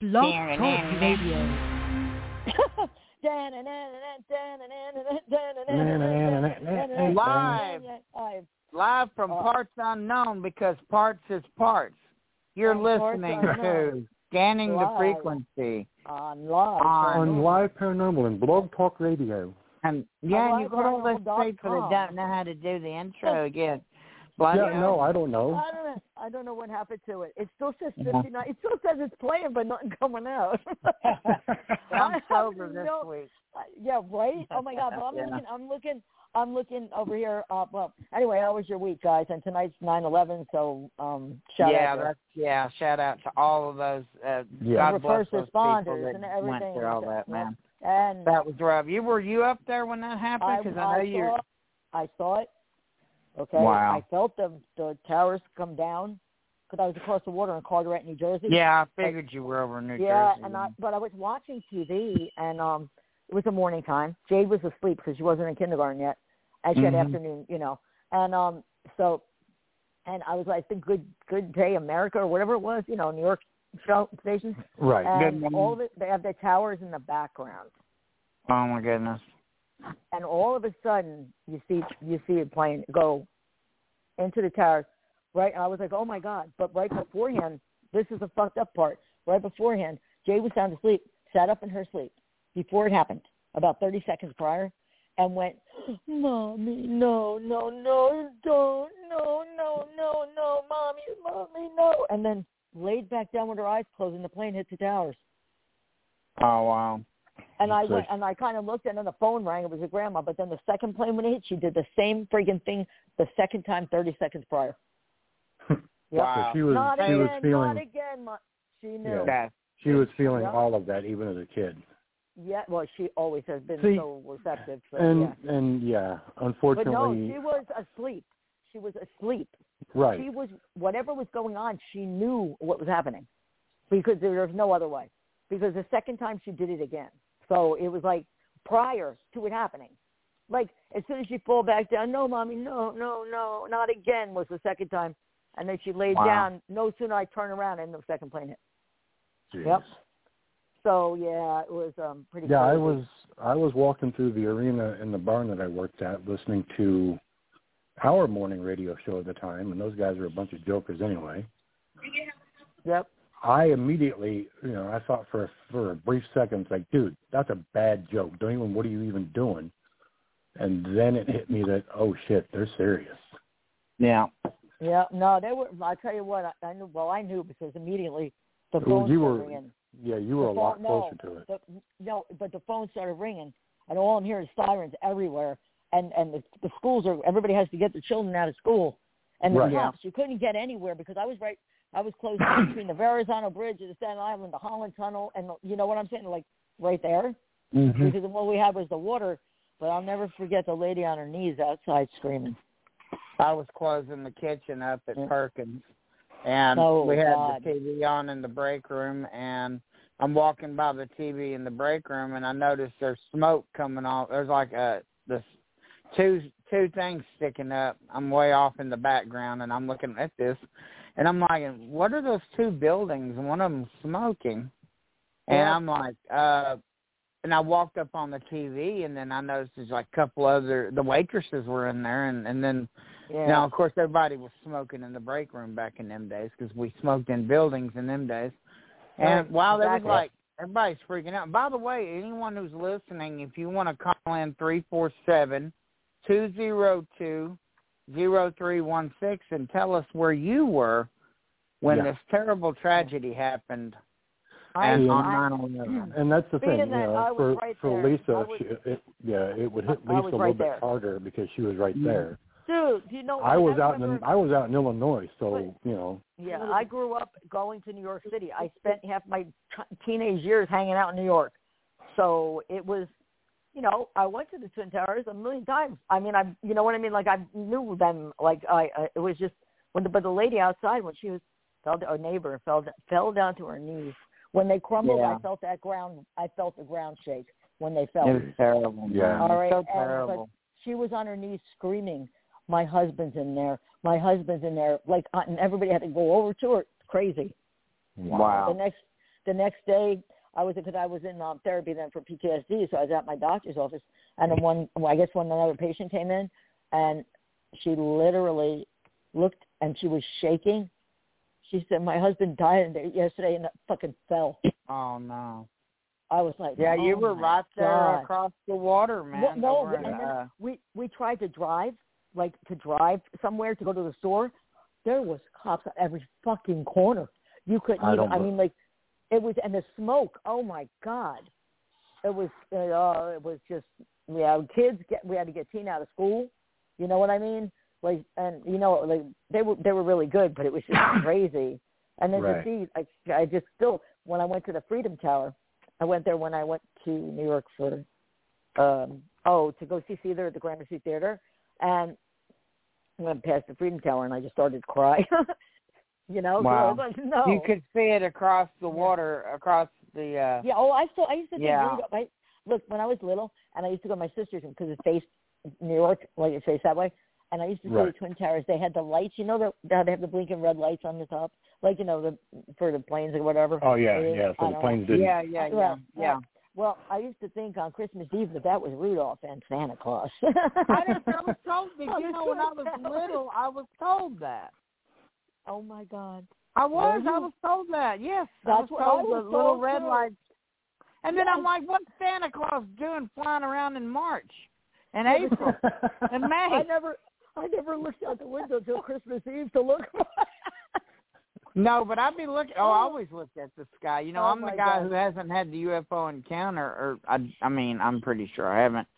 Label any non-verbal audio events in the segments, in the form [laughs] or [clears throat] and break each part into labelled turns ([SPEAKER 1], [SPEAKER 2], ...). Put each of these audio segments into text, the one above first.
[SPEAKER 1] Blog Talk
[SPEAKER 2] [laughs]
[SPEAKER 1] Radio.
[SPEAKER 2] Live.
[SPEAKER 3] Live.
[SPEAKER 2] Live from
[SPEAKER 3] Oh.
[SPEAKER 2] parts unknown because parts is parts. You're
[SPEAKER 3] From parts
[SPEAKER 2] listening to
[SPEAKER 3] unknown.
[SPEAKER 2] Scanning the
[SPEAKER 3] Live.
[SPEAKER 2] Frequency.
[SPEAKER 3] On
[SPEAKER 2] On
[SPEAKER 3] live.
[SPEAKER 4] on Live Paranormal and Blog Talk Radio.
[SPEAKER 2] And yeah, you
[SPEAKER 3] like
[SPEAKER 2] got all those
[SPEAKER 3] paranormal.com.
[SPEAKER 2] people that don't know how to do the intro again. Bloody
[SPEAKER 4] Yeah, no, I don't know.
[SPEAKER 3] I don't know. I don't know what happened to it. It still says
[SPEAKER 2] Yeah.
[SPEAKER 3] 59. It still says it's playing, but nothing coming out. [laughs]
[SPEAKER 4] [laughs]
[SPEAKER 2] I'm sober
[SPEAKER 3] I
[SPEAKER 2] this
[SPEAKER 3] don't-
[SPEAKER 2] week.
[SPEAKER 3] yeah, right. Oh my God! But I'm
[SPEAKER 2] Yeah.
[SPEAKER 3] looking. I'm looking. I'm looking over here. Uh, well, anyway, how was your week, guys? And tonight's 9/11, so um, shout
[SPEAKER 2] yeah,
[SPEAKER 3] out. to-
[SPEAKER 2] that's yeah. Shout out to all of those. Uh,
[SPEAKER 4] Yeah.
[SPEAKER 2] God
[SPEAKER 3] The
[SPEAKER 2] bless
[SPEAKER 3] first
[SPEAKER 2] those people
[SPEAKER 3] responders
[SPEAKER 2] that
[SPEAKER 3] and
[SPEAKER 2] went
[SPEAKER 3] everything
[SPEAKER 2] through all
[SPEAKER 3] like
[SPEAKER 2] that,
[SPEAKER 3] that.
[SPEAKER 2] man.
[SPEAKER 3] and
[SPEAKER 2] That was rough. You were you up there when that happened? Because I, know you're.
[SPEAKER 3] saw, I saw it. Okay.
[SPEAKER 2] Wow.
[SPEAKER 3] I felt the the towers come down because I was across the water in Carteret, New Jersey.
[SPEAKER 2] Yeah, I figured you were over in New
[SPEAKER 3] Yeah,
[SPEAKER 2] Jersey.
[SPEAKER 3] and I but I was watching TV and um it was the morning time. Jade was asleep because she wasn't in kindergarten yet, and she
[SPEAKER 2] Mhm.
[SPEAKER 3] had afternoon, you know, and um so, and I was like the good good day America or whatever it was, you know, New York show stations,
[SPEAKER 4] Right.
[SPEAKER 3] and
[SPEAKER 2] morning.
[SPEAKER 3] all the, they have their towers in the background,
[SPEAKER 2] Oh my goodness.
[SPEAKER 3] and all of a sudden you see you see a plane go into the towers, right? And I was like, oh my god! But right beforehand, this is the fucked up part. Right beforehand, Jay was sound asleep, sat up in her sleep before it happened, about thirty seconds prior, and went, mommy, no, no, no, don't, no, no, no, no, mommy, mommy, no, and then laid back down with her eyes closed, and the plane hit the towers.
[SPEAKER 2] Oh wow.
[SPEAKER 3] And I
[SPEAKER 4] Okay.
[SPEAKER 3] went, and I kind of looked, and then the phone rang. It was a grandma. But then the second plane when it hit, she did the same freaking thing the second time, thirty seconds prior.
[SPEAKER 4] [laughs]
[SPEAKER 2] Wow.
[SPEAKER 4] So she was
[SPEAKER 3] Uh, not
[SPEAKER 4] she
[SPEAKER 3] again,
[SPEAKER 4] was feeling
[SPEAKER 3] not again. Ma- she knew.
[SPEAKER 4] Yeah.
[SPEAKER 3] Yeah.
[SPEAKER 2] That's
[SPEAKER 4] she was feeling
[SPEAKER 3] Yeah.
[SPEAKER 4] all of that even as a kid.
[SPEAKER 3] well, she always has been
[SPEAKER 4] See,
[SPEAKER 3] so receptive. So,
[SPEAKER 4] And
[SPEAKER 3] yeah.
[SPEAKER 4] and yeah,
[SPEAKER 3] But no,
[SPEAKER 4] unfortunately
[SPEAKER 3] she was asleep. She was asleep.
[SPEAKER 4] right.
[SPEAKER 3] She was whatever was going on. She knew what was happening because there was no other way. Because the second time she did it again, so it was like prior to it happening. Like as soon as she fall back down, no, mommy, no, no, no, not again was the second time, and then she laid
[SPEAKER 2] Wow.
[SPEAKER 3] down. No sooner I turn around and the second plane hit. Yep. So yeah, it was um pretty.
[SPEAKER 4] Yeah, I
[SPEAKER 3] crazy.
[SPEAKER 4] was I was walking through the arena in the barn that I worked at listening to our morning radio show at the time and those guys were a bunch of jokers anyway.
[SPEAKER 3] Yep.
[SPEAKER 4] I immediately, you know, I thought for for a brief second, it's like, dude, that's a bad joke. Don't even. What are you even doing? And then it hit me that, oh shit, they're serious.
[SPEAKER 2] yeah.
[SPEAKER 3] Yeah. No, they were. I will tell you what, I, I knew. Well, I knew because immediately the
[SPEAKER 4] Well,
[SPEAKER 3] phone
[SPEAKER 4] you
[SPEAKER 3] started
[SPEAKER 4] were-
[SPEAKER 3] ringing.
[SPEAKER 4] Yeah, you were a
[SPEAKER 3] The phone-
[SPEAKER 4] lot
[SPEAKER 3] no.
[SPEAKER 4] closer to it.
[SPEAKER 3] the, no, but the phone started ringing, and all I'm hearing is sirens everywhere, and and the, the schools are everybody has to get the children out of school, and the
[SPEAKER 4] Right. Yeah.
[SPEAKER 3] cops. You couldn't get anywhere because I was right, I was close between the Verrazano Bridge and the Staten Island, the Holland Tunnel, and the, you know what I'm saying, like right there,
[SPEAKER 2] Mm-hmm.
[SPEAKER 3] because what we had was the water. But I'll never forget the lady on her knees outside screaming.
[SPEAKER 2] I was closing the kitchen up at
[SPEAKER 3] Yeah.
[SPEAKER 2] Perkins, and
[SPEAKER 3] Oh,
[SPEAKER 2] we had
[SPEAKER 3] God.
[SPEAKER 2] the TV on in the break room, and I'm walking by the TV in the break room, and I noticed there's smoke coming off. There's like a this two two things sticking up. I'm way off in the background, and I'm looking at this, and I'm like, what are those two buildings? And one of them smoking, and
[SPEAKER 3] Yeah.
[SPEAKER 2] I'm like, uh. And I walked up on the TV, and then I noticed there's like a couple other the waitresses were in there, and and then
[SPEAKER 3] Yeah.
[SPEAKER 2] now, of course, everybody was smoking in the break room back in them days because we smoked in buildings in them days. And
[SPEAKER 3] Right,
[SPEAKER 2] wow, that
[SPEAKER 3] exactly.
[SPEAKER 2] was like everybody's freaking out. By the way, anyone who's listening, if you want to call in three four seven two zero two zero three one six and tell us where you were when
[SPEAKER 4] Yeah.
[SPEAKER 2] this terrible tragedy happened
[SPEAKER 3] I-
[SPEAKER 2] and
[SPEAKER 4] I-
[SPEAKER 2] on nine eleven.
[SPEAKER 4] And that's the
[SPEAKER 3] Being
[SPEAKER 4] thing, you
[SPEAKER 3] that
[SPEAKER 4] know,
[SPEAKER 3] I was
[SPEAKER 4] for
[SPEAKER 3] right
[SPEAKER 4] for
[SPEAKER 3] there, I
[SPEAKER 4] Lisa,
[SPEAKER 3] was-
[SPEAKER 4] she, it, yeah, it would hit
[SPEAKER 3] [laughs] I- I was
[SPEAKER 4] Lisa a little
[SPEAKER 3] right
[SPEAKER 4] bit
[SPEAKER 3] there.
[SPEAKER 4] harder because she was right
[SPEAKER 2] Mhm.
[SPEAKER 4] there.
[SPEAKER 3] Dude, you know
[SPEAKER 4] I was
[SPEAKER 3] I
[SPEAKER 4] out in
[SPEAKER 3] remember-
[SPEAKER 4] I was out in Illinois, so you know,
[SPEAKER 3] Yeah, I grew up going to New York City. I spent half my t- teenage years hanging out in New York. So it was, you know, I went to the Twin Towers a million times. I mean, I, you know what I mean? Like I knew them. Like I, I it was just when the, but the lady outside when she was fell, our neighbor fell d- fell down to her knees. When they crumbled,
[SPEAKER 2] Yeah.
[SPEAKER 3] I felt that ground. I felt the ground shake when they fell.
[SPEAKER 2] It was terrible. man.
[SPEAKER 4] Yeah.
[SPEAKER 2] It was
[SPEAKER 3] All right,
[SPEAKER 2] so
[SPEAKER 3] and- but-
[SPEAKER 2] terrible.
[SPEAKER 3] she was on her knees screaming, "My husband's in there! My husband's in there!" Like, uh, and everybody had to go over to her. It's crazy.
[SPEAKER 2] Wow.
[SPEAKER 3] The next the next day I was because I was in um, therapy then for PTSD, so I was at my doctor's office, and then one well, I guess when another patient came in, and she literally looked and she was shaking. She said, "My husband died in there yesterday and fucking fell."
[SPEAKER 2] Oh no.
[SPEAKER 3] I was like,
[SPEAKER 2] Yeah, you
[SPEAKER 3] "Oh
[SPEAKER 2] were
[SPEAKER 3] my
[SPEAKER 2] right there
[SPEAKER 3] God."
[SPEAKER 2] across the water, man.
[SPEAKER 3] Well, no,
[SPEAKER 2] over
[SPEAKER 3] and
[SPEAKER 2] in,
[SPEAKER 3] then
[SPEAKER 2] uh,
[SPEAKER 3] we we tried to drive like to drive somewhere to go to the store. There was cops at every fucking corner. You couldn't.
[SPEAKER 4] I
[SPEAKER 3] You know,
[SPEAKER 4] don't
[SPEAKER 3] I
[SPEAKER 4] bel-
[SPEAKER 3] mean, like it was, and the smoke. Oh my god, it was. It, uh, it was just. Yeah, kids. Get, we had to get Tina out of school. You know what I mean? Like, and you know, like they were they were really good, but it was
[SPEAKER 2] [coughs]
[SPEAKER 3] just crazy. And then to
[SPEAKER 4] Right.
[SPEAKER 3] see, like, I just still when I went to the Freedom Tower, I went there when I went to New York for um, oh, to go see Caesar at the Gramercy Theater, and I went past the Freedom Tower, and I just started to cry. [laughs] you know, 'cause I
[SPEAKER 2] Wow.
[SPEAKER 3] was like, no.
[SPEAKER 2] you could see it across the water, across the uh
[SPEAKER 3] Yeah. Oh, I still I used to think
[SPEAKER 2] Yeah.
[SPEAKER 3] New York. I, look, when I was little, and I used to go to my sister's because it faced New York, like it faced that way. And I used to see the
[SPEAKER 4] Right.
[SPEAKER 3] Twin Towers. They had the lights. You know the, how they have the blinking red lights on the top, like you know the for the planes or whatever.
[SPEAKER 4] Oh yeah,
[SPEAKER 3] It is.
[SPEAKER 4] yeah.
[SPEAKER 3] I
[SPEAKER 4] So the
[SPEAKER 3] don't
[SPEAKER 4] planes didn't.
[SPEAKER 2] yeah, yeah, yeah,
[SPEAKER 3] Right,
[SPEAKER 2] yeah.
[SPEAKER 3] Well, I used to think on Christmas Eve that that was Rudolph and Santa Claus.
[SPEAKER 2] I didn't. I was [laughs] told that.
[SPEAKER 3] Oh,
[SPEAKER 2] You know, when I was
[SPEAKER 3] that's right.
[SPEAKER 2] little, I was told that.
[SPEAKER 3] [laughs] oh my God.
[SPEAKER 2] I was. I
[SPEAKER 3] you?
[SPEAKER 2] was told that. Yes, Mm-hmm. I
[SPEAKER 3] That's
[SPEAKER 2] was
[SPEAKER 3] what I
[SPEAKER 2] told
[SPEAKER 3] was
[SPEAKER 2] the little
[SPEAKER 3] told,
[SPEAKER 2] red
[SPEAKER 3] too.
[SPEAKER 2] lights. And then I'm
[SPEAKER 3] Yes.
[SPEAKER 2] like, what's Santa Claus doing flying around in March [laughs] and
[SPEAKER 3] Yeah, but-
[SPEAKER 2] April
[SPEAKER 4] [laughs]
[SPEAKER 2] [laughs] and
[SPEAKER 3] I
[SPEAKER 2] May?
[SPEAKER 3] never I never looked out the window till Christmas Eve to look
[SPEAKER 2] [laughs]
[SPEAKER 3] for [laughs]
[SPEAKER 2] No, but I'd be looking. Oh, I always looked at the sky. You know,
[SPEAKER 3] Oh,
[SPEAKER 2] I'm the
[SPEAKER 3] my
[SPEAKER 2] guy
[SPEAKER 3] God.
[SPEAKER 2] who hasn't had the UFO encounter, or I, I mean, I'm pretty sure I haven't.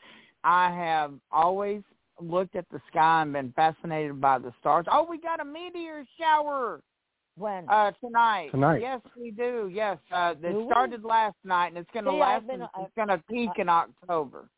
[SPEAKER 2] I have always looked at the sky and been fascinated by the stars. Oh, we got a meteor shower.
[SPEAKER 3] when.
[SPEAKER 2] Uh, tonight.
[SPEAKER 4] Tonight.
[SPEAKER 2] Yes, we do. Yes, uh,
[SPEAKER 3] Do
[SPEAKER 2] it
[SPEAKER 3] we?
[SPEAKER 2] started last night, and it's going to
[SPEAKER 3] See, I've
[SPEAKER 2] last.
[SPEAKER 3] been-
[SPEAKER 2] and
[SPEAKER 3] I've-
[SPEAKER 2] it's going to peak in October,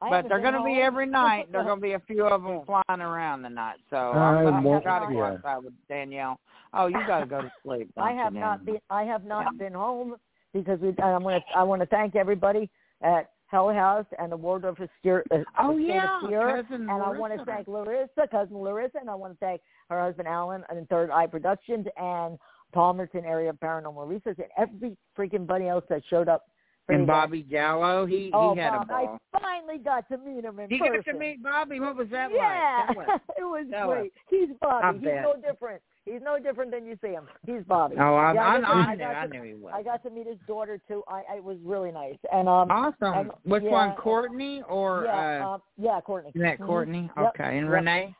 [SPEAKER 3] I
[SPEAKER 2] but
[SPEAKER 3] haven't
[SPEAKER 2] they're
[SPEAKER 3] been
[SPEAKER 2] going to be
[SPEAKER 3] home.
[SPEAKER 2] every night.
[SPEAKER 3] [laughs]
[SPEAKER 2] There are going to be a few of them
[SPEAKER 3] Yeah.
[SPEAKER 2] flying around tonight. So
[SPEAKER 4] I
[SPEAKER 2] I'm going
[SPEAKER 3] won't-
[SPEAKER 2] to try to go
[SPEAKER 4] yeah.
[SPEAKER 2] outside with Danielle. Oh, you got to go to sleep.
[SPEAKER 3] [laughs] I
[SPEAKER 2] don't
[SPEAKER 3] have
[SPEAKER 2] you,
[SPEAKER 3] not
[SPEAKER 2] Danielle?
[SPEAKER 3] been I have not
[SPEAKER 2] Yeah.
[SPEAKER 3] been home because we I want to I want to thank everybody at Hell House and the Wardrobe Obscure. Uh,
[SPEAKER 2] Oh
[SPEAKER 3] Estate
[SPEAKER 2] yeah,
[SPEAKER 3] Obscure.
[SPEAKER 2] cousin
[SPEAKER 3] and I want to
[SPEAKER 2] Larissa.
[SPEAKER 3] thank Larissa, cousin Larissa, and I want to thank her husband Alan and Third Eye Productions and Palmerton Area Paranormal Research and every freaking buddy else that showed up. for the
[SPEAKER 2] and
[SPEAKER 3] event.
[SPEAKER 2] Bobby Gallo. He
[SPEAKER 3] oh,
[SPEAKER 2] he had
[SPEAKER 3] Bob,
[SPEAKER 2] a ball.
[SPEAKER 3] I finally got to meet him in
[SPEAKER 2] He
[SPEAKER 3] person.
[SPEAKER 2] got to meet Bobby. What was that
[SPEAKER 3] yeah, [laughs]
[SPEAKER 2] like? Tell us.
[SPEAKER 3] it was
[SPEAKER 2] Tell us.
[SPEAKER 3] great. He's Bobby.
[SPEAKER 2] I
[SPEAKER 3] He's
[SPEAKER 2] bet.
[SPEAKER 3] no different. He's no different than you see him. He's Bobby.
[SPEAKER 2] Oh, I,
[SPEAKER 3] Yeah, I
[SPEAKER 2] I,
[SPEAKER 3] got to-
[SPEAKER 2] I,
[SPEAKER 3] I
[SPEAKER 2] knew,
[SPEAKER 3] got
[SPEAKER 2] I
[SPEAKER 3] to-
[SPEAKER 2] knew he was.
[SPEAKER 3] I got to meet his daughter too. I, I it was really nice. And um,
[SPEAKER 2] awesome.
[SPEAKER 3] and-
[SPEAKER 2] Which
[SPEAKER 3] yeah,
[SPEAKER 2] one,
[SPEAKER 3] and-
[SPEAKER 2] Courtney or
[SPEAKER 3] yeah,
[SPEAKER 2] uh,
[SPEAKER 3] um, yeah, Courtney.
[SPEAKER 2] Isn't that
[SPEAKER 3] Mhm.
[SPEAKER 2] Courtney?
[SPEAKER 3] Yep.
[SPEAKER 2] Okay. And
[SPEAKER 3] Yep. [laughs]
[SPEAKER 2] Renee?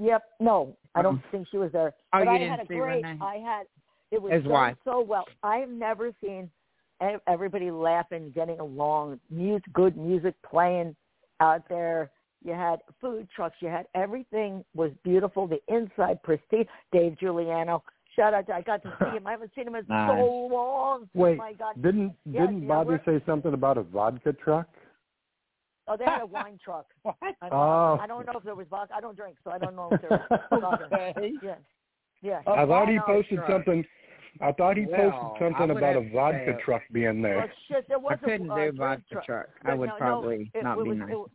[SPEAKER 3] Yep. No, I don't
[SPEAKER 2] Uh-uh.
[SPEAKER 3] think she was there. but
[SPEAKER 2] Oh, you
[SPEAKER 3] I
[SPEAKER 2] didn't
[SPEAKER 3] had a
[SPEAKER 2] see
[SPEAKER 3] great.
[SPEAKER 2] Renee?
[SPEAKER 3] I had it was
[SPEAKER 2] His
[SPEAKER 3] done
[SPEAKER 2] wife.
[SPEAKER 3] so well. I've never seen ev- everybody laughing, getting along, music, good music playing out there. You had food trucks. You had everything was beautiful. The inside pristine. Dave Giuliano. Shout out! To, I got to
[SPEAKER 2] [laughs]
[SPEAKER 3] see him. I haven't seen him in
[SPEAKER 2] Nice.
[SPEAKER 3] so long.
[SPEAKER 4] Wait,
[SPEAKER 3] oh my God!
[SPEAKER 4] Didn't
[SPEAKER 3] Yeah,
[SPEAKER 4] didn't
[SPEAKER 3] yeah,
[SPEAKER 4] Bobby
[SPEAKER 3] we're-
[SPEAKER 4] say something about a vodka truck?
[SPEAKER 3] Oh, they
[SPEAKER 2] [laughs]
[SPEAKER 3] had a wine truck.
[SPEAKER 2] What?
[SPEAKER 3] And
[SPEAKER 4] Oh.
[SPEAKER 3] I don't know if there was vodka. I don't drink, so I don't know
[SPEAKER 2] [laughs]
[SPEAKER 3] if there was
[SPEAKER 4] [laughs]
[SPEAKER 3] vodka. Yeah. Yeah.
[SPEAKER 4] I thought
[SPEAKER 2] Why
[SPEAKER 4] he
[SPEAKER 2] not
[SPEAKER 4] posted
[SPEAKER 2] try?
[SPEAKER 4] something. I thought he
[SPEAKER 2] Well,
[SPEAKER 4] posted
[SPEAKER 2] I
[SPEAKER 4] something
[SPEAKER 2] would
[SPEAKER 4] about
[SPEAKER 2] have
[SPEAKER 4] a
[SPEAKER 2] to
[SPEAKER 4] vodka
[SPEAKER 2] say-
[SPEAKER 4] truck being
[SPEAKER 3] Well,
[SPEAKER 4] there.
[SPEAKER 3] shit, there was
[SPEAKER 2] I couldn't
[SPEAKER 3] a, uh,
[SPEAKER 2] do
[SPEAKER 3] drink
[SPEAKER 2] vodka
[SPEAKER 3] truck.
[SPEAKER 2] truck. I
[SPEAKER 3] Yeah,
[SPEAKER 2] would
[SPEAKER 3] no, no,
[SPEAKER 2] probably
[SPEAKER 3] it-
[SPEAKER 2] not
[SPEAKER 3] it
[SPEAKER 2] be
[SPEAKER 3] was-
[SPEAKER 2] nice.
[SPEAKER 3] it-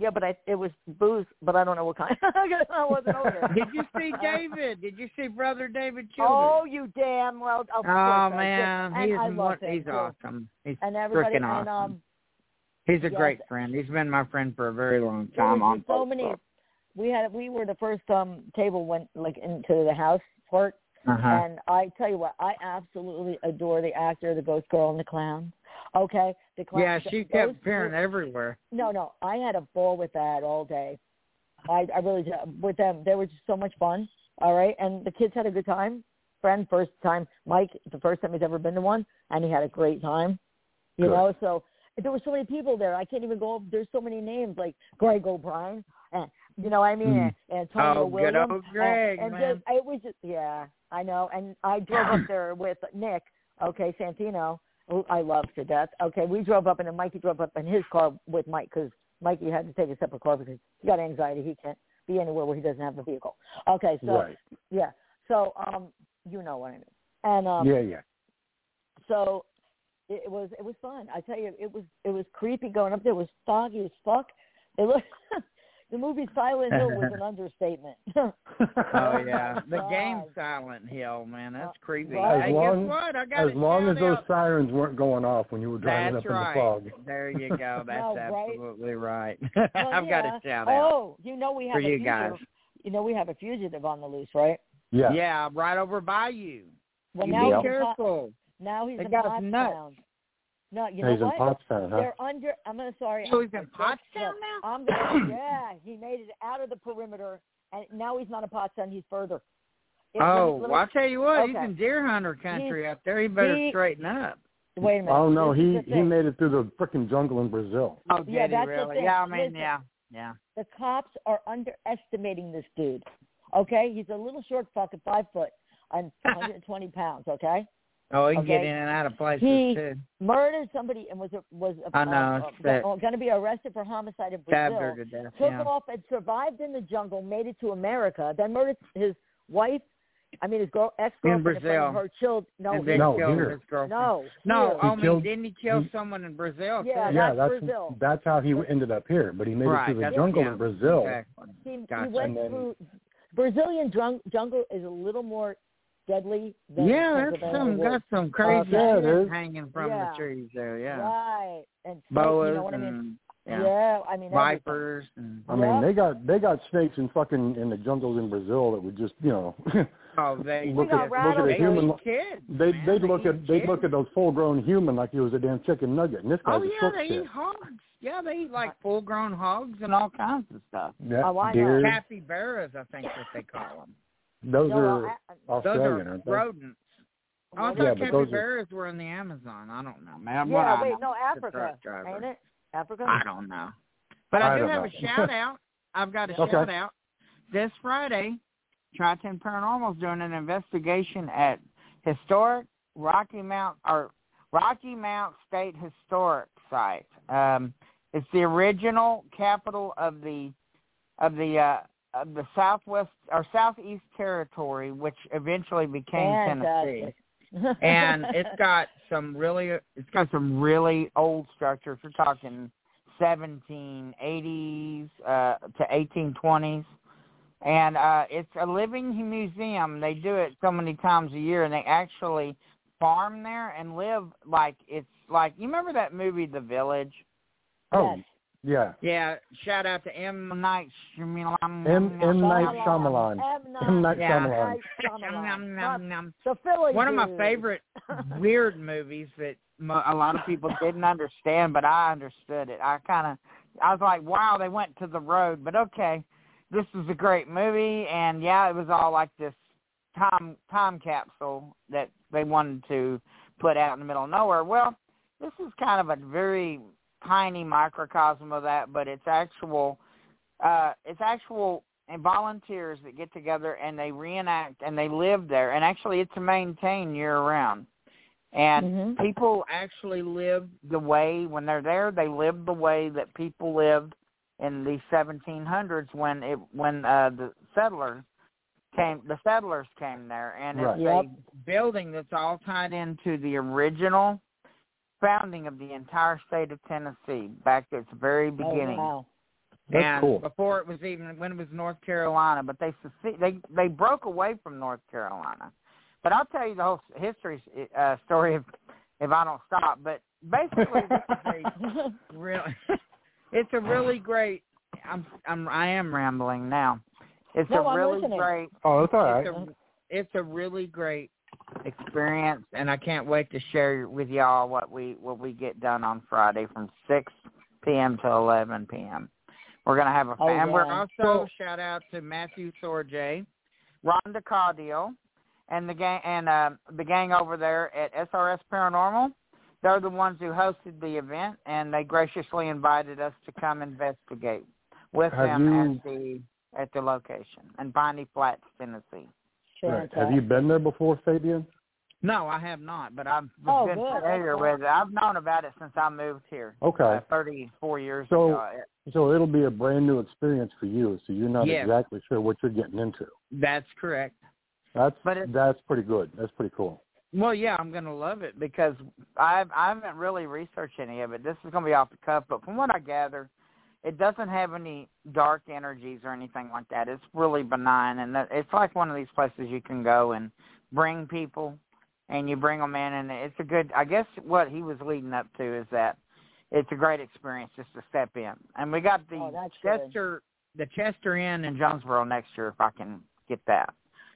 [SPEAKER 3] yeah, but I, it was booze, but I don't know what kind. [laughs] I wasn't over there. Uh,
[SPEAKER 2] Did you see David? Did you see brother David Childers?
[SPEAKER 3] Oh, you damn well. Of course I
[SPEAKER 2] oh
[SPEAKER 3] did.
[SPEAKER 2] man,
[SPEAKER 3] and
[SPEAKER 2] he's
[SPEAKER 3] I
[SPEAKER 2] one,
[SPEAKER 3] love him,
[SPEAKER 2] he's
[SPEAKER 3] too.
[SPEAKER 2] awesome. He's
[SPEAKER 3] And everybody,
[SPEAKER 2] freaking awesome.
[SPEAKER 3] and um,
[SPEAKER 2] he's a
[SPEAKER 3] yes.
[SPEAKER 2] great friend. He's been my friend for a very long
[SPEAKER 3] there
[SPEAKER 2] time
[SPEAKER 3] was
[SPEAKER 2] on
[SPEAKER 3] just so many.
[SPEAKER 2] Facebook.
[SPEAKER 3] We had we were the first um table went like into the house part,
[SPEAKER 2] Uh-huh.
[SPEAKER 3] And I tell you what, I absolutely adore the actor, the ghost girl, and the clown. Okay, the clown.
[SPEAKER 2] Yeah,
[SPEAKER 3] the-
[SPEAKER 2] she
[SPEAKER 3] those
[SPEAKER 2] kept
[SPEAKER 3] [laughs]
[SPEAKER 2] appearing everywhere.
[SPEAKER 3] three- No, no, I had a ball with that all day. I, I really did. with them. They were just so much fun. All right, and the kids had a good time. Friend, first time. Mike, the first time he's ever been to one, and he had a great time. You
[SPEAKER 4] Good.
[SPEAKER 3] know, so there were so many people there. I can't even go. up. There's so many names like Greg O'Brien, and you know what I mean,
[SPEAKER 4] Mm.
[SPEAKER 3] and, and Tony
[SPEAKER 2] oh,
[SPEAKER 3] Williams.
[SPEAKER 2] good old Greg,
[SPEAKER 3] And, and
[SPEAKER 2] man.
[SPEAKER 3] just it was just yeah, I know. And I drove
[SPEAKER 4] [clears throat]
[SPEAKER 3] up there with Nick, okay, Santino, who I love to death. Okay, we drove up and then Mikey drove up in his car with Mike because Mikey had to take a separate car because he got anxiety. He can't be anywhere where he doesn't have a vehicle. Okay, so
[SPEAKER 4] right.
[SPEAKER 3] yeah, so um, you know what I mean. And um, [laughs]
[SPEAKER 4] yeah, yeah.
[SPEAKER 3] so it, it was it was fun. I tell you, it was it was creepy going up there. It was foggy as fuck. It looked, [laughs] The movie Silent Hill was
[SPEAKER 4] [laughs]
[SPEAKER 3] an understatement. [laughs]
[SPEAKER 2] Oh yeah, the
[SPEAKER 3] God.
[SPEAKER 2] game Silent Hill, man, that's creepy.
[SPEAKER 3] right.
[SPEAKER 4] As
[SPEAKER 2] hey,
[SPEAKER 4] long-
[SPEAKER 2] guess what? I got
[SPEAKER 4] As
[SPEAKER 2] it
[SPEAKER 4] long
[SPEAKER 2] down
[SPEAKER 4] as those
[SPEAKER 2] there.
[SPEAKER 4] sirens weren't going off when you were driving
[SPEAKER 2] That's
[SPEAKER 4] up
[SPEAKER 2] right.
[SPEAKER 4] in the fog.
[SPEAKER 2] There
[SPEAKER 3] [laughs]
[SPEAKER 2] you go. That's
[SPEAKER 3] No, right?
[SPEAKER 2] absolutely right. [laughs]
[SPEAKER 3] Well,
[SPEAKER 2] I've got
[SPEAKER 3] yeah.
[SPEAKER 2] a shout out.
[SPEAKER 3] Oh, you know we have
[SPEAKER 2] for
[SPEAKER 3] a
[SPEAKER 2] you
[SPEAKER 3] fugitive.
[SPEAKER 2] guys.
[SPEAKER 3] You know we have a fugitive on the loose, right?
[SPEAKER 4] Yeah.
[SPEAKER 2] yeah, right over by you.
[SPEAKER 3] Well,
[SPEAKER 2] you
[SPEAKER 3] now
[SPEAKER 2] be
[SPEAKER 3] he's in Pot-
[SPEAKER 2] careful.
[SPEAKER 3] now he's
[SPEAKER 2] They
[SPEAKER 3] in
[SPEAKER 2] got us
[SPEAKER 3] Pottstown.
[SPEAKER 2] nuts.
[SPEAKER 3] No, you
[SPEAKER 4] He's
[SPEAKER 3] know
[SPEAKER 4] in
[SPEAKER 3] what?
[SPEAKER 4] Pottstown, huh?
[SPEAKER 3] They're under. I'm gonna- sorry.
[SPEAKER 2] So
[SPEAKER 3] I'm-
[SPEAKER 2] he's in
[SPEAKER 3] look,
[SPEAKER 2] Pottstown
[SPEAKER 3] look,
[SPEAKER 2] now.
[SPEAKER 3] I'm
[SPEAKER 2] [clears throat]
[SPEAKER 3] gonna, yeah, he made it out of the perimeter, and now he's not in Pottstown. He's further. It- let me-
[SPEAKER 2] Oh,
[SPEAKER 3] let me-
[SPEAKER 2] well, I tell you what, he's
[SPEAKER 3] okay.
[SPEAKER 2] in deer hunter country up there. He better
[SPEAKER 3] he-
[SPEAKER 2] straighten up.
[SPEAKER 3] wait a minute.
[SPEAKER 4] Oh no,
[SPEAKER 3] This is
[SPEAKER 4] he
[SPEAKER 3] the
[SPEAKER 4] he
[SPEAKER 3] thing.
[SPEAKER 4] made it through the frickin' jungle in Brazil.
[SPEAKER 2] Oh,
[SPEAKER 3] Yeah,
[SPEAKER 2] did he
[SPEAKER 3] that's the
[SPEAKER 2] really?
[SPEAKER 3] thing.
[SPEAKER 2] Yeah, I mean,
[SPEAKER 3] Listen.
[SPEAKER 2] yeah, yeah.
[SPEAKER 3] The cops are underestimating this dude. Okay, he's a little short fuck at five foot
[SPEAKER 2] [laughs]
[SPEAKER 3] and 120 pounds. Okay,
[SPEAKER 2] Oh, he can get
[SPEAKER 3] Okay.
[SPEAKER 2] in and out of places
[SPEAKER 3] He-
[SPEAKER 2] too.
[SPEAKER 3] murdered somebody and was was uh,
[SPEAKER 2] I know, it's sick.
[SPEAKER 3] going to be arrested for homicide in
[SPEAKER 2] Stabbed
[SPEAKER 3] Brazil.
[SPEAKER 2] her to death.
[SPEAKER 3] took
[SPEAKER 2] yeah.
[SPEAKER 3] off and survived in the jungle, made it to America, then murdered his wife. I mean, his girl, ex
[SPEAKER 2] In
[SPEAKER 3] girlfriend, and
[SPEAKER 2] Brazil.
[SPEAKER 3] her children. No,
[SPEAKER 2] and then
[SPEAKER 3] here.
[SPEAKER 4] No,
[SPEAKER 2] killed
[SPEAKER 4] here.
[SPEAKER 2] his girlfriend.
[SPEAKER 3] no,
[SPEAKER 2] No,
[SPEAKER 3] here.
[SPEAKER 2] um, I
[SPEAKER 4] He
[SPEAKER 2] mean,
[SPEAKER 4] killed-
[SPEAKER 2] didn't he kill
[SPEAKER 4] he-
[SPEAKER 2] someone in Brazil?
[SPEAKER 3] Yeah,
[SPEAKER 2] too?
[SPEAKER 4] yeah,
[SPEAKER 3] that's Brazil.
[SPEAKER 4] that's how he ended up here. But he made
[SPEAKER 2] Right,
[SPEAKER 4] it through the
[SPEAKER 2] that's-
[SPEAKER 4] jungle
[SPEAKER 2] yeah,
[SPEAKER 4] in Brazil.
[SPEAKER 2] Exactly.
[SPEAKER 3] he, he
[SPEAKER 2] Gotcha.
[SPEAKER 3] went
[SPEAKER 4] And then-
[SPEAKER 3] through Brazilian drunk, jungle is a little more deadly than
[SPEAKER 2] Yeah, that's
[SPEAKER 3] Pennsylvania
[SPEAKER 2] some
[SPEAKER 3] woods.
[SPEAKER 2] got some crazy
[SPEAKER 4] yeah, Oh, it
[SPEAKER 2] shit
[SPEAKER 4] is.
[SPEAKER 2] hanging from
[SPEAKER 3] Yeah.
[SPEAKER 2] the trees there. Yeah,
[SPEAKER 3] right and snake,
[SPEAKER 2] boas
[SPEAKER 3] you know what I mean?
[SPEAKER 2] and yeah,
[SPEAKER 3] I mean everything.
[SPEAKER 2] vipers and
[SPEAKER 4] I
[SPEAKER 3] Yeah.
[SPEAKER 4] mean, they got they got snakes in fucking in the jungles in Brazil that would just you know [laughs]
[SPEAKER 2] oh, they
[SPEAKER 4] Look
[SPEAKER 3] at- look at a
[SPEAKER 2] they
[SPEAKER 4] human-
[SPEAKER 2] eat kids.
[SPEAKER 4] they
[SPEAKER 2] man.
[SPEAKER 4] they'd look
[SPEAKER 2] eat
[SPEAKER 4] at they'd look
[SPEAKER 2] kids.
[SPEAKER 4] at those full grown human like he was a damn chicken nugget, and this
[SPEAKER 2] Oh
[SPEAKER 4] guy's a
[SPEAKER 2] yeah,
[SPEAKER 4] short
[SPEAKER 2] they
[SPEAKER 4] shit.
[SPEAKER 2] eat hogs. Yeah, they eat like full grown hogs and all kinds of stuff.
[SPEAKER 4] Yeah,
[SPEAKER 3] Oh, I know.
[SPEAKER 4] deer,
[SPEAKER 2] Capybaras, I think that they call them.
[SPEAKER 4] those
[SPEAKER 3] No,
[SPEAKER 4] are
[SPEAKER 3] I- I-
[SPEAKER 2] Those
[SPEAKER 4] [laughs] Australian,
[SPEAKER 2] are
[SPEAKER 4] aren't they?
[SPEAKER 2] rodents. I
[SPEAKER 4] Yeah,
[SPEAKER 2] thought
[SPEAKER 4] but those are-
[SPEAKER 2] capybaras were in the Amazon. I don't know, man. What
[SPEAKER 3] yeah,
[SPEAKER 2] I
[SPEAKER 3] wait,
[SPEAKER 2] know
[SPEAKER 3] no,
[SPEAKER 2] as a
[SPEAKER 3] Africa,
[SPEAKER 2] truck driver.
[SPEAKER 3] ain't it? Africa.
[SPEAKER 2] I don't know. But I,
[SPEAKER 4] I
[SPEAKER 2] do
[SPEAKER 4] don't
[SPEAKER 2] have
[SPEAKER 4] know.
[SPEAKER 2] a shout out. I've got a
[SPEAKER 4] [laughs] Okay.
[SPEAKER 2] shout out. This Friday, Triton Paranormal's doing an investigation at historic Rocky Mount or Rocky Mount State Historic Site. Um, it's the original capital of the of the uh, of the Southwest or Southeast Territory, which eventually became Tennessee
[SPEAKER 3] Fantastic. [laughs]
[SPEAKER 2] [laughs] and it's got some really it's got some really old structures. We're talking seventeen eighties uh to eighteen twenties. And uh it's a living museum. They do it so many times a year and they actually farm there and live like it's like you remember that movie The Village?
[SPEAKER 4] Oh
[SPEAKER 3] Yes.
[SPEAKER 4] yeah, [laughs]
[SPEAKER 2] Yeah, shout out to M Night Shyamalan.
[SPEAKER 4] M M Night Shyamalan, M Night
[SPEAKER 2] Yeah.
[SPEAKER 4] Shyamalan.
[SPEAKER 2] Nom,
[SPEAKER 3] Shyamalan.
[SPEAKER 2] nom, nom.
[SPEAKER 3] The Philly
[SPEAKER 2] One of my
[SPEAKER 3] dude. [laughs]
[SPEAKER 2] favorite weird movies that mo- a lot of people didn't understand, but I understood it. I kind of, I was like, wow, they went to the road, but okay, this is a great movie, and yeah, it was all like this time time capsule that they wanted to put out in the middle of nowhere. Well, this is kind of a very tiny microcosm of that, but it's actual, uh, it's actual and volunteers that get together and they reenact and they live there and actually it's maintained year round and
[SPEAKER 3] Mhm.
[SPEAKER 2] people actually live the way when they're there they live the way that people lived in the 1700s when it when uh the settlers came the settlers came there and
[SPEAKER 4] Right.
[SPEAKER 2] it's
[SPEAKER 3] Yep.
[SPEAKER 2] a building that's all tied into the original founding of the entire state of Tennessee back to its very
[SPEAKER 3] Oh,
[SPEAKER 2] beginning
[SPEAKER 3] wow.
[SPEAKER 4] That's
[SPEAKER 2] and
[SPEAKER 4] cool.
[SPEAKER 2] Before it was even when it was North Carolina, but they secede- they they broke away from North Carolina. But I'll tell you the whole history uh, story if if I don't stop. But basically, this
[SPEAKER 4] [laughs]
[SPEAKER 2] is a
[SPEAKER 3] [laughs]
[SPEAKER 2] really [laughs] it's a really great. I'm I'm I am rambling now. It's
[SPEAKER 3] No,
[SPEAKER 2] a
[SPEAKER 3] I'm
[SPEAKER 2] really
[SPEAKER 3] listening.
[SPEAKER 2] great
[SPEAKER 4] Oh, that's all right.
[SPEAKER 2] it's a, it's a really great experience, and I can't wait to share with y'all what we what we get done on Friday from six p.m. to eleven p.m. We're gonna have a
[SPEAKER 3] Oh,
[SPEAKER 2] fan. and We're
[SPEAKER 3] yeah.
[SPEAKER 2] also shout out to Matthew Sorge, Rhonda Caudill, and the gang and uh, the gang over there at SRS Paranormal. They're the ones who hosted the event, and they graciously invited us to come investigate with
[SPEAKER 4] Have
[SPEAKER 2] them
[SPEAKER 4] you-
[SPEAKER 2] at the at the location in Piney Flats, Tennessee.
[SPEAKER 4] Right.
[SPEAKER 3] Fantastic.
[SPEAKER 4] Have you been there before, Fabian?
[SPEAKER 2] No, I have not, but I've
[SPEAKER 3] Oh,
[SPEAKER 2] been
[SPEAKER 3] good.
[SPEAKER 2] familiar with it. I've known about it since I moved here.
[SPEAKER 4] Okay.
[SPEAKER 2] Uh, 34 years
[SPEAKER 4] So-
[SPEAKER 2] ago.
[SPEAKER 4] So it'll be a brand new experience for you. So you're not
[SPEAKER 2] Yes.
[SPEAKER 4] exactly sure what you're getting into.
[SPEAKER 2] That's correct.
[SPEAKER 4] That's
[SPEAKER 2] But it's-
[SPEAKER 4] that's pretty good. That's pretty cool.
[SPEAKER 2] Well, yeah, I'm going to love it because I've, I haven't really researched any of it. This is going to be off the cuff, but from what I gather, it doesn't have any dark energies or anything like that. It's really benign, and that, it's like one of these places you can go and bring people, and you bring them in, and it's a good. I guess what he was leading up to is that it's a great experience just to step in, and we got the
[SPEAKER 3] Oh, that's good.
[SPEAKER 2] Chester, the Chester Inn in Jonesboro next year if I can get that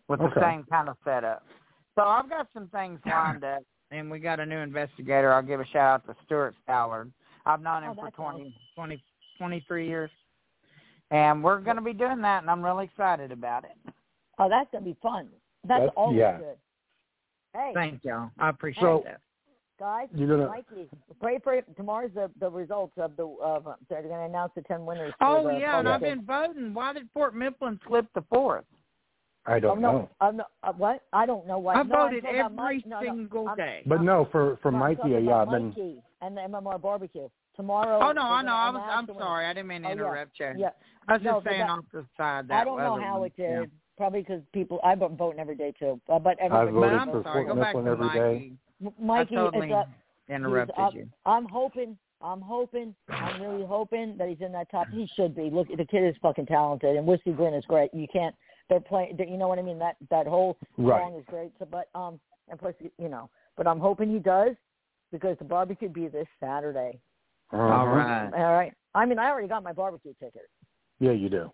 [SPEAKER 2] with
[SPEAKER 4] Okay.
[SPEAKER 2] the same kind of setup. So I've got some things lined up, and we got a new investigator. I'll give a shout out to Stuart Stallard. I've known him
[SPEAKER 3] Oh,
[SPEAKER 2] for
[SPEAKER 3] that's
[SPEAKER 2] twenty twenty twenty three years, and we're going to be doing that, and I'm really excited about it.
[SPEAKER 3] Oh, that's gonna be fun. That's,
[SPEAKER 4] That's-
[SPEAKER 3] always
[SPEAKER 4] yeah.
[SPEAKER 3] good. Hey,
[SPEAKER 2] Thank y'all. I appreciate
[SPEAKER 4] So-
[SPEAKER 2] that.
[SPEAKER 3] guys,
[SPEAKER 4] You're gonna-
[SPEAKER 3] Mikey, pray for tomorrow's the, the results of the of uh, they're gonna announce the ten winners. for
[SPEAKER 2] Oh
[SPEAKER 3] the
[SPEAKER 2] yeah, and I've
[SPEAKER 3] contest.
[SPEAKER 2] been voting. Why did Fort Mifflin slip to fourth?
[SPEAKER 4] I
[SPEAKER 3] Oh,
[SPEAKER 4] don't
[SPEAKER 3] no,
[SPEAKER 4] know.
[SPEAKER 3] I'm not, uh, what? I don't know why. No,
[SPEAKER 2] I
[SPEAKER 3] I'm
[SPEAKER 2] voted
[SPEAKER 3] talking about
[SPEAKER 2] every
[SPEAKER 3] Mike- no, no,
[SPEAKER 2] single
[SPEAKER 3] I'm-
[SPEAKER 2] day.
[SPEAKER 4] But no, for for
[SPEAKER 3] no, I'm
[SPEAKER 4] Mikey,
[SPEAKER 3] talking
[SPEAKER 4] yeah,
[SPEAKER 3] about
[SPEAKER 4] I've been
[SPEAKER 3] Mikey and the MMR barbecue tomorrow.
[SPEAKER 2] Oh
[SPEAKER 3] they're
[SPEAKER 2] no, I know.
[SPEAKER 3] gonna
[SPEAKER 2] I was.
[SPEAKER 3] announce
[SPEAKER 2] I'm
[SPEAKER 3] the winner.
[SPEAKER 2] sorry. I didn't mean to
[SPEAKER 3] Oh, yeah.
[SPEAKER 2] interrupt you.
[SPEAKER 3] Yeah,
[SPEAKER 2] I was
[SPEAKER 3] No,
[SPEAKER 2] just
[SPEAKER 3] but
[SPEAKER 2] saying
[SPEAKER 3] that-
[SPEAKER 2] off the side that
[SPEAKER 3] I don't know
[SPEAKER 2] other
[SPEAKER 3] how
[SPEAKER 2] one.
[SPEAKER 3] it did.
[SPEAKER 2] Yeah.
[SPEAKER 3] Probably because people, I vote voting every day too. Uh, but
[SPEAKER 4] I
[SPEAKER 3] everybody,
[SPEAKER 4] voted
[SPEAKER 2] but I'm
[SPEAKER 4] for
[SPEAKER 2] sorry.
[SPEAKER 4] Fort
[SPEAKER 2] Go back
[SPEAKER 4] Mifflin
[SPEAKER 2] to
[SPEAKER 4] every day.
[SPEAKER 2] Mikey.
[SPEAKER 3] M- Mikey,
[SPEAKER 2] I totally
[SPEAKER 3] it's up.
[SPEAKER 2] interrupted
[SPEAKER 3] he's up.
[SPEAKER 2] you.
[SPEAKER 3] I'm hoping. I'm hoping. I'm really hoping that he's in that top. He should be. Look, the kid is fucking talented, and Whiskey Grin is great. You can't. They're playing. You know what I mean? That that whole
[SPEAKER 4] Right.
[SPEAKER 3] song is great. So, but um, and plus, you know, but I'm hoping he does because the barbecue be this Saturday.
[SPEAKER 2] All
[SPEAKER 4] Uh-huh.
[SPEAKER 2] right.
[SPEAKER 3] All right. I mean, I already got my barbecue ticket.
[SPEAKER 4] Yeah, you do.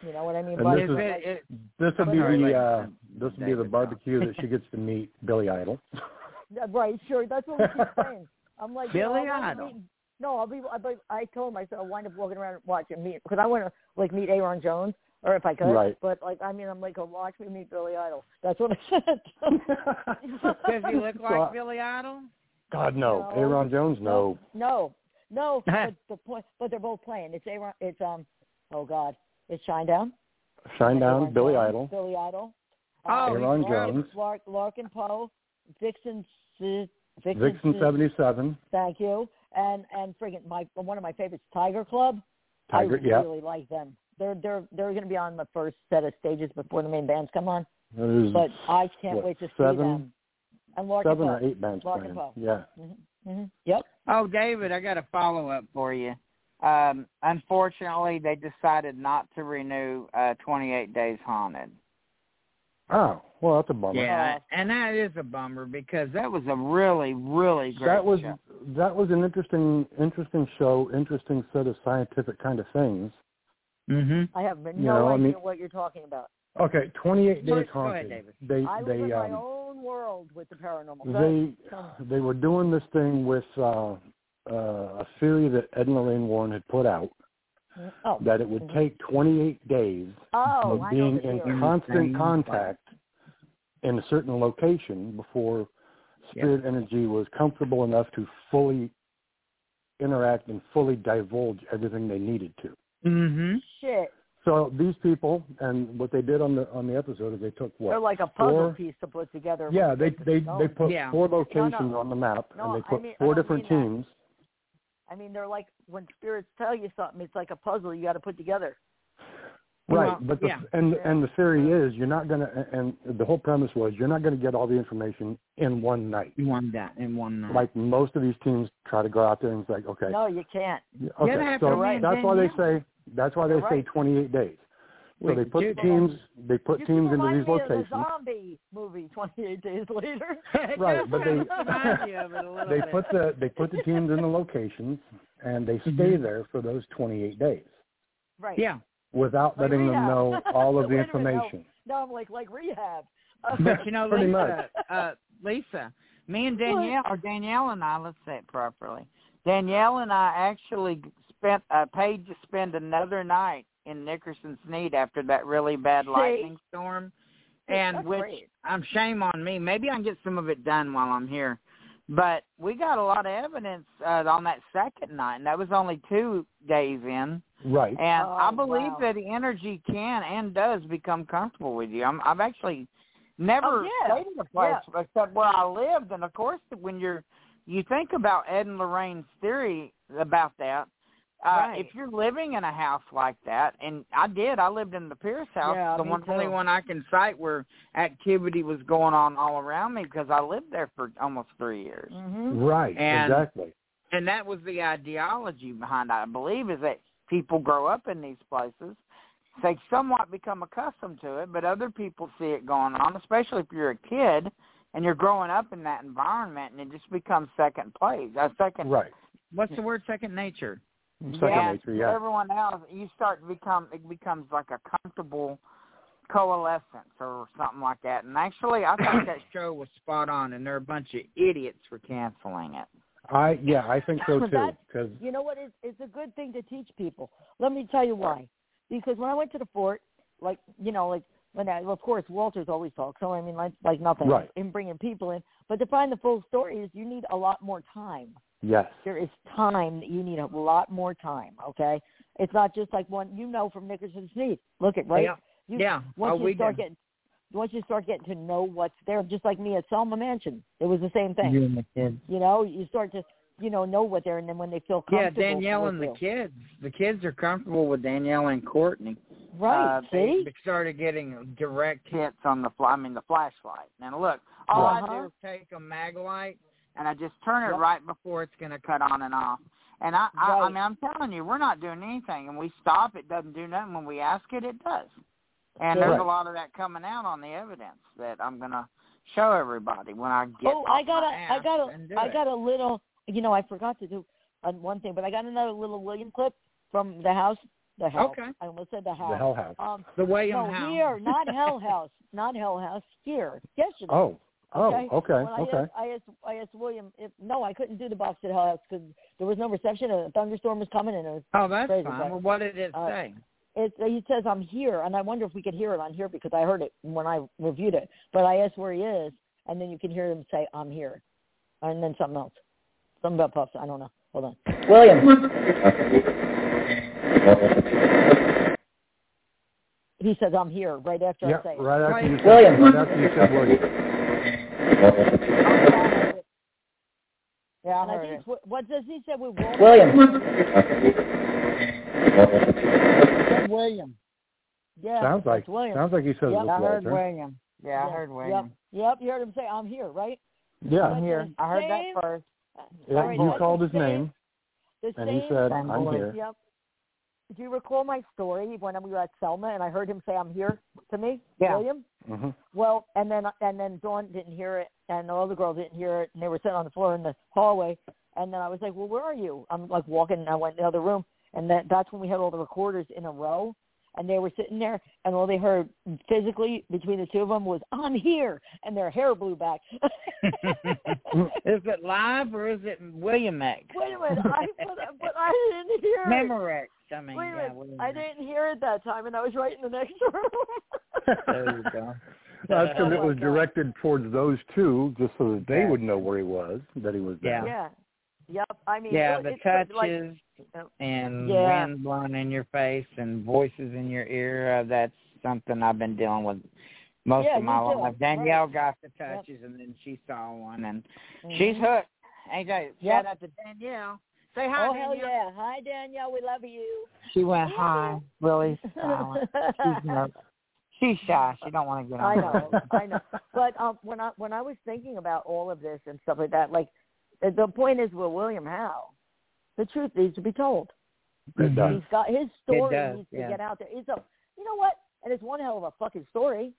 [SPEAKER 3] You know what I mean?
[SPEAKER 4] And
[SPEAKER 3] But
[SPEAKER 4] this
[SPEAKER 2] Is
[SPEAKER 4] is-
[SPEAKER 3] [laughs]
[SPEAKER 2] it, it,
[SPEAKER 4] This
[SPEAKER 3] Oh,
[SPEAKER 4] would be
[SPEAKER 2] Sorry,
[SPEAKER 4] the
[SPEAKER 2] like-
[SPEAKER 4] uh, this would be the
[SPEAKER 2] David, no.
[SPEAKER 4] barbecue that she gets to meet
[SPEAKER 3] [laughs]
[SPEAKER 4] Billy Idol.
[SPEAKER 3] Yeah, Right, sure. That's what we keep saying. I'm like, you know,
[SPEAKER 2] Billy
[SPEAKER 3] I wanna
[SPEAKER 2] Idol.
[SPEAKER 3] meet- No, I'll be. I, but I told him I said I'll wind up walking around and watching meet because I want to like meet Aaron Jones or if I could.
[SPEAKER 4] Right.
[SPEAKER 3] But like, I mean, I'm like, oh, watch me meet Billy Idol. That's what I [laughs] said.
[SPEAKER 2] does he look like
[SPEAKER 4] Well,
[SPEAKER 2] Billy Idol?
[SPEAKER 4] God no,
[SPEAKER 3] No.
[SPEAKER 4] Aaron Jones no.
[SPEAKER 3] No,
[SPEAKER 4] [laughs]
[SPEAKER 3] no. but the point, but they're both playing. It's Aaron. It's um. Oh God, it's Shinedown.
[SPEAKER 4] Shine down,
[SPEAKER 3] Aaron
[SPEAKER 4] Billy
[SPEAKER 3] Jones,
[SPEAKER 4] Idol.
[SPEAKER 3] Billy Idol.
[SPEAKER 2] Oh,
[SPEAKER 3] um,
[SPEAKER 4] Aaron
[SPEAKER 3] Larkin-
[SPEAKER 4] Jones.
[SPEAKER 3] Lark, Larkin Poe, Vixen, Si- Vixen,
[SPEAKER 4] Vixen
[SPEAKER 3] Si-
[SPEAKER 4] seventy seven.
[SPEAKER 3] Thank you. And and friggin' my one of my favorites, Tiger Club.
[SPEAKER 4] Tiger.
[SPEAKER 3] I
[SPEAKER 4] Yeah.
[SPEAKER 3] really like them. They're they're they're going to be on the first set of stages before the main bands come on.
[SPEAKER 4] There's
[SPEAKER 3] But I can't
[SPEAKER 4] what,
[SPEAKER 3] wait to see
[SPEAKER 4] seven,
[SPEAKER 3] them. And Larkin
[SPEAKER 4] seven or
[SPEAKER 3] Poe.
[SPEAKER 4] eight bands
[SPEAKER 3] Larkin
[SPEAKER 4] playing.
[SPEAKER 3] Poe.
[SPEAKER 4] Yeah.
[SPEAKER 3] hmm Yep.
[SPEAKER 2] Oh, David, I got a follow up for you. Um, unfortunately, they decided not to renew uh, 28 Days Haunted.
[SPEAKER 4] Oh well, that's a bummer.
[SPEAKER 3] Oh.
[SPEAKER 2] Yeah, and that is a bummer because that was a really, really great
[SPEAKER 4] that was
[SPEAKER 2] show.
[SPEAKER 4] that was an interesting interesting show, interesting set of scientific kind of things.
[SPEAKER 2] Mm-hmm.
[SPEAKER 3] I have no
[SPEAKER 4] You know, I
[SPEAKER 3] idea
[SPEAKER 4] mean-
[SPEAKER 3] what you're talking about.
[SPEAKER 4] Okay, twenty eight
[SPEAKER 2] Go
[SPEAKER 4] days
[SPEAKER 2] ahead,
[SPEAKER 4] haunted.
[SPEAKER 2] David.
[SPEAKER 4] They
[SPEAKER 3] I live in
[SPEAKER 4] they
[SPEAKER 3] my
[SPEAKER 4] um,
[SPEAKER 3] own world with the paranormal. Go ahead.
[SPEAKER 4] they they were doing this thing with uh, uh, a theory that Edna Lane Warren had put out
[SPEAKER 3] Oh,
[SPEAKER 4] that it would take 28 days
[SPEAKER 3] oh,
[SPEAKER 4] of
[SPEAKER 3] I know
[SPEAKER 4] being
[SPEAKER 3] the
[SPEAKER 4] in
[SPEAKER 3] theory.
[SPEAKER 4] constant
[SPEAKER 2] Mhm.
[SPEAKER 4] contact in a certain location before spirit energy was comfortable enough to fully interact and fully divulge everything they needed to.
[SPEAKER 2] Mm-hmm.
[SPEAKER 3] Shit,
[SPEAKER 4] So these people and what they did on the on the episode is they took
[SPEAKER 3] they're
[SPEAKER 4] what?
[SPEAKER 3] like a puzzle
[SPEAKER 4] Four?
[SPEAKER 3] piece to put together.
[SPEAKER 4] Yeah, they they
[SPEAKER 3] Oh.
[SPEAKER 4] they put
[SPEAKER 2] Yeah.
[SPEAKER 4] four locations
[SPEAKER 3] no.
[SPEAKER 4] on the map
[SPEAKER 3] No,
[SPEAKER 4] and they
[SPEAKER 3] I
[SPEAKER 4] put
[SPEAKER 3] mean- I
[SPEAKER 4] four
[SPEAKER 3] don't
[SPEAKER 4] different
[SPEAKER 3] mean that.
[SPEAKER 4] teams.
[SPEAKER 3] I mean, they're like when spirits tell you something, it's like a puzzle you got to put together.
[SPEAKER 4] Right,
[SPEAKER 2] Well,
[SPEAKER 4] but the,
[SPEAKER 2] yeah.
[SPEAKER 4] and
[SPEAKER 3] Yeah.
[SPEAKER 4] and the theory is you're not gonna and the whole premise was you're not gonna get all the information in one night.
[SPEAKER 2] You won that in one
[SPEAKER 3] Mm-hmm.
[SPEAKER 2] night.
[SPEAKER 4] Like most of these teams try to go out there and it's like, okay,
[SPEAKER 3] No, you can't.
[SPEAKER 4] okay,
[SPEAKER 2] Yeah, that's
[SPEAKER 4] so
[SPEAKER 2] right.
[SPEAKER 4] that's why they say that's why they
[SPEAKER 3] You're
[SPEAKER 4] say
[SPEAKER 3] right.
[SPEAKER 4] 28 days. So
[SPEAKER 2] We
[SPEAKER 4] they
[SPEAKER 2] can
[SPEAKER 4] put
[SPEAKER 2] do
[SPEAKER 4] the
[SPEAKER 2] that.
[SPEAKER 4] teams they put
[SPEAKER 3] you
[SPEAKER 4] teams
[SPEAKER 3] can
[SPEAKER 4] into
[SPEAKER 3] remind
[SPEAKER 4] these
[SPEAKER 3] me
[SPEAKER 4] locations.
[SPEAKER 3] of the zombie movie [laughs] 28 Days
[SPEAKER 2] [laughs]
[SPEAKER 3] Later.
[SPEAKER 4] Right, but they-
[SPEAKER 2] Remind you of it a little
[SPEAKER 4] They
[SPEAKER 2] bit.
[SPEAKER 4] put the they put the teams in the locations and they stay
[SPEAKER 3] Mm-hmm.
[SPEAKER 2] Mhm.
[SPEAKER 4] there for those 28 days
[SPEAKER 3] right.
[SPEAKER 2] yeah.
[SPEAKER 4] without
[SPEAKER 3] Like
[SPEAKER 4] letting them
[SPEAKER 3] rehab. [laughs]
[SPEAKER 4] know all of the
[SPEAKER 3] Wait a minute, no.
[SPEAKER 4] information.
[SPEAKER 3] Now I'm like, like
[SPEAKER 4] [laughs]
[SPEAKER 3] rehab. [laughs]
[SPEAKER 2] But you know,
[SPEAKER 4] Pretty
[SPEAKER 2] Lisa, uh, Lisa, me and Danielle, or Danielle and I, let's say it properly. Danielle and I actually spent uh, paid to spend another night in Nickerson's Need after that really bad
[SPEAKER 3] See?
[SPEAKER 2] lightning storm, and
[SPEAKER 3] That's
[SPEAKER 2] which
[SPEAKER 3] great.
[SPEAKER 2] I'm shame on me. Maybe I can get some of it done while I'm here. But we got a lot of evidence uh, on that second night, and that was only two days in.
[SPEAKER 4] Right.
[SPEAKER 2] And I
[SPEAKER 3] Oh,
[SPEAKER 2] believe
[SPEAKER 3] wow.
[SPEAKER 2] that the energy can and does become comfortable with you. I'm, I've actually never
[SPEAKER 3] Oh, yeah.
[SPEAKER 2] stayed in a place except where I lived, and of course, when you're you think about Ed and Lorraine's theory about that. Uh,
[SPEAKER 3] Right.
[SPEAKER 2] If you're living in a house like that, and I did, I lived in the Pierce house,
[SPEAKER 3] Yeah,
[SPEAKER 2] the
[SPEAKER 3] me
[SPEAKER 2] one only
[SPEAKER 3] too.
[SPEAKER 2] one I can cite where activity was going on all around me because I lived there for almost three years
[SPEAKER 3] hmm
[SPEAKER 4] Right.
[SPEAKER 2] And-
[SPEAKER 4] exactly.
[SPEAKER 2] and that was the ideology behind it, I believe, is that people grow up in these places. They somewhat become accustomed to it, but other people see it going on, especially if you're a kid and you're growing up in that environment, and it just becomes second place. Uh, second,
[SPEAKER 4] Right.
[SPEAKER 2] what's the word? Second nature.
[SPEAKER 4] Second
[SPEAKER 2] yeah,
[SPEAKER 4] nature, yeah.
[SPEAKER 2] Everyone else, you start to become it becomes like a comfortable coalescence or something like that. And actually, I think
[SPEAKER 4] [coughs]
[SPEAKER 2] that show was spot on, and they're a bunch of idiots for canceling it.
[SPEAKER 4] I yeah, I think so too.
[SPEAKER 3] That's-
[SPEAKER 4] Because
[SPEAKER 3] You know what? It's, it's a good thing to teach people. Let me tell you why. Because when I went to the fort, like you know, like when I, well, of course Walters always talks. So I mean, like like nothing
[SPEAKER 4] Right.
[SPEAKER 3] in bringing people in. But to find the full story is you need a lot more time.
[SPEAKER 4] yes,
[SPEAKER 3] There is time that you need a lot more time. Okay, it's not just like one. You know from Nickerson's Sneed. Look at right.
[SPEAKER 2] Yeah.
[SPEAKER 3] You,
[SPEAKER 2] yeah.
[SPEAKER 3] Once
[SPEAKER 2] oh,
[SPEAKER 3] you
[SPEAKER 2] we
[SPEAKER 3] start
[SPEAKER 2] did.
[SPEAKER 3] getting, once you start getting to know what's there, just like me at Selma Mansion, it was the same thing.
[SPEAKER 2] You and the kids.
[SPEAKER 3] You know, you start to you know know what they're, and then when they feel
[SPEAKER 2] Yeah,
[SPEAKER 3] comfortable,
[SPEAKER 2] Danielle
[SPEAKER 3] with
[SPEAKER 2] and the
[SPEAKER 3] you.
[SPEAKER 2] kids. The kids are comfortable with Danielle and Courtney.
[SPEAKER 3] Right.
[SPEAKER 2] Uh,
[SPEAKER 3] see?
[SPEAKER 2] They started getting direct hits on the fl- I mean the flashlight. Now look, all I
[SPEAKER 3] Uh-huh.
[SPEAKER 2] do is take a mag light and I just turn it
[SPEAKER 3] Yep.
[SPEAKER 2] right before it's going to cut on and off. And I, I, I
[SPEAKER 3] Right.
[SPEAKER 2] mean, I'm telling you, we're not doing anything. And we stop, it doesn't do nothing. When we ask it, it does. And there's a
[SPEAKER 4] Correct.
[SPEAKER 2] lot of that coming out on the evidence that I'm going to show everybody when I get.
[SPEAKER 3] oh, I
[SPEAKER 2] off
[SPEAKER 3] got a,
[SPEAKER 2] my
[SPEAKER 3] I
[SPEAKER 2] ass
[SPEAKER 3] got a,
[SPEAKER 2] and do
[SPEAKER 3] I
[SPEAKER 2] it.
[SPEAKER 3] got a little. You know, I forgot to do uh, one thing, but I got another little William clip from the house, the hell.
[SPEAKER 2] Okay.
[SPEAKER 3] I almost said the house.
[SPEAKER 4] the Hell House.
[SPEAKER 3] Um,
[SPEAKER 2] the way
[SPEAKER 3] no,
[SPEAKER 2] I'm how.
[SPEAKER 3] here,
[SPEAKER 4] [laughs]
[SPEAKER 3] not hell house, not hell house. Here, yesterday.
[SPEAKER 4] Oh, oh,
[SPEAKER 3] okay.
[SPEAKER 4] okay,
[SPEAKER 3] When I
[SPEAKER 4] okay.
[SPEAKER 3] Asked, I asked, I asked William if no, I couldn't do the box at hell house because there was no reception and a thunderstorm was coming, and it was,
[SPEAKER 2] [laughs] Oh, that's
[SPEAKER 3] Crazy
[SPEAKER 2] fine.
[SPEAKER 3] guy.
[SPEAKER 2] Well, what did it
[SPEAKER 3] Uh,
[SPEAKER 2] say?
[SPEAKER 3] it, he says I'm here, and I wonder if we could hear it on here because I heard it when I reviewed it. But I asked where he is, and then you can hear him say I'm here, and then something else, something about puffs. I don't know. Hold on.
[SPEAKER 5] William.
[SPEAKER 3] He says I'm here right after
[SPEAKER 4] yeah,
[SPEAKER 3] I say it.
[SPEAKER 4] right after you said
[SPEAKER 5] William.
[SPEAKER 4] right after you
[SPEAKER 3] [laughs]
[SPEAKER 4] said William.
[SPEAKER 3] Yeah, And I I heard think it. it's what, what does he say with Walter?
[SPEAKER 2] Said William.
[SPEAKER 3] Yeah,
[SPEAKER 4] sounds like
[SPEAKER 3] it's William.
[SPEAKER 4] sounds like he
[SPEAKER 3] Yep,
[SPEAKER 4] says Luke
[SPEAKER 2] I heard
[SPEAKER 4] Walter.
[SPEAKER 2] William. Yeah, I
[SPEAKER 3] Yeah,
[SPEAKER 2] heard William.
[SPEAKER 3] Yep, yep. You heard him say I'm here, right?
[SPEAKER 4] Yeah,
[SPEAKER 3] But
[SPEAKER 2] Here,
[SPEAKER 3] the
[SPEAKER 2] I heard
[SPEAKER 3] same-
[SPEAKER 2] that first.
[SPEAKER 4] yeah,
[SPEAKER 3] All right,
[SPEAKER 4] you
[SPEAKER 3] but
[SPEAKER 4] called
[SPEAKER 3] the
[SPEAKER 4] his
[SPEAKER 3] same-
[SPEAKER 4] name
[SPEAKER 3] The
[SPEAKER 4] and he
[SPEAKER 3] same-
[SPEAKER 4] said,
[SPEAKER 2] same
[SPEAKER 4] "I'm
[SPEAKER 2] voice.
[SPEAKER 4] here."
[SPEAKER 3] Yep. Do you recall my story when we were at Selma and I heard him say I'm here to me,
[SPEAKER 2] Yeah.
[SPEAKER 3] William?
[SPEAKER 4] hmm
[SPEAKER 3] Well, and then and then Dawn didn't hear it, and the other girl didn't hear it, and they were sitting on the floor in the hallway. And then I was like, "Well, where are you?" I'm like walking, and I went in the other room, and that that's when we had all the recorders in a row, and they were sitting there, and all they heard physically between the two of them was "I'm here," and their hair blew back. [laughs] Wait [laughs]
[SPEAKER 2] Is it live or is it Williamex?
[SPEAKER 3] a minute, I but,
[SPEAKER 2] [laughs]
[SPEAKER 3] but I didn't hear it.
[SPEAKER 2] Memorex. I mean,
[SPEAKER 3] Wait a
[SPEAKER 2] yeah,
[SPEAKER 3] minute,
[SPEAKER 2] Williamex.
[SPEAKER 3] I didn't hear it that time, and I was right in the next [laughs] room.
[SPEAKER 2] [laughs] There you go. Uh,
[SPEAKER 4] That's because
[SPEAKER 3] Oh
[SPEAKER 4] it
[SPEAKER 3] my [laughs]
[SPEAKER 4] was
[SPEAKER 3] God.
[SPEAKER 4] directed towards those two, just so that they
[SPEAKER 2] Yeah.
[SPEAKER 4] would know where he was, that he was there. [laughs]
[SPEAKER 2] Yeah.
[SPEAKER 3] [laughs] yeah. Yep. I mean,
[SPEAKER 2] Yeah,
[SPEAKER 3] it-
[SPEAKER 2] the
[SPEAKER 3] it's like-
[SPEAKER 2] touches
[SPEAKER 3] like
[SPEAKER 2] and
[SPEAKER 3] Yeah.
[SPEAKER 2] wind blowing in your face and voices in your ear. Uh, that's something I've been dealing with most
[SPEAKER 3] Yeah,
[SPEAKER 2] of my
[SPEAKER 3] you do.
[SPEAKER 2] life.
[SPEAKER 3] Right.
[SPEAKER 2] Danielle got the touches, and then she saw one, and
[SPEAKER 3] Mm-hmm.
[SPEAKER 2] she's hooked. AJ,
[SPEAKER 3] Yep.
[SPEAKER 2] shout out to Danielle. Say hi,
[SPEAKER 3] Oh hell
[SPEAKER 2] Danielle.
[SPEAKER 3] yeah! Hi Danielle, we love you.
[SPEAKER 2] She went
[SPEAKER 3] Yeah.
[SPEAKER 2] hi,
[SPEAKER 3] [laughs]
[SPEAKER 2] really silent. She's nervous. She's shy. She don't want to get on.
[SPEAKER 3] I know, I know. But um, when I when I was thinking about all of this and stuff like that, like the- the point is with William Howe, the truth needs to be told.
[SPEAKER 4] It does.
[SPEAKER 3] He's got his story
[SPEAKER 2] does,
[SPEAKER 3] needs
[SPEAKER 2] yeah.
[SPEAKER 3] to get out there. It's a, you know what? And it's one hell of a fucking story.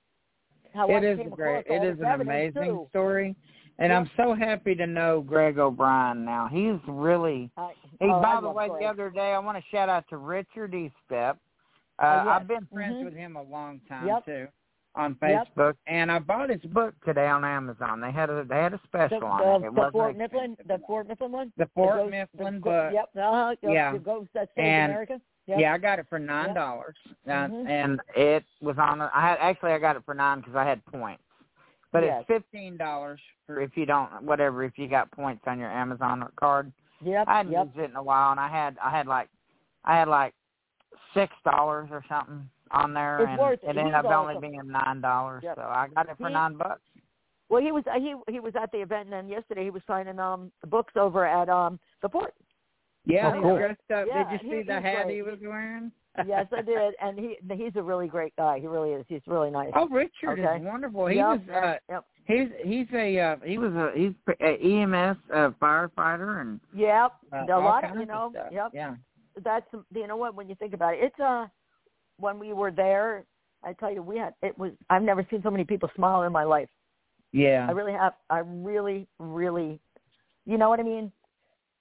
[SPEAKER 3] How
[SPEAKER 2] It
[SPEAKER 3] I
[SPEAKER 2] is
[SPEAKER 3] came
[SPEAKER 2] a great.
[SPEAKER 3] across
[SPEAKER 2] It
[SPEAKER 3] all
[SPEAKER 2] is
[SPEAKER 3] this
[SPEAKER 2] an
[SPEAKER 3] evidence,
[SPEAKER 2] amazing
[SPEAKER 3] too.
[SPEAKER 2] story, and I'm so happy to know Greg O'Brien now. He's really.
[SPEAKER 3] I-
[SPEAKER 2] He,
[SPEAKER 3] oh, I
[SPEAKER 2] by the
[SPEAKER 3] love
[SPEAKER 2] way,
[SPEAKER 3] Greg.
[SPEAKER 2] the other day I want to shout out to Richard E. Step. Uh,
[SPEAKER 3] Oh, yes.
[SPEAKER 2] I've been friends
[SPEAKER 3] Mhm.
[SPEAKER 2] with him a long time
[SPEAKER 3] Yep.
[SPEAKER 2] too on
[SPEAKER 3] Yep.
[SPEAKER 2] Facebook, and I bought his book today on Amazon. They had a they had a
[SPEAKER 3] the,
[SPEAKER 2] special on it.
[SPEAKER 3] the,
[SPEAKER 2] It
[SPEAKER 3] the
[SPEAKER 2] wasn't
[SPEAKER 3] Fort Mifflin,
[SPEAKER 2] expensive.
[SPEAKER 3] the Fort Mifflin one.
[SPEAKER 2] the Fort
[SPEAKER 3] Ghost-
[SPEAKER 2] Mifflin
[SPEAKER 3] the,
[SPEAKER 2] book.
[SPEAKER 3] Yep. Uh-huh, yep,
[SPEAKER 2] Yeah.
[SPEAKER 3] The Ghost that Saved
[SPEAKER 2] And-
[SPEAKER 3] America. Yep.
[SPEAKER 2] Yeah, I got it for nine dollars,
[SPEAKER 3] Mhm.
[SPEAKER 2] uh, and it was on. a- I had actually I got it for nine because I had points, but
[SPEAKER 3] Yes.
[SPEAKER 2] it's fifteen dollars for if you don't whatever if you got points on your Amazon card.
[SPEAKER 3] Yep.
[SPEAKER 2] I hadn't
[SPEAKER 3] yep.
[SPEAKER 2] used it in a while, and I had I had like I had like six dollars or something on there,
[SPEAKER 3] It's
[SPEAKER 2] and
[SPEAKER 3] worth it.
[SPEAKER 2] it ended
[SPEAKER 3] He's
[SPEAKER 2] up
[SPEAKER 3] awesome.
[SPEAKER 2] only being nine dollars.
[SPEAKER 3] Yep.
[SPEAKER 2] So I got it for
[SPEAKER 3] He-
[SPEAKER 2] nine bucks.
[SPEAKER 3] Well, he was uh, he he was at the event, and then yesterday he was signing um books over at um the port.
[SPEAKER 2] Yeah,
[SPEAKER 4] Oh,
[SPEAKER 2] and
[SPEAKER 4] cool.
[SPEAKER 2] he dressed up.
[SPEAKER 3] Yeah,
[SPEAKER 2] Did you see
[SPEAKER 3] he-
[SPEAKER 2] the
[SPEAKER 3] he's
[SPEAKER 2] hat
[SPEAKER 3] great.
[SPEAKER 2] he was wearing?
[SPEAKER 3] yes, I [laughs] did, and he he's a really great guy. He really is. He's really nice.
[SPEAKER 2] [laughs] Oh, Richard
[SPEAKER 3] Okay.
[SPEAKER 2] is wonderful. He
[SPEAKER 3] Yep,
[SPEAKER 2] was
[SPEAKER 3] yep,
[SPEAKER 2] uh,
[SPEAKER 3] yep.
[SPEAKER 2] He's he's a uh, he was a he's a EMS uh, firefighter and
[SPEAKER 3] Yep.
[SPEAKER 2] uh,
[SPEAKER 3] a
[SPEAKER 2] all
[SPEAKER 3] lot
[SPEAKER 2] Uh, kinds
[SPEAKER 3] you know.
[SPEAKER 2] of stuff.
[SPEAKER 3] Yep.
[SPEAKER 2] Yeah.
[SPEAKER 3] that's you know what when you think about it, it's uh when we were there. I tell you, we had it was. I've never seen so many people smile in my life.
[SPEAKER 2] Yeah.
[SPEAKER 3] I really have. I really, really, you know what I mean.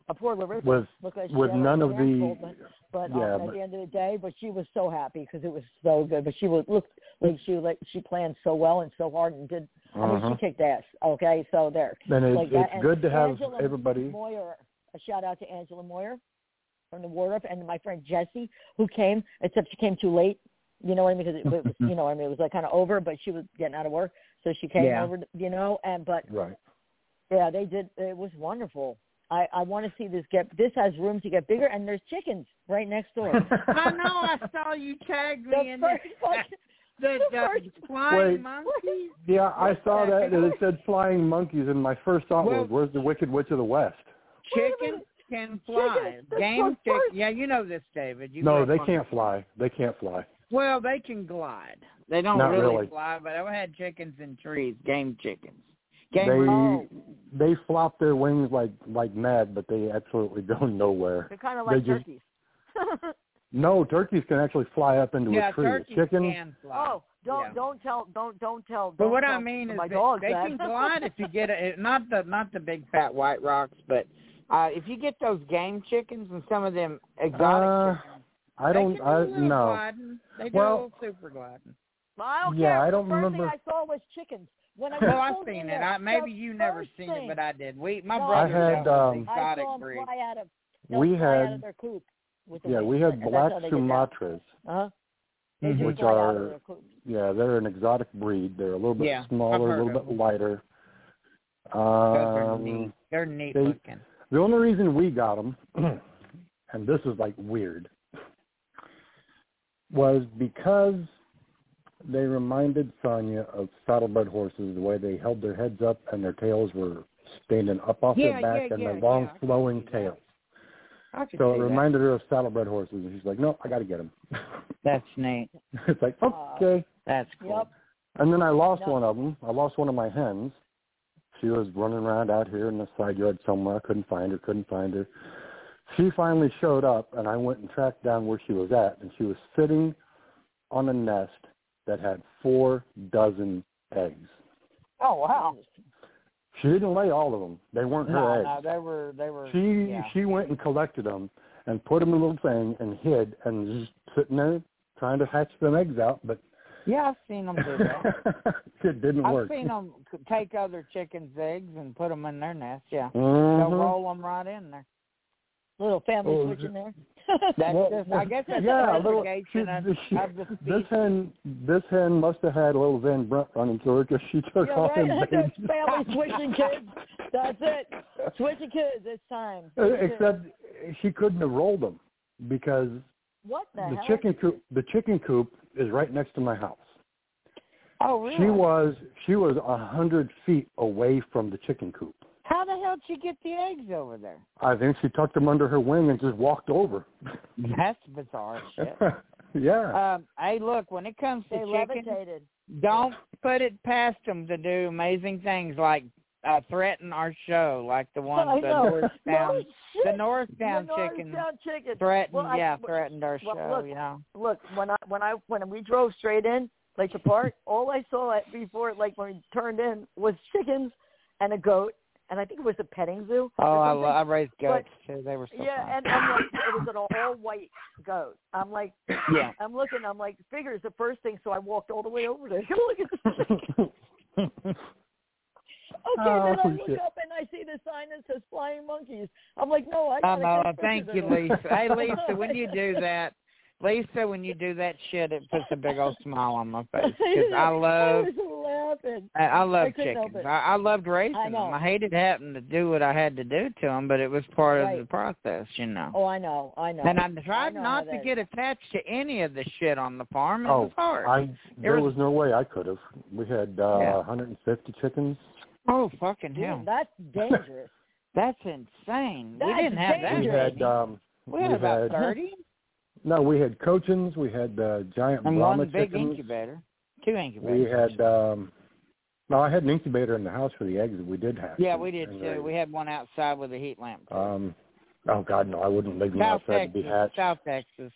[SPEAKER 3] A poor Larissa
[SPEAKER 4] With-
[SPEAKER 3] because she
[SPEAKER 4] with
[SPEAKER 3] had a
[SPEAKER 4] none of
[SPEAKER 3] little
[SPEAKER 4] the
[SPEAKER 3] asshole, but, but um,
[SPEAKER 4] yeah,
[SPEAKER 3] at
[SPEAKER 4] but-
[SPEAKER 3] the end of the day, but she was so happy because it was so good. But she was look like she like she planned so well and so hard and did. I mean,
[SPEAKER 4] Uh-huh.
[SPEAKER 3] she kicked ass. Okay, so there.
[SPEAKER 4] And it's,
[SPEAKER 3] like that.
[SPEAKER 4] it's
[SPEAKER 3] And
[SPEAKER 4] good to have
[SPEAKER 3] Angela
[SPEAKER 4] everybody.
[SPEAKER 3] Moyer, a shout out to Angela Moyer from the Ward Up and my friend Jesse who came, except she came too late. You know what I mean? Because it,
[SPEAKER 4] [laughs]
[SPEAKER 3] it was, you know, what I mean, it was like kind of over, but she was getting out of work, so she came
[SPEAKER 2] Yeah.
[SPEAKER 3] over. You know, and but
[SPEAKER 4] Right.
[SPEAKER 3] yeah, they did. It was wonderful. I I want to see this get. This has room to get bigger, and there's chickens right next
[SPEAKER 4] [laughs]
[SPEAKER 3] door.
[SPEAKER 1] I know.
[SPEAKER 3] [laughs]
[SPEAKER 1] I saw you tag me
[SPEAKER 3] the
[SPEAKER 1] in the,
[SPEAKER 3] first
[SPEAKER 2] [laughs]
[SPEAKER 3] [laughs] fucking-
[SPEAKER 1] the, the,
[SPEAKER 3] first-
[SPEAKER 1] flying
[SPEAKER 4] Wait.
[SPEAKER 1] monkeys.
[SPEAKER 4] Yeah, I saw
[SPEAKER 3] Yeah,
[SPEAKER 4] that,
[SPEAKER 3] you know.
[SPEAKER 4] and it said flying monkeys, and my first thought
[SPEAKER 2] Well-
[SPEAKER 4] was, "Where's the Wicked Witch of the West?"
[SPEAKER 3] [laughs]
[SPEAKER 2] Chickens can fly.
[SPEAKER 3] Chickens, that's
[SPEAKER 2] Game
[SPEAKER 3] what
[SPEAKER 2] chick.
[SPEAKER 3] first-
[SPEAKER 2] Yeah, you know this, David. You
[SPEAKER 4] no,
[SPEAKER 2] live
[SPEAKER 4] they
[SPEAKER 2] on-
[SPEAKER 4] can't fly. They can't fly.
[SPEAKER 2] Well, they can glide. They don't
[SPEAKER 4] Not
[SPEAKER 2] really,
[SPEAKER 4] really.
[SPEAKER 2] fly, but I've had chickens in trees, game chickens. Game
[SPEAKER 4] they
[SPEAKER 3] Oh.
[SPEAKER 4] they flop their wings like like mad, but they absolutely [laughs] go nowhere.
[SPEAKER 3] They're kind of
[SPEAKER 4] They
[SPEAKER 3] like
[SPEAKER 4] just-
[SPEAKER 3] turkeys. [laughs]
[SPEAKER 4] No, turkeys can actually fly up into
[SPEAKER 2] yeah,
[SPEAKER 4] a tree.
[SPEAKER 2] turkeys
[SPEAKER 4] Chicken,
[SPEAKER 2] can fly.
[SPEAKER 3] oh, don't
[SPEAKER 2] yeah.
[SPEAKER 3] don't tell don't don't tell.
[SPEAKER 2] But
[SPEAKER 3] don't
[SPEAKER 2] what I
[SPEAKER 3] tell
[SPEAKER 2] mean is
[SPEAKER 3] my
[SPEAKER 2] that
[SPEAKER 3] dog
[SPEAKER 2] they
[SPEAKER 4] [laughs]
[SPEAKER 3] that.
[SPEAKER 2] can glide if
[SPEAKER 3] [laughs]
[SPEAKER 2] you get a, not the not the big fat white rocks, but uh if you get those game chickens and some of them exotic
[SPEAKER 4] Uh,
[SPEAKER 2] chickens,
[SPEAKER 4] I
[SPEAKER 2] they
[SPEAKER 4] don't.
[SPEAKER 2] can do a
[SPEAKER 4] I
[SPEAKER 2] little
[SPEAKER 4] no.
[SPEAKER 2] gliding. They do
[SPEAKER 4] Well-
[SPEAKER 2] a little super gliding.
[SPEAKER 3] Well, I don't
[SPEAKER 4] Yeah,
[SPEAKER 3] care.
[SPEAKER 4] I don't
[SPEAKER 3] the first
[SPEAKER 4] remember-
[SPEAKER 3] thing I saw was chickens. When I
[SPEAKER 2] Well, Oh, I've
[SPEAKER 3] pulled in
[SPEAKER 2] seen it.
[SPEAKER 3] there,
[SPEAKER 2] I, maybe
[SPEAKER 3] the
[SPEAKER 2] you never
[SPEAKER 3] first
[SPEAKER 2] seen it,
[SPEAKER 3] thing
[SPEAKER 2] but I did. We my
[SPEAKER 3] No,
[SPEAKER 2] brother
[SPEAKER 4] I
[SPEAKER 2] got
[SPEAKER 4] had,
[SPEAKER 2] those
[SPEAKER 4] um,
[SPEAKER 3] I
[SPEAKER 2] exotic
[SPEAKER 3] saw 'em
[SPEAKER 2] breeds.
[SPEAKER 3] fly out of they'll
[SPEAKER 4] We
[SPEAKER 3] fly out
[SPEAKER 4] had
[SPEAKER 3] of their coop. With the
[SPEAKER 4] yeah,
[SPEAKER 3] wings,
[SPEAKER 4] we had
[SPEAKER 3] and that's
[SPEAKER 4] black
[SPEAKER 3] how they get down.
[SPEAKER 4] Sumatras.
[SPEAKER 3] Uh-huh. They
[SPEAKER 2] Mhm.
[SPEAKER 3] just
[SPEAKER 4] Which
[SPEAKER 3] fly out of
[SPEAKER 4] are-
[SPEAKER 3] their coop.
[SPEAKER 4] Yeah, they're an exotic breed. They're a little bit
[SPEAKER 2] Yeah, I've
[SPEAKER 4] smaller, a
[SPEAKER 2] heard
[SPEAKER 4] little
[SPEAKER 2] of
[SPEAKER 4] bit
[SPEAKER 2] them.
[SPEAKER 4] lighter.
[SPEAKER 2] Those are
[SPEAKER 4] Um,
[SPEAKER 2] neat. They're neat
[SPEAKER 4] they-
[SPEAKER 2] looking.
[SPEAKER 4] The only reason we got them, [clears throat] and this is like weird, was because they reminded Sonia of saddlebred horses the way they held their heads up and their tails were standing up off
[SPEAKER 2] Yeah,
[SPEAKER 4] their back
[SPEAKER 2] yeah,
[SPEAKER 4] and
[SPEAKER 2] yeah,
[SPEAKER 4] their long
[SPEAKER 2] yeah, I can
[SPEAKER 4] flowing
[SPEAKER 2] see that.
[SPEAKER 4] tails.
[SPEAKER 2] I could
[SPEAKER 4] So it
[SPEAKER 2] see that.
[SPEAKER 4] reminded her of saddlebred horses, and she's like, "No, I got to get them."
[SPEAKER 2] That's neat.
[SPEAKER 4] [laughs] it's like
[SPEAKER 3] Aw.
[SPEAKER 4] okay.
[SPEAKER 2] That's cool.
[SPEAKER 3] Yep.
[SPEAKER 4] And then I lost
[SPEAKER 3] No.
[SPEAKER 4] one of them. I lost one of my hens. She was running around out here in the side yard somewhere. I couldn't find her. Couldn't find her. She finally showed up, and I went and tracked down where she was at. And she was sitting on a nest that had four dozen eggs.
[SPEAKER 2] Oh wow.
[SPEAKER 4] She didn't lay all of them. They weren't her
[SPEAKER 2] No,
[SPEAKER 4] eggs.
[SPEAKER 2] no, they were they were.
[SPEAKER 4] She
[SPEAKER 2] yeah.
[SPEAKER 4] she went and collected them and put them in a little thing and hid and just sitting there trying to hatch them eggs out, but
[SPEAKER 2] yeah, I've seen them do that.
[SPEAKER 4] [laughs] it didn't
[SPEAKER 2] I've
[SPEAKER 4] work.
[SPEAKER 2] seen them take other chickens' eggs and put them in their nest. Yeah,
[SPEAKER 4] Mhm.
[SPEAKER 2] they'll roll them right in there.
[SPEAKER 3] Little family
[SPEAKER 4] Oh,
[SPEAKER 3] switch in there.
[SPEAKER 4] [laughs]
[SPEAKER 3] [laughs]
[SPEAKER 2] That's
[SPEAKER 4] Well,
[SPEAKER 2] just, I guess that's
[SPEAKER 4] yeah,
[SPEAKER 2] an
[SPEAKER 4] a little. She,
[SPEAKER 2] education of,
[SPEAKER 4] she-
[SPEAKER 2] of the
[SPEAKER 4] this
[SPEAKER 2] species.
[SPEAKER 4] hen, this hen must have had a little Van Brunt running through her because she took
[SPEAKER 3] yeah,
[SPEAKER 4] off
[SPEAKER 3] right. [laughs]
[SPEAKER 4] and
[SPEAKER 3] That's
[SPEAKER 4] bathed.
[SPEAKER 3] family switching kids. That's it.
[SPEAKER 4] [laughs]
[SPEAKER 3] Switching kids. It's time.
[SPEAKER 4] Uh,
[SPEAKER 3] Switching kids.
[SPEAKER 4] [laughs] Except she couldn't have rolled them because
[SPEAKER 3] what the,
[SPEAKER 4] the,
[SPEAKER 3] hell?
[SPEAKER 4] chicken coop, the chicken coop is right next to my house.
[SPEAKER 2] Oh, really?
[SPEAKER 4] She was she was a hundred feet away from the chicken coop.
[SPEAKER 2] How the hell did she get the eggs over there?
[SPEAKER 4] I think she tucked them under her wing and just walked over.
[SPEAKER 2] That's bizarre shit.
[SPEAKER 4] [laughs] yeah.
[SPEAKER 2] um, hey, look, when it comes to
[SPEAKER 3] They
[SPEAKER 2] chickens,
[SPEAKER 3] levitated.
[SPEAKER 2] don't put it past them to do amazing things like uh, threaten our show, like the one
[SPEAKER 3] I
[SPEAKER 2] the
[SPEAKER 3] know. [laughs]
[SPEAKER 2] [laughs] North
[SPEAKER 3] No
[SPEAKER 2] Down,
[SPEAKER 3] shit.
[SPEAKER 2] the North Down
[SPEAKER 3] The North
[SPEAKER 2] chicken
[SPEAKER 3] Sound chickens.
[SPEAKER 2] threatened,
[SPEAKER 3] Well, I-
[SPEAKER 2] yeah,
[SPEAKER 3] well,
[SPEAKER 2] threatened our
[SPEAKER 3] well,
[SPEAKER 2] show.
[SPEAKER 3] look,
[SPEAKER 2] you know,
[SPEAKER 3] look when I when I when we drove straight in like the
[SPEAKER 2] [laughs]
[SPEAKER 3] park, all I saw at before like when we turned in was chickens and a goat, and I think it was a petting zoo.
[SPEAKER 2] oh,
[SPEAKER 3] or
[SPEAKER 2] I,
[SPEAKER 3] something.
[SPEAKER 2] lo- I raised
[SPEAKER 3] But-
[SPEAKER 2] goats too. They were so fun.
[SPEAKER 3] yeah, and I'm like, it was an all white goat. I'm like,
[SPEAKER 2] yeah.
[SPEAKER 3] I'm looking, I'm like, figures the first thing, so I walked all the way over there. [laughs] Look at this. Okay,
[SPEAKER 4] Oh,
[SPEAKER 3] then I look
[SPEAKER 4] shit.
[SPEAKER 3] up and I see the sign that says flying monkeys. I'm like, no, I
[SPEAKER 2] I
[SPEAKER 3] gotta
[SPEAKER 2] know.
[SPEAKER 3] take
[SPEAKER 2] Thank
[SPEAKER 3] pictures
[SPEAKER 2] you,
[SPEAKER 3] of this.
[SPEAKER 2] Lisa. Hey, Lisa, when you
[SPEAKER 3] [laughs]
[SPEAKER 2] do that, Lisa, when you do that shit, it puts a big old smile on my face 'cause I
[SPEAKER 3] [laughs]
[SPEAKER 2] love.
[SPEAKER 3] I was laughing.
[SPEAKER 2] I I love
[SPEAKER 3] I couldn't help
[SPEAKER 2] chickens.
[SPEAKER 3] it.
[SPEAKER 2] I, I loved raising
[SPEAKER 3] I
[SPEAKER 2] them.
[SPEAKER 3] know.
[SPEAKER 2] I hated having to do what I had to do to them, but it was part of
[SPEAKER 3] Right.
[SPEAKER 2] the process, you know.
[SPEAKER 3] Oh, I know, I know.
[SPEAKER 2] And I
[SPEAKER 3] I
[SPEAKER 2] tried
[SPEAKER 3] know
[SPEAKER 2] not
[SPEAKER 3] how
[SPEAKER 2] to
[SPEAKER 3] that
[SPEAKER 2] get attached to any of the shit on the farm. It
[SPEAKER 4] Oh,
[SPEAKER 2] was hard.
[SPEAKER 4] [laughs] I there
[SPEAKER 2] There was-
[SPEAKER 4] was, no way I could have. We had uh,
[SPEAKER 2] Yeah.
[SPEAKER 4] 150 chickens.
[SPEAKER 2] oh, fucking
[SPEAKER 3] Dude,
[SPEAKER 2] hell. [laughs]
[SPEAKER 3] That's dangerous.
[SPEAKER 2] That's insane. we
[SPEAKER 3] That's
[SPEAKER 2] didn't have that.
[SPEAKER 4] We
[SPEAKER 3] dangerous.
[SPEAKER 4] had um,
[SPEAKER 2] we had about
[SPEAKER 4] [laughs]
[SPEAKER 2] 30
[SPEAKER 4] No, we had cochins. We had uh, giant
[SPEAKER 2] and
[SPEAKER 4] Brahma
[SPEAKER 2] one big
[SPEAKER 4] chickens.
[SPEAKER 2] incubator. Two
[SPEAKER 4] We
[SPEAKER 2] incubators.
[SPEAKER 4] had um, no, I had an incubator in the house for the eggs that we did have.
[SPEAKER 2] yeah, we did
[SPEAKER 4] And
[SPEAKER 2] too.
[SPEAKER 4] they-
[SPEAKER 2] We had one outside with a heat lamp. too.
[SPEAKER 4] um, Oh God, no! I wouldn't leave them
[SPEAKER 2] South
[SPEAKER 4] outside to
[SPEAKER 2] Texas,
[SPEAKER 4] be hatched.
[SPEAKER 2] South Texas,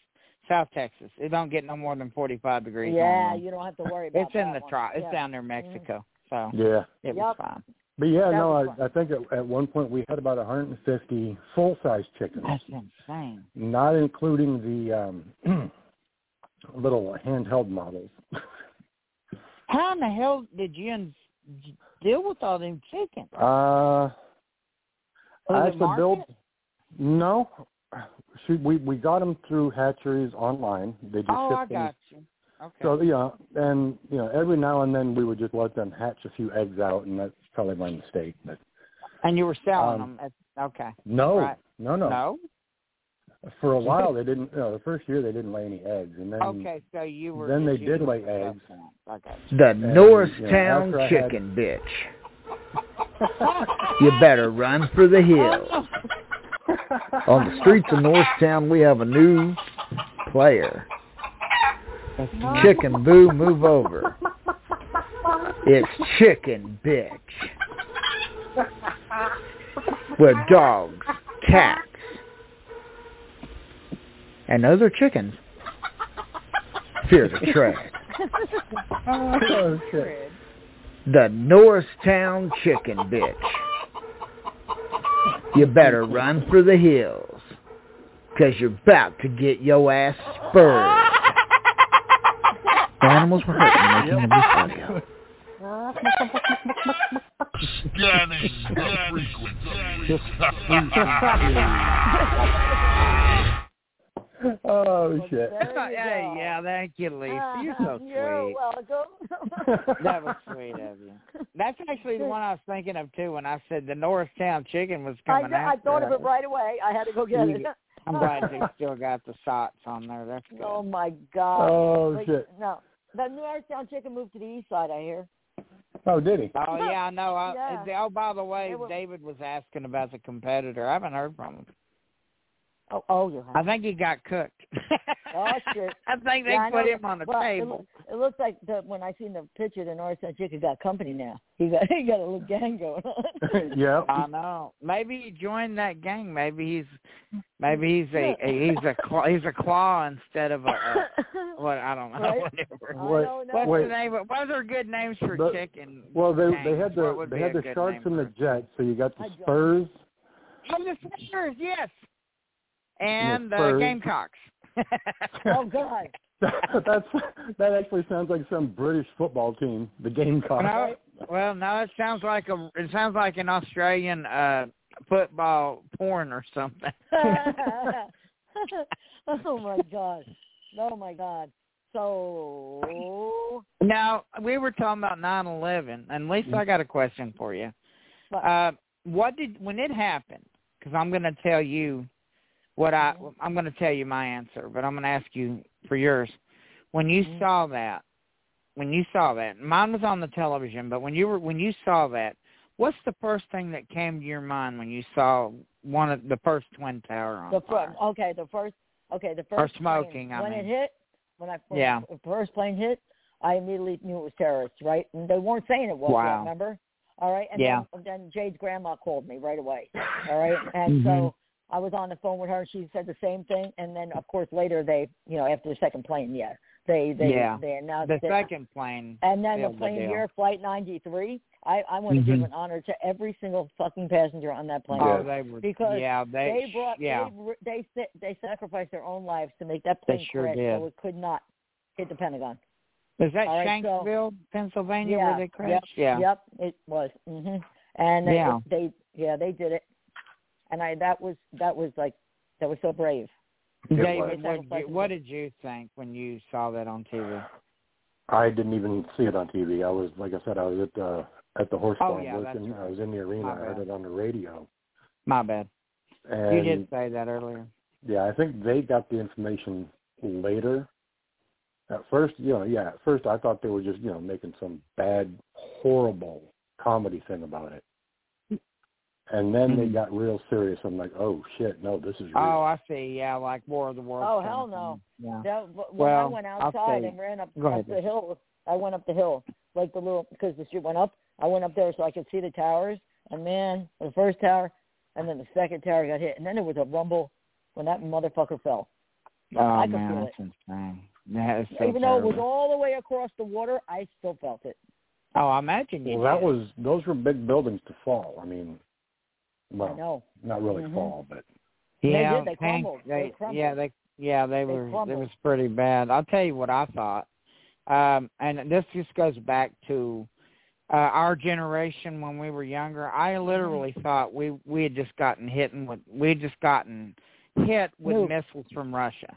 [SPEAKER 2] South Texas. It don't get no more than forty-five degrees.
[SPEAKER 3] yeah,
[SPEAKER 2] on them.
[SPEAKER 3] you don't have to
[SPEAKER 2] [laughs]
[SPEAKER 3] worry about
[SPEAKER 2] it's in
[SPEAKER 3] that
[SPEAKER 2] the
[SPEAKER 3] one.
[SPEAKER 2] tri. It's
[SPEAKER 3] Yeah.
[SPEAKER 2] down near Mexico, so
[SPEAKER 4] Yeah,
[SPEAKER 2] it was
[SPEAKER 3] Yup.
[SPEAKER 2] fine.
[SPEAKER 4] but yeah,
[SPEAKER 3] That
[SPEAKER 4] no,
[SPEAKER 3] was fun.
[SPEAKER 4] I, I think at, at one point we had about 150 full-size chickens,
[SPEAKER 2] That's insane.
[SPEAKER 4] not including the um, [clears throat] little handheld models.
[SPEAKER 2] How in the hell did you and deal with all them chickens?
[SPEAKER 4] Uh,
[SPEAKER 2] Was
[SPEAKER 4] I
[SPEAKER 2] it
[SPEAKER 4] had to build.
[SPEAKER 2] market?
[SPEAKER 4] No, she, we we got them through hatcheries online. They just
[SPEAKER 2] Oh, I
[SPEAKER 4] shipped them
[SPEAKER 2] got you. Okay.
[SPEAKER 4] So yeah, and you know, every now and then we would just let them hatch a few eggs out, and that's probably my mistake. But
[SPEAKER 2] and you were selling
[SPEAKER 4] um,
[SPEAKER 2] them. At, okay.
[SPEAKER 4] no,
[SPEAKER 2] Right.
[SPEAKER 4] no, no,
[SPEAKER 2] No.
[SPEAKER 4] For
[SPEAKER 2] [laughs]
[SPEAKER 4] a while they didn't. You know, the first year they didn't lay any eggs, and then
[SPEAKER 2] Okay, so you were.
[SPEAKER 4] then they
[SPEAKER 2] just
[SPEAKER 4] did
[SPEAKER 2] using
[SPEAKER 4] lay
[SPEAKER 2] the stuff
[SPEAKER 4] eggs.
[SPEAKER 2] from it. Okay.
[SPEAKER 5] The
[SPEAKER 4] And,
[SPEAKER 5] Norristown
[SPEAKER 4] you know, after I had-
[SPEAKER 5] chicken bitch. you better run for the hills. On the streets of Norristown, we have a new player. Chicken Boo, move over. It's Chicken Bitch. With dogs, cats, and other chickens. Fear the track.
[SPEAKER 4] oh, shit.
[SPEAKER 3] [laughs]
[SPEAKER 5] The Norristown Chicken Bitch. You better run for the hills, you you're about to get your ass spurred.
[SPEAKER 2] [laughs]
[SPEAKER 5] The animals were hurt in making of this audio.
[SPEAKER 4] [laughs]
[SPEAKER 6] Scanning the frequency.
[SPEAKER 4] [laughs] Oh
[SPEAKER 3] [laughs]
[SPEAKER 4] shit.
[SPEAKER 3] There you
[SPEAKER 2] hey,
[SPEAKER 3] go.
[SPEAKER 2] yeah, thank you, Lisa. [laughs] You're so
[SPEAKER 3] Uh, [laughs] You're
[SPEAKER 2] sweet. [laughs]
[SPEAKER 3] welcome.
[SPEAKER 2] That was sweet of you. That's
[SPEAKER 3] [laughs]
[SPEAKER 2] actually the one I was thinking of too when I said the Norristown chicken was
[SPEAKER 3] I,
[SPEAKER 2] coming
[SPEAKER 3] know- I
[SPEAKER 2] after
[SPEAKER 3] thought of
[SPEAKER 2] us.
[SPEAKER 3] it right away. I had to go get
[SPEAKER 2] You
[SPEAKER 3] it.
[SPEAKER 2] get- I'm glad they still got the socks on there. That's good.
[SPEAKER 3] [laughs] Oh my God!
[SPEAKER 4] Oh
[SPEAKER 3] Wait,
[SPEAKER 4] shit.
[SPEAKER 3] No, the New York Town chicken moved to the east side. I hear.
[SPEAKER 4] [laughs] Oh, did he?
[SPEAKER 2] Oh yeah, I know. I,
[SPEAKER 3] [laughs] Yeah.
[SPEAKER 2] they- Oh, by the way,
[SPEAKER 3] They were-
[SPEAKER 2] David was asking about the competitor. I haven't heard from him.
[SPEAKER 3] Oh, oh, you have.
[SPEAKER 2] I think he got cooked.
[SPEAKER 3] Oh, shit.
[SPEAKER 2] [laughs] I think they
[SPEAKER 3] Yeah, I
[SPEAKER 2] put
[SPEAKER 3] know.
[SPEAKER 2] him on the
[SPEAKER 3] Well, it
[SPEAKER 2] table.
[SPEAKER 3] loo- It, looks like the, when I seen the picture, the North Side Chicken got company now. He got [laughs] he got a little gang going
[SPEAKER 4] [laughs]
[SPEAKER 3] on. [laughs]
[SPEAKER 4] yeah.
[SPEAKER 2] I know. Maybe he joined that gang. Maybe he's maybe he's
[SPEAKER 3] [laughs]
[SPEAKER 2] a, a he's a claw, he's a claw instead of a, a
[SPEAKER 3] [laughs]
[SPEAKER 2] what I don't know. [laughs]
[SPEAKER 3] Right.
[SPEAKER 2] Whatever.
[SPEAKER 4] Wait,
[SPEAKER 3] I don't know.
[SPEAKER 2] What's
[SPEAKER 4] wait.
[SPEAKER 2] the name? of- What Uh, are good names for
[SPEAKER 4] But-
[SPEAKER 2] chicken?
[SPEAKER 4] Well, they they
[SPEAKER 2] gangs?
[SPEAKER 4] had
[SPEAKER 2] What
[SPEAKER 4] the
[SPEAKER 2] would
[SPEAKER 4] they
[SPEAKER 2] be
[SPEAKER 4] had
[SPEAKER 2] a
[SPEAKER 4] the
[SPEAKER 2] good
[SPEAKER 4] sharks
[SPEAKER 2] name
[SPEAKER 4] and
[SPEAKER 2] for
[SPEAKER 4] the
[SPEAKER 2] it?
[SPEAKER 4] jets, so you got the
[SPEAKER 3] I don't-
[SPEAKER 4] Spurs.
[SPEAKER 2] Oh, the Spurs, yes, and the
[SPEAKER 4] Spurs.
[SPEAKER 2] Gamecocks.
[SPEAKER 3] [laughs]
[SPEAKER 2] [laughs]
[SPEAKER 4] [laughs]
[SPEAKER 3] Oh God! [laughs]
[SPEAKER 4] That's that actually sounds like some British football team, the Gamecocks.
[SPEAKER 2] No, well, no, it sounds like a it sounds like an Australian uh football porn or
[SPEAKER 4] [laughs]
[SPEAKER 2] something. [laughs]
[SPEAKER 3] oh my God! Oh my God! So
[SPEAKER 2] Now we were talking about nine eleven, and Lisa, I got a question for you.
[SPEAKER 3] What?
[SPEAKER 2] Uh, what did when it happened? Because I'm going to tell you what I I'm going to tell you my answer, but I'm going to ask you for yours. When you
[SPEAKER 3] Mhm.
[SPEAKER 2] saw that, when you saw that, mine was on the television, but when you were when you saw that, what's the first thing that came to your mind when you saw one of the first twin tower on
[SPEAKER 3] the
[SPEAKER 2] fire?
[SPEAKER 3] first, okay, the first, okay, the first
[SPEAKER 2] Uh-huh. smoking,
[SPEAKER 3] Plane,
[SPEAKER 2] I
[SPEAKER 3] when
[SPEAKER 2] mean.
[SPEAKER 3] it hit, when I when
[SPEAKER 2] Yeah.
[SPEAKER 3] the first plane hit, I immediately knew it was terrorists, right? And they weren't saying it was.
[SPEAKER 2] Wow.
[SPEAKER 3] Yet, remember? All right, and
[SPEAKER 2] Yeah.
[SPEAKER 3] then, then Jade's grandma called me right away. All
[SPEAKER 2] [laughs]
[SPEAKER 3] right, and so
[SPEAKER 2] Mm-hmm.
[SPEAKER 3] I was on the phone with her. She said the same thing, and then of course later they, you know, after the second plane, yeah, they they
[SPEAKER 2] Yeah.
[SPEAKER 3] they announced
[SPEAKER 2] The
[SPEAKER 3] that-
[SPEAKER 2] second plane.
[SPEAKER 3] and then the
[SPEAKER 2] Filled the
[SPEAKER 3] plane
[SPEAKER 2] deal.
[SPEAKER 3] here, Flight 93. I I want to give
[SPEAKER 2] Mhm.
[SPEAKER 3] an honor to every single fucking passenger on that plane.
[SPEAKER 2] Oh, they were.
[SPEAKER 3] Because
[SPEAKER 2] yeah, they,
[SPEAKER 3] they brought
[SPEAKER 2] yeah.
[SPEAKER 3] they r- they they they sacrificed their own lives to make that
[SPEAKER 2] They
[SPEAKER 3] plane
[SPEAKER 2] sure
[SPEAKER 3] crash
[SPEAKER 2] did.
[SPEAKER 3] so it could not hit the Pentagon.
[SPEAKER 2] Is that
[SPEAKER 3] All right, so-
[SPEAKER 2] Shanksville, Pennsylvania,
[SPEAKER 3] Yeah,
[SPEAKER 2] where they crashed? yeah.
[SPEAKER 3] Yep, it was. hmm And they,
[SPEAKER 2] Yeah.
[SPEAKER 3] they yeah they did it, and I that was that was like that was so brave. was.
[SPEAKER 2] David, what did, you, what did you think when you saw that on TV?
[SPEAKER 4] I didn't even see it on TV. I was, like I said, I was at the at the horse
[SPEAKER 2] Oh,
[SPEAKER 4] barn
[SPEAKER 2] yeah, that's
[SPEAKER 4] working. I
[SPEAKER 2] right.
[SPEAKER 4] was in the arena.
[SPEAKER 2] My
[SPEAKER 4] I heard
[SPEAKER 2] bad.
[SPEAKER 4] it on the radio,
[SPEAKER 2] My bad.
[SPEAKER 4] and
[SPEAKER 2] you did say that earlier.
[SPEAKER 4] yeah, I think they got the information later. At first, you know, yeah, at first I thought they were just you know making some bad, horrible comedy thing about it, and then they
[SPEAKER 2] Mhm.
[SPEAKER 4] got real serious. I'm like, oh shit, no, this is real.
[SPEAKER 2] Oh, I see. Yeah, like War of the Worlds.
[SPEAKER 3] Oh,
[SPEAKER 2] kind
[SPEAKER 3] hell
[SPEAKER 2] of
[SPEAKER 3] no.
[SPEAKER 2] thing. Yeah.
[SPEAKER 3] That, when I
[SPEAKER 2] Well,
[SPEAKER 3] went
[SPEAKER 2] I'll tell
[SPEAKER 3] outside
[SPEAKER 2] you.
[SPEAKER 3] and ran up,
[SPEAKER 2] Go ahead,
[SPEAKER 3] up the hill, I went up the hill like the little because the street went up. I went up there so I could see the towers. And man, the first tower, and then the second tower got hit, and then there was a rumble when that motherfucker fell.
[SPEAKER 2] Oh
[SPEAKER 3] I could
[SPEAKER 2] man,
[SPEAKER 3] feel
[SPEAKER 2] that's insane. That is so
[SPEAKER 3] Even though it was
[SPEAKER 2] terrible.
[SPEAKER 3] all the way across the water, I still felt it.
[SPEAKER 2] Oh, I imagine you
[SPEAKER 4] Well, that
[SPEAKER 2] did.
[SPEAKER 4] was those were big buildings to fall. I mean,
[SPEAKER 3] I
[SPEAKER 4] well,
[SPEAKER 3] know.
[SPEAKER 4] not really
[SPEAKER 2] Mm-hmm.
[SPEAKER 3] Mhm.
[SPEAKER 4] fall, but
[SPEAKER 3] They
[SPEAKER 2] yeah,
[SPEAKER 3] did, they
[SPEAKER 2] thank-
[SPEAKER 3] crumbled,
[SPEAKER 2] they-
[SPEAKER 3] they crumbled.
[SPEAKER 2] yeah, they yeah, they, were it
[SPEAKER 3] crumbled.
[SPEAKER 2] was pretty bad. I'll tell you what I thought. Um and this just goes back to uh our generation when we were younger. I literally
[SPEAKER 3] Mm-hmm.
[SPEAKER 2] thought we we had just gotten hit and with we had just gotten hit with
[SPEAKER 3] Nuked.
[SPEAKER 2] missiles from Russia.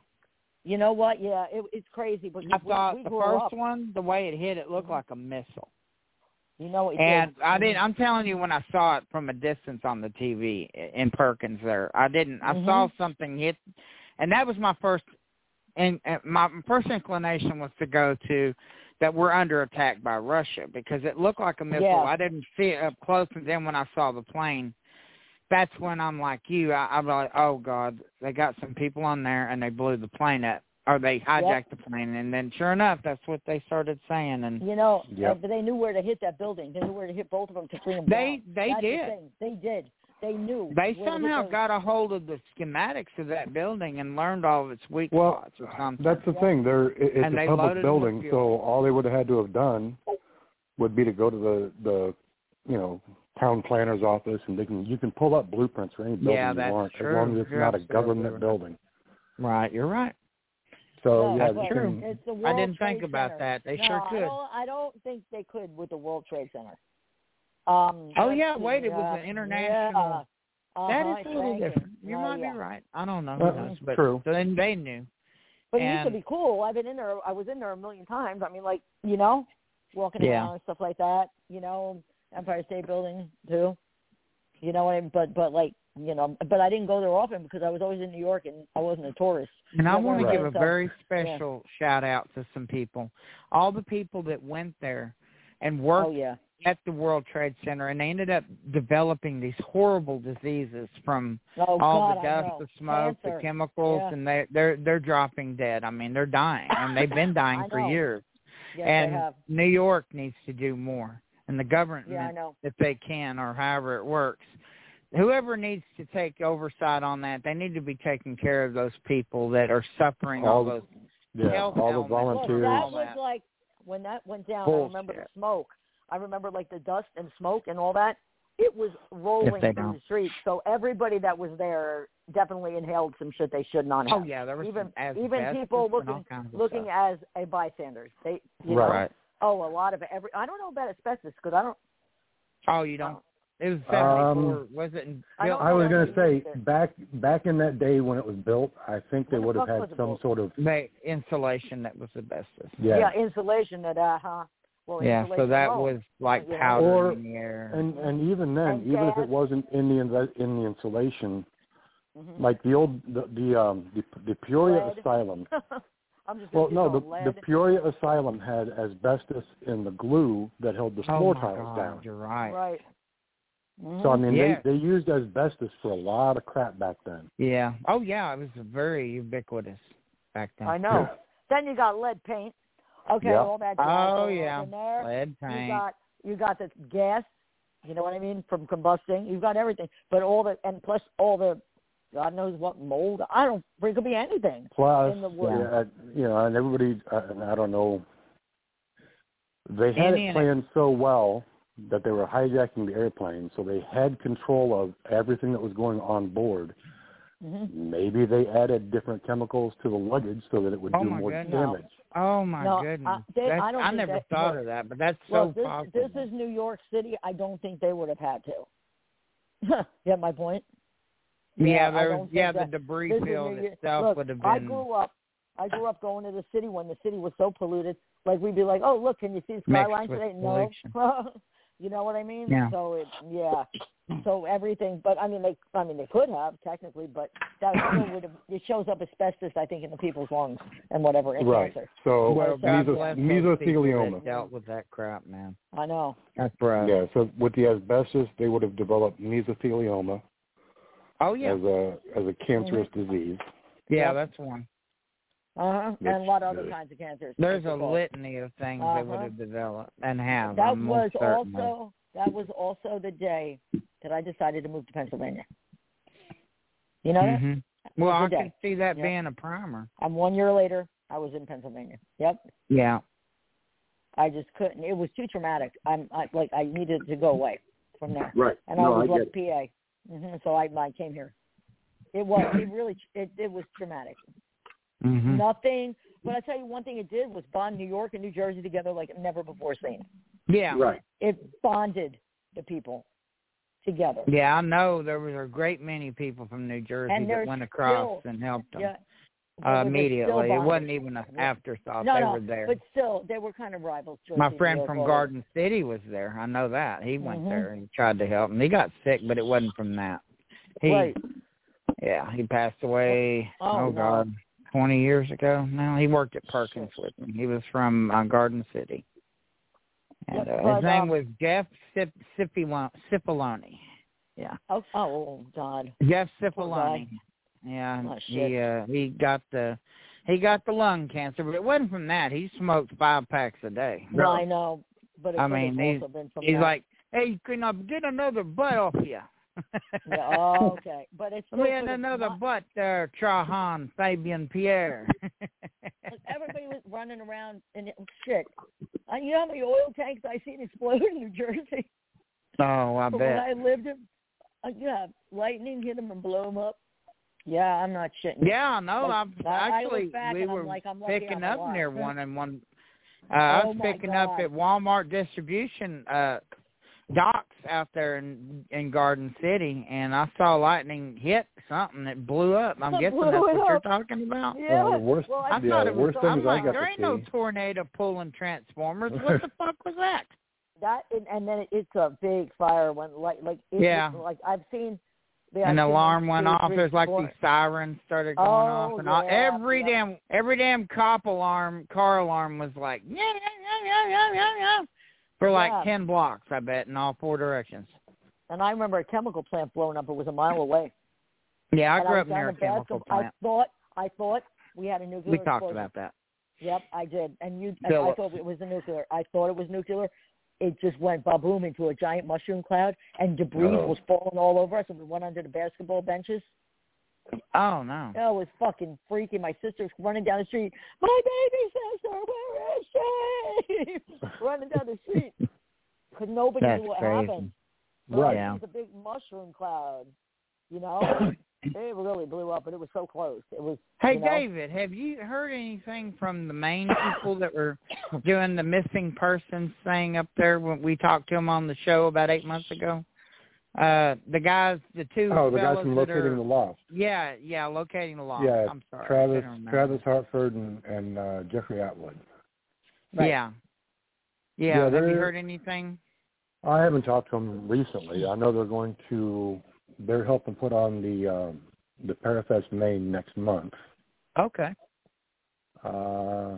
[SPEAKER 3] You know what? Yeah, it, it's crazy. But
[SPEAKER 2] I
[SPEAKER 3] we,
[SPEAKER 2] thought
[SPEAKER 3] we
[SPEAKER 2] the
[SPEAKER 3] grew
[SPEAKER 2] first
[SPEAKER 3] up. Mm-hmm.
[SPEAKER 2] one, the way it hit, it looked like a missile.
[SPEAKER 3] You know what? it
[SPEAKER 2] And
[SPEAKER 3] did.
[SPEAKER 2] I didn't. I'm telling you, when I saw it from a distance on the TV in Perkins, there, I didn't. I saw
[SPEAKER 3] Mm-hmm.
[SPEAKER 2] something hit, and that was my first. And, and my first inclination was to go to that we're under attack by Russia because it looked like a missile.
[SPEAKER 3] Yeah.
[SPEAKER 2] I didn't see it up close, and then when I saw the plane, that's when I'm like you. I, I'm like, oh God, they got some people on there and they blew the plane up, or they hijacked the plane. And then sure enough, that's what they started saying. And
[SPEAKER 3] You know,
[SPEAKER 4] Yep.
[SPEAKER 3] and- but they knew where to hit that building. They knew where to hit both of them to bring them
[SPEAKER 2] They-
[SPEAKER 3] down.
[SPEAKER 2] they
[SPEAKER 3] That's the
[SPEAKER 2] did.
[SPEAKER 3] thing. They did. They knew.
[SPEAKER 2] They
[SPEAKER 3] where to hit
[SPEAKER 2] somehow
[SPEAKER 3] those-
[SPEAKER 2] got a hold of the schematics of that building and learned all of its weak
[SPEAKER 4] Well,
[SPEAKER 2] spots or something.
[SPEAKER 4] [laughs] that's the thing. They're it, it's
[SPEAKER 2] And
[SPEAKER 4] a
[SPEAKER 2] they
[SPEAKER 4] public
[SPEAKER 2] loaded it with
[SPEAKER 4] building, so
[SPEAKER 2] fuel.
[SPEAKER 4] all they would have had to have done would be to go to the the you know town planner's office, and they can you can pull up blueprints for any building
[SPEAKER 2] Yeah,
[SPEAKER 4] you
[SPEAKER 2] that's
[SPEAKER 4] want,
[SPEAKER 2] true.
[SPEAKER 4] as long as it's
[SPEAKER 2] You're
[SPEAKER 4] not a
[SPEAKER 2] absolutely
[SPEAKER 4] government
[SPEAKER 2] right.
[SPEAKER 4] building.
[SPEAKER 2] right, you're right.
[SPEAKER 4] So
[SPEAKER 3] No,
[SPEAKER 4] Oh, yeah,
[SPEAKER 2] that's
[SPEAKER 4] you
[SPEAKER 3] but
[SPEAKER 2] true.
[SPEAKER 4] can-
[SPEAKER 3] It's the World
[SPEAKER 2] I didn't
[SPEAKER 3] Trade
[SPEAKER 2] think about
[SPEAKER 3] Center.
[SPEAKER 2] that. They
[SPEAKER 3] no,
[SPEAKER 2] sure
[SPEAKER 3] I
[SPEAKER 2] could.
[SPEAKER 3] don't, I don't think they could with the World Trade Center. Um,
[SPEAKER 2] Oh,
[SPEAKER 3] let's
[SPEAKER 2] yeah,
[SPEAKER 3] see,
[SPEAKER 2] wait, it was
[SPEAKER 3] uh,
[SPEAKER 2] an international-
[SPEAKER 3] yeah,
[SPEAKER 2] That
[SPEAKER 3] uh-huh,
[SPEAKER 2] is a little
[SPEAKER 3] thank you.
[SPEAKER 2] different. You
[SPEAKER 3] Oh,
[SPEAKER 2] might
[SPEAKER 3] yeah.
[SPEAKER 2] be right. I don't know.
[SPEAKER 4] Uh,
[SPEAKER 2] Who knows? But
[SPEAKER 4] true.
[SPEAKER 2] Then they knew.
[SPEAKER 3] But it used to
[SPEAKER 2] And-
[SPEAKER 3] be cool. I've been in there. I was in there a million times. I mean, like you know, walking
[SPEAKER 2] Yeah.
[SPEAKER 3] around and stuff like that. You know, Empire State Building too. You know, and but but like you know, but I didn't go there often because I was always in New York and I wasn't a tourist.
[SPEAKER 2] And I
[SPEAKER 3] Yeah,
[SPEAKER 2] want to
[SPEAKER 4] right.
[SPEAKER 2] give a
[SPEAKER 3] So-
[SPEAKER 2] very special shout out to some people. All the people that went there and worked
[SPEAKER 3] Oh yeah,
[SPEAKER 2] at the World Trade Center and they ended up developing these horrible diseases from
[SPEAKER 3] oh
[SPEAKER 2] all
[SPEAKER 3] God,
[SPEAKER 2] the
[SPEAKER 3] I
[SPEAKER 2] dust,
[SPEAKER 3] know.
[SPEAKER 2] the smoke,
[SPEAKER 3] Cancer.
[SPEAKER 2] the chemicals,
[SPEAKER 3] Yeah.
[SPEAKER 2] and they they're they're dropping dead. I mean, they're dying, and they've
[SPEAKER 3] [laughs]
[SPEAKER 2] been dying
[SPEAKER 3] I
[SPEAKER 2] for
[SPEAKER 3] know.
[SPEAKER 2] years.
[SPEAKER 3] Yes,
[SPEAKER 2] and
[SPEAKER 3] I have.
[SPEAKER 2] New York needs to do more, and the government,
[SPEAKER 3] Yeah, I know.
[SPEAKER 2] if they can, or however it works, whoever needs to take oversight on that, they need to be taking care of those people that are suffering all,
[SPEAKER 4] All-
[SPEAKER 2] those.
[SPEAKER 4] yeah,
[SPEAKER 2] health
[SPEAKER 4] all the
[SPEAKER 2] elements.
[SPEAKER 3] Look,
[SPEAKER 4] volunteers.
[SPEAKER 3] that
[SPEAKER 2] All
[SPEAKER 3] was
[SPEAKER 2] that.
[SPEAKER 3] like when that went down. I remember the
[SPEAKER 2] Bullshit.
[SPEAKER 3] smoke. I remember like the dust and smoke and all that. It was rolling
[SPEAKER 2] they
[SPEAKER 3] through
[SPEAKER 2] don't.
[SPEAKER 3] the streets. So everybody that was there definitely inhaled some shit they should not have.
[SPEAKER 2] Oh yeah, there was
[SPEAKER 3] even
[SPEAKER 2] some
[SPEAKER 3] even people
[SPEAKER 2] asbestos and all
[SPEAKER 3] looking
[SPEAKER 2] kinds of
[SPEAKER 3] looking
[SPEAKER 2] stuff.
[SPEAKER 3] as a bystander. They you know,
[SPEAKER 4] Right.
[SPEAKER 3] oh a lot of every I don't know about asbestos because I don't
[SPEAKER 2] Oh, you don't. It was
[SPEAKER 4] Um,
[SPEAKER 2] seventy-four. was it? In,
[SPEAKER 3] I don't
[SPEAKER 4] I was
[SPEAKER 3] know
[SPEAKER 4] gonna
[SPEAKER 3] that
[SPEAKER 4] say
[SPEAKER 3] either.
[SPEAKER 4] back back in that day when it was built, I think they
[SPEAKER 3] When the
[SPEAKER 4] would have
[SPEAKER 3] fuck
[SPEAKER 4] had
[SPEAKER 3] was it
[SPEAKER 4] some
[SPEAKER 3] built?
[SPEAKER 4] sort of
[SPEAKER 2] they insulation that was asbestos.
[SPEAKER 4] yeah.
[SPEAKER 3] insulation that uh huh well
[SPEAKER 2] Yeah, so
[SPEAKER 3] insulation
[SPEAKER 2] that
[SPEAKER 3] alone.
[SPEAKER 2] was like
[SPEAKER 3] Yeah.
[SPEAKER 2] powder
[SPEAKER 4] Or-
[SPEAKER 2] in the air.
[SPEAKER 4] And and even then,
[SPEAKER 3] And
[SPEAKER 4] even if
[SPEAKER 3] gas.
[SPEAKER 4] it wasn't in the inve- in the insulation,
[SPEAKER 3] Mhm.
[SPEAKER 4] like the old the the um the, the Peoria
[SPEAKER 3] Lead.
[SPEAKER 4] Asylum.
[SPEAKER 3] [laughs] I'm just
[SPEAKER 4] Well,
[SPEAKER 3] gonna
[SPEAKER 4] no,
[SPEAKER 3] keep
[SPEAKER 4] the
[SPEAKER 3] going,
[SPEAKER 4] the
[SPEAKER 3] lead.
[SPEAKER 4] Peoria Asylum had asbestos in the glue that held the
[SPEAKER 2] oh
[SPEAKER 4] floor
[SPEAKER 2] my
[SPEAKER 4] tiles
[SPEAKER 2] God,
[SPEAKER 4] down.
[SPEAKER 2] You're right.
[SPEAKER 3] right.
[SPEAKER 4] So I mean,
[SPEAKER 2] Yeah.
[SPEAKER 4] they they used asbestos for a lot of crap back then.
[SPEAKER 2] Yeah. Oh yeah, it was very ubiquitous back then.
[SPEAKER 3] I know. Then you got lead paint. Okay,
[SPEAKER 4] Yeah.
[SPEAKER 3] all that.
[SPEAKER 2] Oh
[SPEAKER 3] jazz
[SPEAKER 2] yeah.
[SPEAKER 3] In there.
[SPEAKER 2] Lead
[SPEAKER 3] You
[SPEAKER 2] paint.
[SPEAKER 3] got you got the gas. You know what I mean from combusting. You've got everything, but all the and plus all the God knows what mold. I don't. It could be anything.
[SPEAKER 4] Plus,
[SPEAKER 3] In the wood.
[SPEAKER 4] yeah, uh, you know, and everybody, uh, and I don't know, they had
[SPEAKER 2] Indiana.
[SPEAKER 4] it planned so well that they were hijacking the airplane, so they had control of everything that was going on board.
[SPEAKER 3] hmm
[SPEAKER 4] Maybe they added different chemicals to the luggage so that it would
[SPEAKER 2] Oh,
[SPEAKER 4] do
[SPEAKER 2] my
[SPEAKER 4] more
[SPEAKER 2] goodness.
[SPEAKER 4] damage.
[SPEAKER 2] Oh my
[SPEAKER 3] No, I-
[SPEAKER 2] goodness.
[SPEAKER 3] they- I
[SPEAKER 2] That's-
[SPEAKER 3] don't think
[SPEAKER 2] never
[SPEAKER 3] that-
[SPEAKER 2] thought
[SPEAKER 3] look.
[SPEAKER 2] of that, but that's
[SPEAKER 3] Well,
[SPEAKER 2] so
[SPEAKER 3] this
[SPEAKER 2] possible.
[SPEAKER 3] this is New York City. I don't think they would have had to. [laughs] Get my point? yeah,
[SPEAKER 2] yeah,
[SPEAKER 3] I
[SPEAKER 2] there
[SPEAKER 3] don't
[SPEAKER 2] was
[SPEAKER 3] think
[SPEAKER 2] yeah,
[SPEAKER 3] that-
[SPEAKER 2] the debris
[SPEAKER 3] This is
[SPEAKER 2] field
[SPEAKER 3] New Year-
[SPEAKER 2] itself
[SPEAKER 3] look,
[SPEAKER 2] would have
[SPEAKER 3] I
[SPEAKER 2] been
[SPEAKER 3] grew up. I grew up going to the city when the city was so polluted. Like we'd be like, "Oh, look, can you see the
[SPEAKER 2] Mixed
[SPEAKER 3] skyline
[SPEAKER 2] with
[SPEAKER 3] today?" No, [laughs] you know what I mean.
[SPEAKER 2] Yeah.
[SPEAKER 3] So it, yeah. So everything, but I mean, they, I mean, they could have technically, but that still
[SPEAKER 2] [clears throat]
[SPEAKER 3] would have. It shows up asbestos, I think, in the people's lungs and whatever and
[SPEAKER 4] Right.
[SPEAKER 3] cancer.
[SPEAKER 4] So
[SPEAKER 2] well, God bless
[SPEAKER 4] meso-
[SPEAKER 2] those people that
[SPEAKER 4] mesothelioma.
[SPEAKER 2] dealt with that crap, man.
[SPEAKER 3] I know.
[SPEAKER 2] That's rough.
[SPEAKER 4] Yeah. So with the asbestos, they would have developed mesothelioma
[SPEAKER 2] Oh yeah.
[SPEAKER 4] as a as a cancerous disease.
[SPEAKER 2] Yeah, that's one.
[SPEAKER 3] Uh huh. And a
[SPEAKER 4] That's
[SPEAKER 3] lot of other
[SPEAKER 4] good.
[SPEAKER 3] kinds of cancers.
[SPEAKER 2] There's a
[SPEAKER 3] It's called.
[SPEAKER 2] litany of things they would
[SPEAKER 3] Uh-huh.
[SPEAKER 2] have developed and have.
[SPEAKER 3] That
[SPEAKER 2] I'm
[SPEAKER 3] was
[SPEAKER 2] most certain of.
[SPEAKER 3] also that was also the day that I decided to move to Pennsylvania. You know that?
[SPEAKER 2] hmm Well,
[SPEAKER 3] It's a
[SPEAKER 2] I
[SPEAKER 3] day.
[SPEAKER 2] can see that
[SPEAKER 3] Yeah.
[SPEAKER 2] being a primer.
[SPEAKER 3] And one year later, I was in Pennsylvania. Yep.
[SPEAKER 2] Yeah.
[SPEAKER 3] I just couldn't. It was too traumatic. I'm I, like I needed to go away from there.
[SPEAKER 7] Right.
[SPEAKER 3] And
[SPEAKER 7] no,
[SPEAKER 3] I
[SPEAKER 7] I
[SPEAKER 3] was
[SPEAKER 7] get
[SPEAKER 3] left PA. hmm So I, I came here. It was it really it, it was traumatic. Mm-hmm.
[SPEAKER 2] hmm
[SPEAKER 3] Nothing. But I tell you one thing it did was bond New York and New Jersey together like never before seen.
[SPEAKER 2] Yeah.
[SPEAKER 7] it. Right.
[SPEAKER 3] It bonded the people together.
[SPEAKER 2] Yeah, I know there was a great many people from New Jersey
[SPEAKER 3] And
[SPEAKER 2] that
[SPEAKER 3] there's
[SPEAKER 2] went across
[SPEAKER 3] still-
[SPEAKER 2] and helped them
[SPEAKER 3] Yeah.
[SPEAKER 2] uh,
[SPEAKER 3] But they still
[SPEAKER 2] immediately. It
[SPEAKER 3] bonded.
[SPEAKER 2] wasn't even an afterthought.
[SPEAKER 3] No,
[SPEAKER 2] they
[SPEAKER 3] no,
[SPEAKER 2] were there.
[SPEAKER 3] But still, they were kind of rivals. Jersey
[SPEAKER 2] My
[SPEAKER 3] and New
[SPEAKER 2] friend
[SPEAKER 3] York
[SPEAKER 2] from
[SPEAKER 3] always.
[SPEAKER 2] Garden City was there. I know that. He went
[SPEAKER 3] Mhm.
[SPEAKER 2] there and tried to help, and he got sick, but it wasn't from that. He,
[SPEAKER 3] Right.
[SPEAKER 2] yeah, he passed away.
[SPEAKER 3] Oh, no.
[SPEAKER 2] God, twenty years ago. No, he worked at Perkins with me. He was from uh, Garden City,
[SPEAKER 3] Yep,
[SPEAKER 2] and uh, his
[SPEAKER 3] but,
[SPEAKER 2] name
[SPEAKER 3] um,
[SPEAKER 2] was Jeff Sip, Sipiwa- Sipoloni. Yeah,
[SPEAKER 3] Oh, oh God.
[SPEAKER 2] Jeff
[SPEAKER 3] Poor guy.
[SPEAKER 2] Cipollone. Yeah,
[SPEAKER 3] Oh,
[SPEAKER 2] he uh, he got the he got the lung cancer, but it wasn't from that. He smoked five packs a day.
[SPEAKER 3] No, I know, but it
[SPEAKER 2] I
[SPEAKER 3] could have
[SPEAKER 2] mean, he's-
[SPEAKER 3] also been from
[SPEAKER 2] He's
[SPEAKER 3] that.
[SPEAKER 2] like, "Hey, can I get another butt off [laughs] you?"
[SPEAKER 3] yeah, oh,
[SPEAKER 2] [laughs]
[SPEAKER 3] okay, but it's still
[SPEAKER 2] Let me in
[SPEAKER 3] could have
[SPEAKER 2] another
[SPEAKER 3] not-
[SPEAKER 2] butt there, Trahan Fabian [laughs] Pierre.
[SPEAKER 3] like, everybody was running around and it, shit. I, you know how many oil tanks I seen explode in New Jersey?
[SPEAKER 2] oh, I
[SPEAKER 3] But [laughs] when
[SPEAKER 2] bet.
[SPEAKER 3] I lived in, uh, yeah, lightning hit them and blow them up. Yeah, I'm not shitting. you.
[SPEAKER 2] Yeah, I know.
[SPEAKER 3] Like,
[SPEAKER 2] I'm actually
[SPEAKER 3] look back
[SPEAKER 2] we
[SPEAKER 3] and
[SPEAKER 2] were
[SPEAKER 3] I'm like, I'm lucky
[SPEAKER 2] picking
[SPEAKER 3] I'm
[SPEAKER 2] up
[SPEAKER 3] alive. [laughs]
[SPEAKER 2] near one and one. Uh, I
[SPEAKER 3] Oh,
[SPEAKER 2] was
[SPEAKER 3] my
[SPEAKER 2] picking up
[SPEAKER 3] God.
[SPEAKER 2] at Walmart distribution uh docks out there in in Garden City, and I saw lightning hit something that blew up. I'm
[SPEAKER 3] It
[SPEAKER 2] guessing
[SPEAKER 3] blew
[SPEAKER 2] that's what
[SPEAKER 3] it
[SPEAKER 2] you're
[SPEAKER 3] up.
[SPEAKER 2] talking about.
[SPEAKER 3] Yeah.
[SPEAKER 4] Well, the worst-
[SPEAKER 3] well,
[SPEAKER 2] I
[SPEAKER 3] I,
[SPEAKER 4] Yeah,
[SPEAKER 2] thought it
[SPEAKER 4] the
[SPEAKER 2] was.
[SPEAKER 4] worst thing
[SPEAKER 2] I'm
[SPEAKER 4] is I
[SPEAKER 2] like,
[SPEAKER 4] got
[SPEAKER 2] there
[SPEAKER 4] to
[SPEAKER 2] ain't no
[SPEAKER 4] see.
[SPEAKER 2] tornado pulling transformers. What the fuck was that?
[SPEAKER 3] that and, and then it, it's a big fire when like like it,
[SPEAKER 2] Yeah.
[SPEAKER 3] like I've seen. the
[SPEAKER 2] An alarm went off.
[SPEAKER 3] There's
[SPEAKER 2] There's like these sirens started going
[SPEAKER 3] Oh,
[SPEAKER 2] off, and all,
[SPEAKER 3] yeah,
[SPEAKER 2] every
[SPEAKER 3] yeah.
[SPEAKER 2] damn every damn cop alarm, car alarm was like, yeah, yeah, yeah, yeah, yeah, yeah, for like
[SPEAKER 3] Yeah.
[SPEAKER 2] ten blocks, I bet, in all four directions.
[SPEAKER 3] And I remember a chemical plant blowing up. It was a mile away.
[SPEAKER 2] Yeah, [laughs] I
[SPEAKER 3] And
[SPEAKER 2] grew
[SPEAKER 3] was
[SPEAKER 2] up near
[SPEAKER 3] down
[SPEAKER 2] a
[SPEAKER 3] in Bascom.
[SPEAKER 2] chemical plant.
[SPEAKER 3] I thought I thought we had a nuclear.
[SPEAKER 2] We talked
[SPEAKER 3] explosion.
[SPEAKER 2] about that.
[SPEAKER 3] Yep, I did. And you, and I
[SPEAKER 2] Phillips.
[SPEAKER 3] thought it was a nuclear. I thought it was nuclear. It just went ba boom into a giant mushroom cloud, and debris
[SPEAKER 7] Oh.
[SPEAKER 3] was falling all over us. And we went under the basketball benches.
[SPEAKER 2] Oh no.
[SPEAKER 3] Oh, it was fucking freaky. My sister's running down the street. My baby sister, where is she? [laughs] running down the street. Cause nobody
[SPEAKER 2] That's
[SPEAKER 3] knew what
[SPEAKER 2] crazy.
[SPEAKER 3] happened.
[SPEAKER 2] Right.
[SPEAKER 3] It was a big mushroom cloud. You
[SPEAKER 4] [coughs]
[SPEAKER 3] know, it really blew up, but it was so close. It was.
[SPEAKER 2] Hey
[SPEAKER 3] you know?
[SPEAKER 2] David, have you heard anything from the main people that were doing the missing persons thing up there when we talked to them on the show about eight months ago? Uh, the guys, the two
[SPEAKER 4] Oh, the guys
[SPEAKER 2] fellas
[SPEAKER 4] from
[SPEAKER 2] that
[SPEAKER 4] locating
[SPEAKER 2] are
[SPEAKER 4] the lost.
[SPEAKER 2] yeah, yeah, locating the lost.
[SPEAKER 4] Yeah,
[SPEAKER 2] I'm sorry, I
[SPEAKER 4] Travis,
[SPEAKER 2] couldn't remember.
[SPEAKER 4] Travis Hartford, and, and uh, Jeffrey Atwood.
[SPEAKER 3] Right.
[SPEAKER 2] Yeah,
[SPEAKER 4] Yeah,
[SPEAKER 2] yeah. have you
[SPEAKER 4] they're-
[SPEAKER 2] heard anything?
[SPEAKER 4] I haven't talked to them recently. I know they're going to. They're helping put on the um, the Parafest Maine next month.
[SPEAKER 2] Okay.
[SPEAKER 4] Uh, I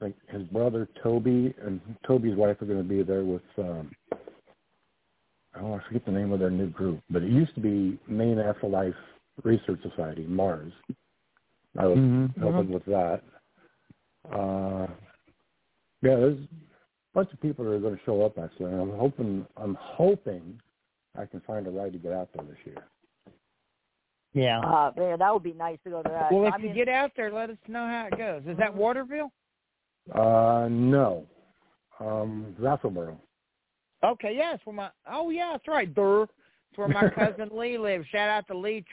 [SPEAKER 4] think his brother Toby and Toby's wife are going to be there with. Um, oh, I forget the name of their new group, but it used to be Maine Afterlife Research Society, MARS. I was helping with that. Uh, yeah, there's a bunch of people that are going to show up actually, and I'm hoping I'm hoping I can find a ride to get out there this year. Oh.
[SPEAKER 2] Yeah.
[SPEAKER 3] Uh, man, that would be nice to go to that.
[SPEAKER 2] Well, if
[SPEAKER 3] I
[SPEAKER 2] you
[SPEAKER 3] mean,
[SPEAKER 2] get out there, let us know how it goes. Is that Waterville?
[SPEAKER 4] Uh, no, um, Rattleboro.
[SPEAKER 2] Okay, yeah, it's where my oh yeah, that's right. Durr. It's where
[SPEAKER 4] [laughs]
[SPEAKER 2] my cousin Lee lives. Shout out to Lee [laughs]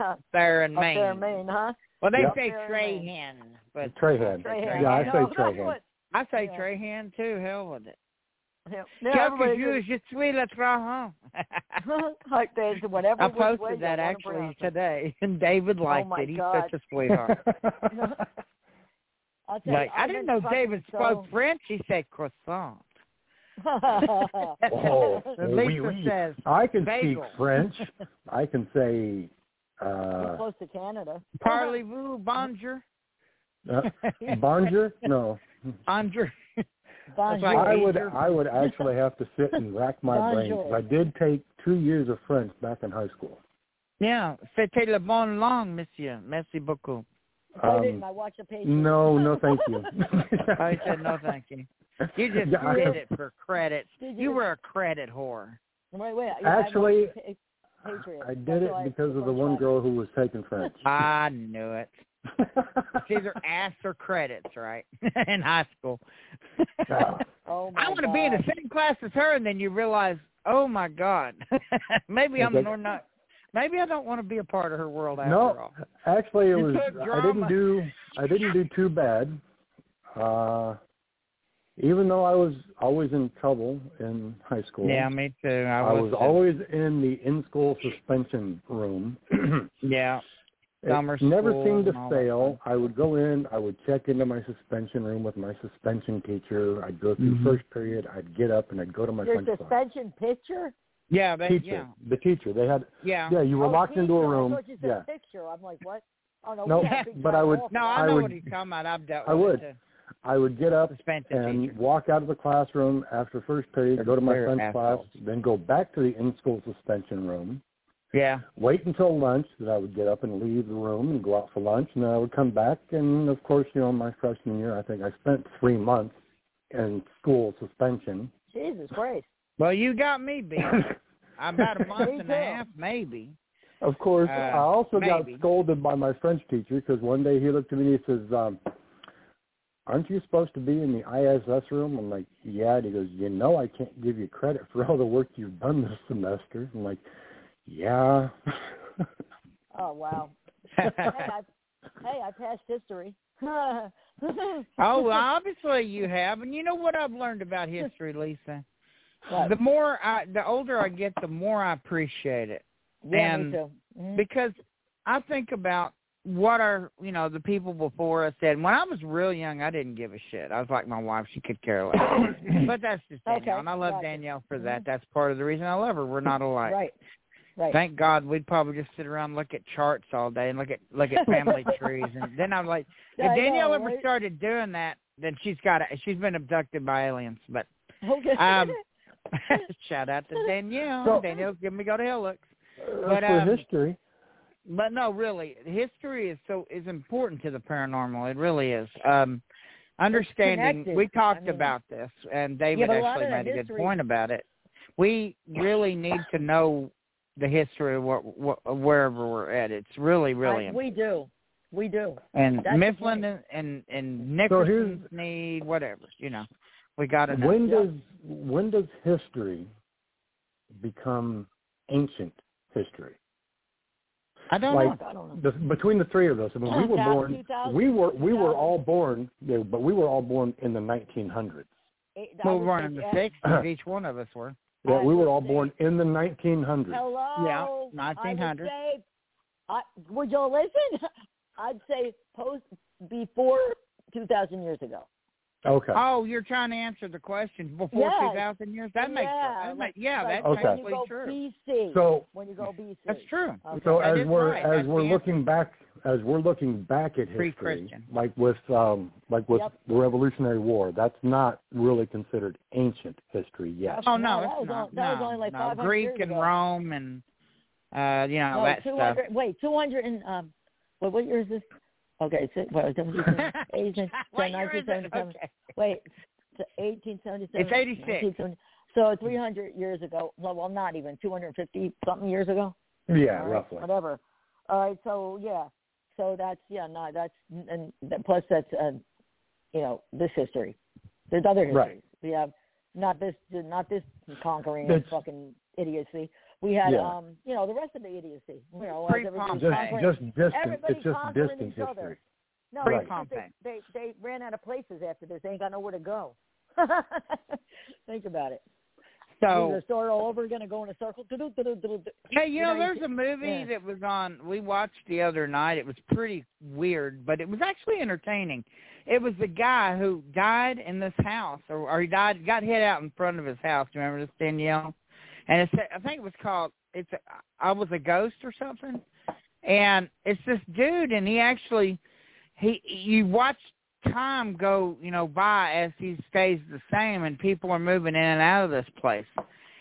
[SPEAKER 3] [laughs] up
[SPEAKER 2] there in Maine.
[SPEAKER 3] there in Maine, huh?
[SPEAKER 2] Well, they
[SPEAKER 4] Yep.
[SPEAKER 2] say
[SPEAKER 3] There in
[SPEAKER 2] Trahan, but
[SPEAKER 4] Trahan.
[SPEAKER 3] [laughs] Trahan.
[SPEAKER 4] Yeah, I
[SPEAKER 3] know,
[SPEAKER 4] say
[SPEAKER 3] that's
[SPEAKER 4] Trahan.
[SPEAKER 3] what- [laughs]
[SPEAKER 2] I say
[SPEAKER 3] Yeah.
[SPEAKER 2] Trahan too. Hell with it.
[SPEAKER 3] Yeah,
[SPEAKER 2] Chuck,
[SPEAKER 3] everybody
[SPEAKER 2] if you is just sweet, let's Trahan. [laughs]
[SPEAKER 3] just- [laughs] like they, whatever.
[SPEAKER 2] I
[SPEAKER 3] which way
[SPEAKER 2] posted
[SPEAKER 3] you
[SPEAKER 2] that
[SPEAKER 3] wanna
[SPEAKER 2] actually
[SPEAKER 3] pronounce it.
[SPEAKER 2] today, [laughs] and David liked
[SPEAKER 3] Oh, my
[SPEAKER 2] it. He's
[SPEAKER 3] God.
[SPEAKER 2] such a
[SPEAKER 3] [laughs]
[SPEAKER 2] sweetheart.
[SPEAKER 3] I'll tell
[SPEAKER 2] like
[SPEAKER 3] you,
[SPEAKER 2] I didn't know
[SPEAKER 3] been fucking
[SPEAKER 2] David
[SPEAKER 3] so- [laughs]
[SPEAKER 2] spoke French. He said croissant. [laughs]
[SPEAKER 4] Oh,
[SPEAKER 2] And
[SPEAKER 4] oui,
[SPEAKER 2] Lisa
[SPEAKER 4] oui.
[SPEAKER 3] [laughs]
[SPEAKER 2] says
[SPEAKER 4] I can
[SPEAKER 2] bagel.
[SPEAKER 4] speak French. I can say. Uh,
[SPEAKER 3] You're close to Canada.
[SPEAKER 2] parlez-vous bonjour? [laughs]
[SPEAKER 4] uh, bonjour? No.
[SPEAKER 2] Bonjour.
[SPEAKER 3] Bonjour.
[SPEAKER 2] like
[SPEAKER 4] I would
[SPEAKER 2] Major.
[SPEAKER 4] I would actually have to sit and rack my brain. 'cause I did take two years of French back in high school.
[SPEAKER 2] Yeah, c'était la bonne langue, monsieur. Merci beaucoup.
[SPEAKER 3] I didn't.
[SPEAKER 4] Um,
[SPEAKER 3] I watched the page.
[SPEAKER 4] no, no, thank you.
[SPEAKER 2] [laughs] I Oh, said no, thank you.
[SPEAKER 4] [laughs]
[SPEAKER 2] You just
[SPEAKER 4] Yeah, I-
[SPEAKER 2] did it for credit.
[SPEAKER 3] Did
[SPEAKER 2] You
[SPEAKER 3] you-
[SPEAKER 2] were a credit whore.
[SPEAKER 3] [laughs] Wait, wait. I- I watched
[SPEAKER 4] Actually,
[SPEAKER 3] the pa- patriot.
[SPEAKER 4] I did
[SPEAKER 3] That's
[SPEAKER 4] it
[SPEAKER 3] all
[SPEAKER 4] because of the
[SPEAKER 3] that's
[SPEAKER 4] one
[SPEAKER 3] all
[SPEAKER 4] girl who was taking French. [laughs]
[SPEAKER 2] I knew it. It's either ass or credits, right? [laughs] in high school. [laughs]
[SPEAKER 3] Oh my
[SPEAKER 2] I want to be in the
[SPEAKER 3] God.
[SPEAKER 2] same class as her, and then you realize, oh my God, [laughs] maybe I'm
[SPEAKER 4] Okay.
[SPEAKER 2] nor- not. Maybe I don't want to be a part of her world after
[SPEAKER 4] no,
[SPEAKER 2] all.
[SPEAKER 4] actually, it
[SPEAKER 2] You
[SPEAKER 4] was.
[SPEAKER 2] took
[SPEAKER 4] I didn't
[SPEAKER 2] drama.
[SPEAKER 4] do. I didn't do too bad. Uh, even though I was always in trouble in high school.
[SPEAKER 2] Yeah, me too. I,
[SPEAKER 4] I was
[SPEAKER 2] too.
[SPEAKER 4] always in the in-school suspension room. [clears throat]
[SPEAKER 2] Yeah.
[SPEAKER 4] It
[SPEAKER 2] Summer
[SPEAKER 4] never
[SPEAKER 2] school
[SPEAKER 4] seemed to
[SPEAKER 2] and all that
[SPEAKER 4] fail. I would go in, I would check into my suspension room with my suspension teacher. I'd go through
[SPEAKER 2] Mhm.
[SPEAKER 4] first period, I'd get up and I'd go to my
[SPEAKER 3] Your
[SPEAKER 4] French class.
[SPEAKER 3] suspension picture?
[SPEAKER 2] Yeah, they,
[SPEAKER 4] Teacher,
[SPEAKER 2] yeah,
[SPEAKER 4] the teacher. They had
[SPEAKER 2] yeah.
[SPEAKER 4] yeah. You were
[SPEAKER 3] oh,
[SPEAKER 4] locked into a
[SPEAKER 3] picture. I
[SPEAKER 4] room.
[SPEAKER 3] thought you said
[SPEAKER 4] Yeah,
[SPEAKER 3] picture. I'm like, what? Oh no,
[SPEAKER 4] No,
[SPEAKER 3] we had a big
[SPEAKER 4] but I would-
[SPEAKER 3] giant
[SPEAKER 2] No,
[SPEAKER 3] wall.
[SPEAKER 2] I,
[SPEAKER 4] I
[SPEAKER 2] know
[SPEAKER 4] would-
[SPEAKER 2] what he's talking about. I've dealt
[SPEAKER 4] I
[SPEAKER 2] with
[SPEAKER 4] would.
[SPEAKER 2] it
[SPEAKER 4] I would get
[SPEAKER 2] too.
[SPEAKER 4] up
[SPEAKER 2] Suspension
[SPEAKER 4] and
[SPEAKER 2] teacher.
[SPEAKER 4] walk out of the classroom after first period, go to my
[SPEAKER 2] They're
[SPEAKER 4] French class,
[SPEAKER 2] assholes.
[SPEAKER 4] then go back to the in-school suspension room.
[SPEAKER 2] Yeah.
[SPEAKER 4] wait until lunch that I would get up and leave the room and go out for lunch, and then I would come back. And of course, you know, my freshman year, I think I spent three months in school
[SPEAKER 2] [laughs]
[SPEAKER 4] suspension. [laughs]
[SPEAKER 3] Jesus Christ.
[SPEAKER 2] Well, you got me beat.
[SPEAKER 4] [laughs]
[SPEAKER 2] about a month
[SPEAKER 3] Me
[SPEAKER 2] and
[SPEAKER 3] too.
[SPEAKER 2] a half, maybe.
[SPEAKER 4] Of course,
[SPEAKER 2] Uh,
[SPEAKER 4] I also got
[SPEAKER 2] maybe.
[SPEAKER 4] scolded by my French teacher because one day he looked at me and he says, um, "Aren't you supposed to be in the ISS room?" I'm like, "Yeah." And he goes, "You know, I can't give you credit for all the work you've done this semester." I'm like, "Yeah." [laughs]
[SPEAKER 3] Oh wow. [laughs] Hey, I, hey, I passed history. [laughs] oh,
[SPEAKER 2] oh, well, obviously you have. And you know what I've learned about history, Lisa? The more I, the older I get, the more I appreciate it.
[SPEAKER 3] yeah,
[SPEAKER 2] and-
[SPEAKER 3] me too. Mhm.
[SPEAKER 2] because I think about what our you know the people before us said. When I was real young, I didn't give a shit. I was like my wife; she could
[SPEAKER 3] [coughs]
[SPEAKER 2] care less. but that's just Danielle,
[SPEAKER 3] Okay,
[SPEAKER 2] and I love
[SPEAKER 3] gotcha.
[SPEAKER 2] Danielle for that. That's part of the reason I love her. We're not alike.
[SPEAKER 3] Right. Right.
[SPEAKER 2] Thank God we'd probably just sit around and look at charts all day and look at look
[SPEAKER 3] [laughs]
[SPEAKER 2] at family trees, and then I'm like, if
[SPEAKER 3] I know,
[SPEAKER 2] Danielle ever
[SPEAKER 3] right?
[SPEAKER 2] started doing that, then she's got a, she's been abducted by aliens. But
[SPEAKER 3] [laughs]
[SPEAKER 2] [laughs]
[SPEAKER 3] Okay.
[SPEAKER 2] um, shout out to Danielle.
[SPEAKER 4] So-
[SPEAKER 2] Danielle's giving me go to hell looks.
[SPEAKER 4] That's
[SPEAKER 2] But,
[SPEAKER 4] for
[SPEAKER 2] um,
[SPEAKER 4] history.
[SPEAKER 2] But no, really, history is so is important to the paranormal. It really is. Um, understanding,
[SPEAKER 3] connected.
[SPEAKER 2] we talked
[SPEAKER 3] I mean-
[SPEAKER 2] about this, and
[SPEAKER 3] Yeah,
[SPEAKER 2] David
[SPEAKER 3] but a lot
[SPEAKER 2] actually
[SPEAKER 3] of that
[SPEAKER 2] made a good
[SPEAKER 3] history-
[SPEAKER 2] point about it. We really need to know the history of what, what of wherever we're at. It's really, really
[SPEAKER 3] I-
[SPEAKER 2] important.
[SPEAKER 3] we do. We do.
[SPEAKER 2] And
[SPEAKER 3] that's
[SPEAKER 2] Mifflin
[SPEAKER 3] right.
[SPEAKER 2] and and, and
[SPEAKER 4] So
[SPEAKER 2] Nicholson's
[SPEAKER 4] here's-
[SPEAKER 2] need whatever you know. We got to know.
[SPEAKER 4] When does when does history become ancient history?
[SPEAKER 2] I don't
[SPEAKER 4] like-
[SPEAKER 2] know.
[SPEAKER 3] Fuck, I don't know.
[SPEAKER 4] The, between the three of us, I mean, we were
[SPEAKER 3] 2000,
[SPEAKER 4] born.
[SPEAKER 3] 2000,
[SPEAKER 4] We were we were
[SPEAKER 3] 2000.
[SPEAKER 4] all born, yeah, but we were all born in the 1900s.
[SPEAKER 3] It- I
[SPEAKER 2] Well,
[SPEAKER 3] would
[SPEAKER 2] we're
[SPEAKER 3] think
[SPEAKER 2] in the
[SPEAKER 3] that-
[SPEAKER 2] sixties. Each one of us were.
[SPEAKER 4] Yeah,
[SPEAKER 3] I
[SPEAKER 4] we were
[SPEAKER 3] would
[SPEAKER 4] all
[SPEAKER 3] say-
[SPEAKER 4] born in the 1900s.
[SPEAKER 3] Hello.
[SPEAKER 2] Yeah, 1900.
[SPEAKER 3] I would, say, I, would y'all listen? [laughs] I'd say post before 2,000 years ago.
[SPEAKER 4] Okay.
[SPEAKER 2] Oh, you're trying to answer the question before
[SPEAKER 3] Yes.
[SPEAKER 2] 2,000 years? That makes
[SPEAKER 3] yeah,
[SPEAKER 2] sense. That
[SPEAKER 3] like-
[SPEAKER 2] ma- yeah,
[SPEAKER 3] like
[SPEAKER 2] that's
[SPEAKER 4] Okay.
[SPEAKER 3] When you
[SPEAKER 2] actually
[SPEAKER 3] go
[SPEAKER 2] true.
[SPEAKER 3] BC.
[SPEAKER 4] So
[SPEAKER 3] when you go BC.
[SPEAKER 2] That's true.
[SPEAKER 3] Okay.
[SPEAKER 4] so
[SPEAKER 2] That
[SPEAKER 4] as
[SPEAKER 2] is
[SPEAKER 4] we're
[SPEAKER 2] right.
[SPEAKER 4] as
[SPEAKER 2] That's
[SPEAKER 4] we're
[SPEAKER 2] the
[SPEAKER 4] looking back as we're looking back at history,
[SPEAKER 2] Pre-Christian.
[SPEAKER 4] like with um like with
[SPEAKER 3] Yep.
[SPEAKER 4] the Revolutionary War, that's not really considered ancient history yet.
[SPEAKER 2] Oh, no,
[SPEAKER 3] No, that
[SPEAKER 2] it's
[SPEAKER 3] was
[SPEAKER 2] not.
[SPEAKER 3] on- that was
[SPEAKER 2] no,
[SPEAKER 3] only like
[SPEAKER 2] no.
[SPEAKER 3] 500
[SPEAKER 2] Greek
[SPEAKER 3] years
[SPEAKER 2] and
[SPEAKER 3] ago.
[SPEAKER 2] Rome and, uh, you know,
[SPEAKER 3] no,
[SPEAKER 2] that stuff.
[SPEAKER 3] 200, Wait, 200 and, um, what, what year is this? Okay, so, what,
[SPEAKER 2] [laughs]
[SPEAKER 3] 17, 18,
[SPEAKER 2] What year is it?
[SPEAKER 3] 1977.
[SPEAKER 2] Okay.
[SPEAKER 3] Wait, so 1877.
[SPEAKER 2] It's 86.
[SPEAKER 3] 1970 So 300 years ago. Well, well, not even 250 something years ago.
[SPEAKER 4] Yeah,
[SPEAKER 3] All right,
[SPEAKER 4] roughly.
[SPEAKER 3] Whatever. All right. So yeah. So that's yeah. No, that's and that, plus that's uh, you know this history. There's other histories.
[SPEAKER 4] Right.
[SPEAKER 3] We have not this not this conquering
[SPEAKER 4] That's-
[SPEAKER 3] fucking idiocy. We had
[SPEAKER 4] Yeah.
[SPEAKER 3] um you know the rest of the idiocy. You know as
[SPEAKER 2] Pre-Pompeii.
[SPEAKER 3] everybody's
[SPEAKER 4] Just
[SPEAKER 3] conquering-
[SPEAKER 4] just distant.
[SPEAKER 3] Everybody
[SPEAKER 4] It's just
[SPEAKER 3] conquering
[SPEAKER 4] distant
[SPEAKER 3] each other.
[SPEAKER 4] history.
[SPEAKER 3] No,
[SPEAKER 4] Right.
[SPEAKER 3] it's just
[SPEAKER 2] Pre-Pompeii.
[SPEAKER 3] they, they they ran out of places after this. They ain't got nowhere to go. [laughs] Think about it. Either
[SPEAKER 2] So,
[SPEAKER 3] start all over again and go in a circle. Do-do, do-do, do-do, do.
[SPEAKER 2] hey, you know,
[SPEAKER 3] you
[SPEAKER 2] there's
[SPEAKER 3] see-
[SPEAKER 2] a movie
[SPEAKER 3] yeah.
[SPEAKER 2] that was on, we watched the other night. It was pretty weird, but it was actually entertaining. It was the guy who died in this house, or, or he died, got hit out in front of his house. Do you remember this, Danielle? And it's, I think it was called, it's, a, I was a ghost or something. And it's this dude, and he actually, he, you watch time go, you know, by as he stays the same, and people are moving in and out of this place.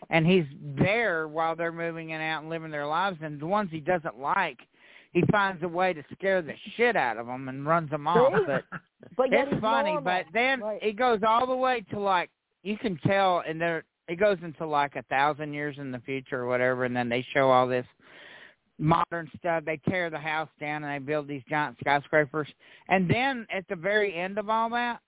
[SPEAKER 2] And he's there while they're moving in and out and living their lives. And the ones he doesn't like, he finds a way to scare the shit out of them and runs them off.
[SPEAKER 3] See?
[SPEAKER 2] But
[SPEAKER 3] But yet
[SPEAKER 2] it's
[SPEAKER 3] he's
[SPEAKER 2] funny,
[SPEAKER 3] normal.
[SPEAKER 2] but then
[SPEAKER 3] Right.
[SPEAKER 2] it goes all the way to like you can tell, and there it goes into like a thousand years in the future or whatever, and then they show all this modern stuff. They tear the house down and they build these giant skyscrapers. And then at the very end of all that,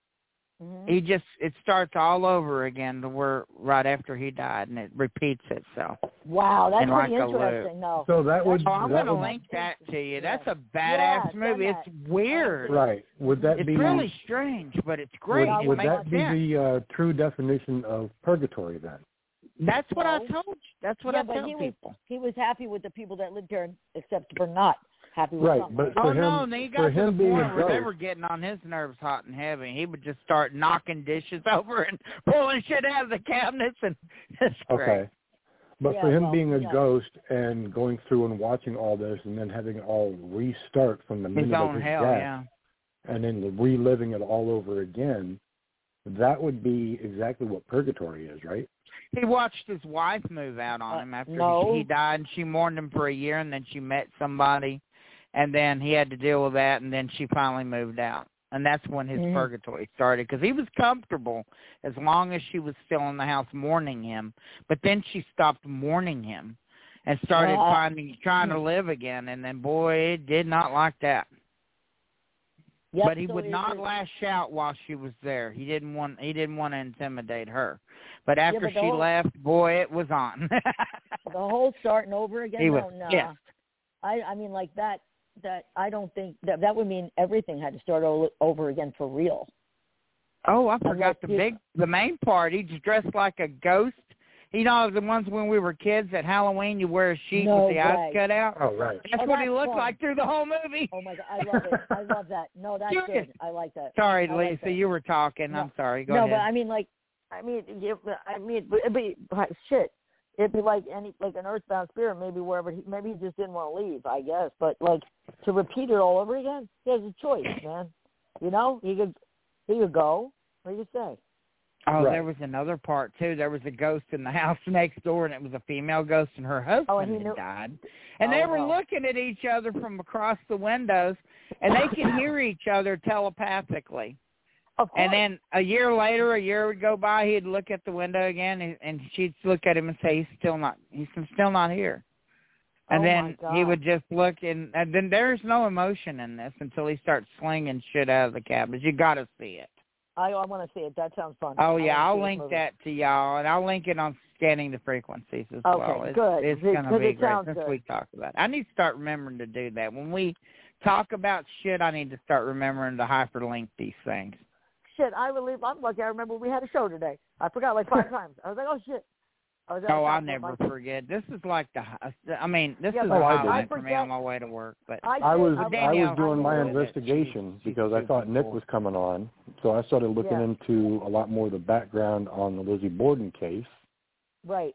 [SPEAKER 3] Mm-hmm.
[SPEAKER 2] he just it starts all over again to where right after he died and it repeats itself.
[SPEAKER 3] Wow, that's
[SPEAKER 2] And
[SPEAKER 3] pretty
[SPEAKER 2] like a loop.
[SPEAKER 3] interesting, though.
[SPEAKER 4] So that would
[SPEAKER 2] Oh, I'm
[SPEAKER 4] that
[SPEAKER 2] gonna
[SPEAKER 4] would,
[SPEAKER 2] link that to you. That's a
[SPEAKER 3] Yeah,
[SPEAKER 2] badass
[SPEAKER 3] I've
[SPEAKER 2] movie.
[SPEAKER 3] done
[SPEAKER 2] It's weird.
[SPEAKER 4] right. Would that
[SPEAKER 2] It's
[SPEAKER 4] be
[SPEAKER 2] really strange, but it's great.
[SPEAKER 4] Would,
[SPEAKER 2] it
[SPEAKER 4] would
[SPEAKER 2] makes
[SPEAKER 4] that be
[SPEAKER 2] sense.
[SPEAKER 4] the uh, true definition of purgatory then?
[SPEAKER 2] That's what I
[SPEAKER 3] No.
[SPEAKER 2] told you. That's what
[SPEAKER 3] Yeah,
[SPEAKER 2] I
[SPEAKER 3] but
[SPEAKER 2] tell
[SPEAKER 3] he was-
[SPEAKER 2] people.
[SPEAKER 3] He was happy with the people that lived there, except for not happy with
[SPEAKER 4] Right,
[SPEAKER 3] something.
[SPEAKER 4] but
[SPEAKER 2] Oh
[SPEAKER 4] for
[SPEAKER 2] no!
[SPEAKER 4] him,
[SPEAKER 2] They got
[SPEAKER 4] for
[SPEAKER 2] to the
[SPEAKER 4] him
[SPEAKER 2] point
[SPEAKER 4] being a
[SPEAKER 2] where they
[SPEAKER 4] ghost-
[SPEAKER 2] were getting on his nerves, hot and heavy. He would just start knocking dishes [laughs] over and pulling shit out of the cabinets, and [laughs] it's great.
[SPEAKER 4] Okay. But for
[SPEAKER 3] Yeah,
[SPEAKER 4] him
[SPEAKER 3] well,
[SPEAKER 4] being a
[SPEAKER 3] yeah.
[SPEAKER 4] ghost and going through and watching all this and then having it all restart from the
[SPEAKER 2] His
[SPEAKER 4] minute of
[SPEAKER 2] own
[SPEAKER 4] his
[SPEAKER 2] hell,
[SPEAKER 4] death
[SPEAKER 2] yeah.
[SPEAKER 4] and then reliving it all over again, that would be exactly what purgatory is, right?
[SPEAKER 2] He watched his wife move out
[SPEAKER 3] Uh,
[SPEAKER 2] on him after
[SPEAKER 3] no.
[SPEAKER 2] he he died, and she mourned him for a year, and then she met somebody, and then he had to deal with that, and then she finally moved out, and that's when his
[SPEAKER 3] Mhm.
[SPEAKER 2] purgatory started because he was comfortable as long as she was still in the house mourning him, but then she stopped mourning him and started
[SPEAKER 3] Ah.
[SPEAKER 2] finding trying to live again, and then boy, it did not like that.
[SPEAKER 3] Yep,
[SPEAKER 2] but he
[SPEAKER 3] so
[SPEAKER 2] would
[SPEAKER 3] it
[SPEAKER 2] not
[SPEAKER 3] is-
[SPEAKER 2] lash out while she was there. He didn't want he didn't want to intimidate her. But after
[SPEAKER 3] but the
[SPEAKER 2] she
[SPEAKER 3] whole-
[SPEAKER 2] left, boy, it was on. [laughs]
[SPEAKER 3] The whole starting over again.
[SPEAKER 2] he
[SPEAKER 3] no,
[SPEAKER 2] was
[SPEAKER 3] no.
[SPEAKER 2] pissed.
[SPEAKER 3] I I mean like that that I don't think that that would mean everything had to start all over again for real.
[SPEAKER 2] Oh, I forgot the
[SPEAKER 3] you-
[SPEAKER 2] big the main part. He's dressed like a ghost. You know the ones when we were kids at Halloween you wear a sheet
[SPEAKER 3] No
[SPEAKER 2] with the eyes
[SPEAKER 3] way.
[SPEAKER 2] cut out.
[SPEAKER 4] Oh, right.
[SPEAKER 2] That's
[SPEAKER 3] Oh,
[SPEAKER 2] what he
[SPEAKER 3] that's
[SPEAKER 2] looked
[SPEAKER 3] fun.
[SPEAKER 2] like through the whole movie.
[SPEAKER 3] Oh my god, I love it. I love that. No, that's
[SPEAKER 2] Serious.
[SPEAKER 3] good. I like that.
[SPEAKER 2] Sorry,
[SPEAKER 3] I like
[SPEAKER 2] Lisa,
[SPEAKER 3] that.
[SPEAKER 2] you were talking.
[SPEAKER 3] No.
[SPEAKER 2] I'm sorry. Go
[SPEAKER 3] no,
[SPEAKER 2] ahead.
[SPEAKER 3] but I mean like I mean you, I mean but it'd be like, shit. It'd be like any like an earthbound spirit maybe wherever he maybe he just didn't want to leave, I guess. But like to repeat it all over again, he has a
[SPEAKER 2] [coughs]
[SPEAKER 3] choice, man. You know? He could he could go or he could stay.
[SPEAKER 2] Oh,
[SPEAKER 4] Right.
[SPEAKER 2] there was another part too. There was a ghost in the [laughs] house next door, and it was a female ghost, and her husband
[SPEAKER 3] Oh, and he
[SPEAKER 2] had
[SPEAKER 3] knew-
[SPEAKER 2] died. And
[SPEAKER 3] Oh,
[SPEAKER 2] they were
[SPEAKER 3] no.
[SPEAKER 2] looking at each other from across the windows, and they could hear each other telepathically.
[SPEAKER 3] Of course.
[SPEAKER 2] And then a year later, a year would go by, he'd look at the window again, and, and she'd look at him and say, "He's still not. He's still not here." And
[SPEAKER 3] Oh,
[SPEAKER 2] then
[SPEAKER 3] my
[SPEAKER 2] he
[SPEAKER 3] God.
[SPEAKER 2] would just look, and, and then there's no emotion in this until he starts slinging shit out of the cabinets. You got to see it.
[SPEAKER 3] I I want to see it. That sounds fun.
[SPEAKER 2] Oh
[SPEAKER 3] I
[SPEAKER 2] yeah,
[SPEAKER 3] wanna
[SPEAKER 2] I'll
[SPEAKER 3] see this
[SPEAKER 2] link
[SPEAKER 3] movie.
[SPEAKER 2] that to y'all, and I'll link it on scanning the frequencies as
[SPEAKER 3] Okay,
[SPEAKER 2] well. It's,
[SPEAKER 3] good,
[SPEAKER 2] It's
[SPEAKER 3] because-
[SPEAKER 2] gonna
[SPEAKER 3] because
[SPEAKER 2] be
[SPEAKER 3] it
[SPEAKER 2] great
[SPEAKER 3] sounds
[SPEAKER 2] since
[SPEAKER 3] good.
[SPEAKER 2] we talk about. It. I need to start remembering to do that when we talk about shit. I need to start remembering to hyperlink these things.
[SPEAKER 3] Shit, I really I'm lucky. I remember we had a show today. I forgot like
[SPEAKER 2] [laughs]
[SPEAKER 3] five times. I was like, oh shit. I was at
[SPEAKER 2] oh,
[SPEAKER 3] the
[SPEAKER 2] I'll
[SPEAKER 3] doctor
[SPEAKER 2] never
[SPEAKER 3] about-
[SPEAKER 2] forget. This is like the. hi- I mean, this
[SPEAKER 3] Yeah,
[SPEAKER 2] is a
[SPEAKER 4] but I
[SPEAKER 2] highlight for me
[SPEAKER 3] forget-
[SPEAKER 2] on my way to work. But
[SPEAKER 3] I,
[SPEAKER 4] I
[SPEAKER 3] did-
[SPEAKER 4] was
[SPEAKER 2] But
[SPEAKER 4] I
[SPEAKER 2] Danielle-
[SPEAKER 4] was doing my
[SPEAKER 2] I know that
[SPEAKER 4] investigation
[SPEAKER 2] she's- she's
[SPEAKER 4] because I thought
[SPEAKER 2] super
[SPEAKER 4] Nick
[SPEAKER 2] cool.
[SPEAKER 4] was coming on, so I started looking
[SPEAKER 3] Yeah.
[SPEAKER 4] into a lot more of the background on the Lizzie Borden case.
[SPEAKER 3] right.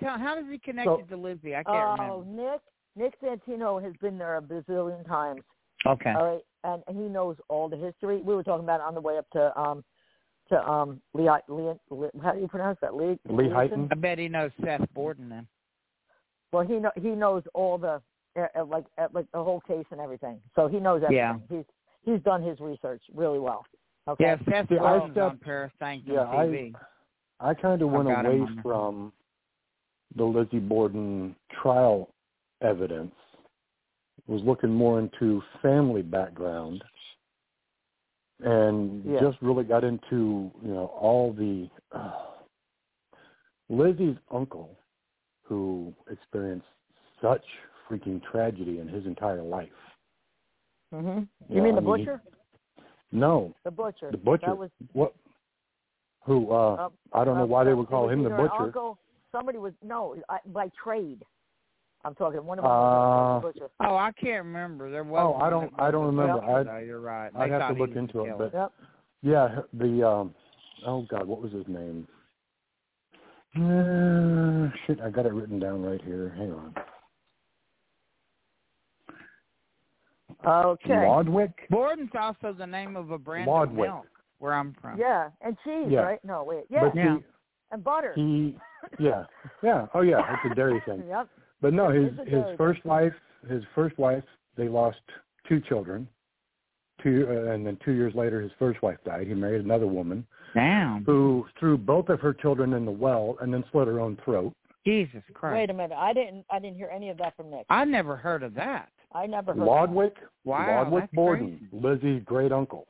[SPEAKER 2] tell, how does he connect
[SPEAKER 4] So-
[SPEAKER 2] it to Lizzie? I can't
[SPEAKER 3] Oh, Nick Nick Santino has been there a bazillion times.
[SPEAKER 2] remember. Okay.
[SPEAKER 3] All right, and he knows all the history. We were talking about it on the way up to um to um Lee, Lee, Lee how do you pronounce that? Lee
[SPEAKER 4] Lee
[SPEAKER 3] Leeson?
[SPEAKER 4] Hyten?
[SPEAKER 2] I bet he knows Seth Borden then.
[SPEAKER 3] Well, he know, he knows all the uh, uh, like uh, like the whole case and everything. So he knows everything.
[SPEAKER 2] Yeah.
[SPEAKER 3] He's he's done his research really well. Okay.
[SPEAKER 2] Yeah, Seth
[SPEAKER 4] See, I
[SPEAKER 2] Borden's on
[SPEAKER 4] stepped-
[SPEAKER 2] Parasanctum
[SPEAKER 4] yeah, I-
[SPEAKER 2] TV.
[SPEAKER 4] I kind of went
[SPEAKER 2] got him
[SPEAKER 4] away
[SPEAKER 2] on that.
[SPEAKER 4] from the Lizzie Borden trial evidence. Was looking more into family background, and
[SPEAKER 3] Yeah.
[SPEAKER 4] just really got into you know all the uh, Lizzie's uncle, who experienced such freaking tragedy in his entire life.
[SPEAKER 3] hmm You
[SPEAKER 4] Yeah,
[SPEAKER 3] mean the
[SPEAKER 4] I mean, he-
[SPEAKER 3] butcher?
[SPEAKER 4] No,
[SPEAKER 3] The butcher.
[SPEAKER 4] the butcher.
[SPEAKER 3] That was.
[SPEAKER 4] what? Who? Uh,
[SPEAKER 3] Uh,
[SPEAKER 4] I don't know
[SPEAKER 3] uh,
[SPEAKER 4] why they
[SPEAKER 3] uh,
[SPEAKER 4] would
[SPEAKER 3] it
[SPEAKER 4] call
[SPEAKER 3] was
[SPEAKER 4] him the
[SPEAKER 3] either an
[SPEAKER 4] butcher.
[SPEAKER 3] Uncle, somebody was no I, by trade. I'm talking one of my
[SPEAKER 4] Uh,
[SPEAKER 3] uncles was the butcher.
[SPEAKER 2] Oh, I can't remember. There was.
[SPEAKER 4] Oh, I
[SPEAKER 2] one
[SPEAKER 4] don't-
[SPEAKER 2] that was
[SPEAKER 4] I don't
[SPEAKER 2] a
[SPEAKER 4] remember.
[SPEAKER 2] doctor,
[SPEAKER 4] I'd-
[SPEAKER 2] though. You're right.
[SPEAKER 4] I'd
[SPEAKER 2] They
[SPEAKER 4] have to
[SPEAKER 2] thought he
[SPEAKER 4] look
[SPEAKER 2] was
[SPEAKER 4] into it,
[SPEAKER 2] killed.
[SPEAKER 4] but-
[SPEAKER 3] Yep.
[SPEAKER 4] Yeah, the um, oh god, what was his name? Uh, shit, I got it written down right here. Hang on,
[SPEAKER 3] Okay.
[SPEAKER 4] Lodwick.
[SPEAKER 2] Borden's also the name of a brand of
[SPEAKER 4] Lodwick.
[SPEAKER 2] milk where I'm from.
[SPEAKER 3] Yeah, and cheese,
[SPEAKER 4] Yeah.
[SPEAKER 3] right? No, wait. Yeah,
[SPEAKER 4] But
[SPEAKER 2] Yeah.
[SPEAKER 3] and butter.
[SPEAKER 4] he, he, yeah, yeah, oh yeah, it's a dairy thing.
[SPEAKER 3] [laughs] Yep.
[SPEAKER 4] But no, his
[SPEAKER 3] It's a
[SPEAKER 4] his
[SPEAKER 3] dairy
[SPEAKER 4] first wife, his first wife, they lost two children. Two, uh, and then two years later, his first wife died. He married another woman
[SPEAKER 2] Damn.
[SPEAKER 4] who threw both of her children in the well and then slit her own throat.
[SPEAKER 2] Jesus Christ.
[SPEAKER 3] Wait a minute. I didn't. I didn't hear any of that from Nick.
[SPEAKER 2] I never heard of that.
[SPEAKER 3] I never heard. that.
[SPEAKER 4] Lodwick,
[SPEAKER 2] Wow,
[SPEAKER 4] Lodwick
[SPEAKER 2] that's
[SPEAKER 4] Borden, Lizzie's great uncle.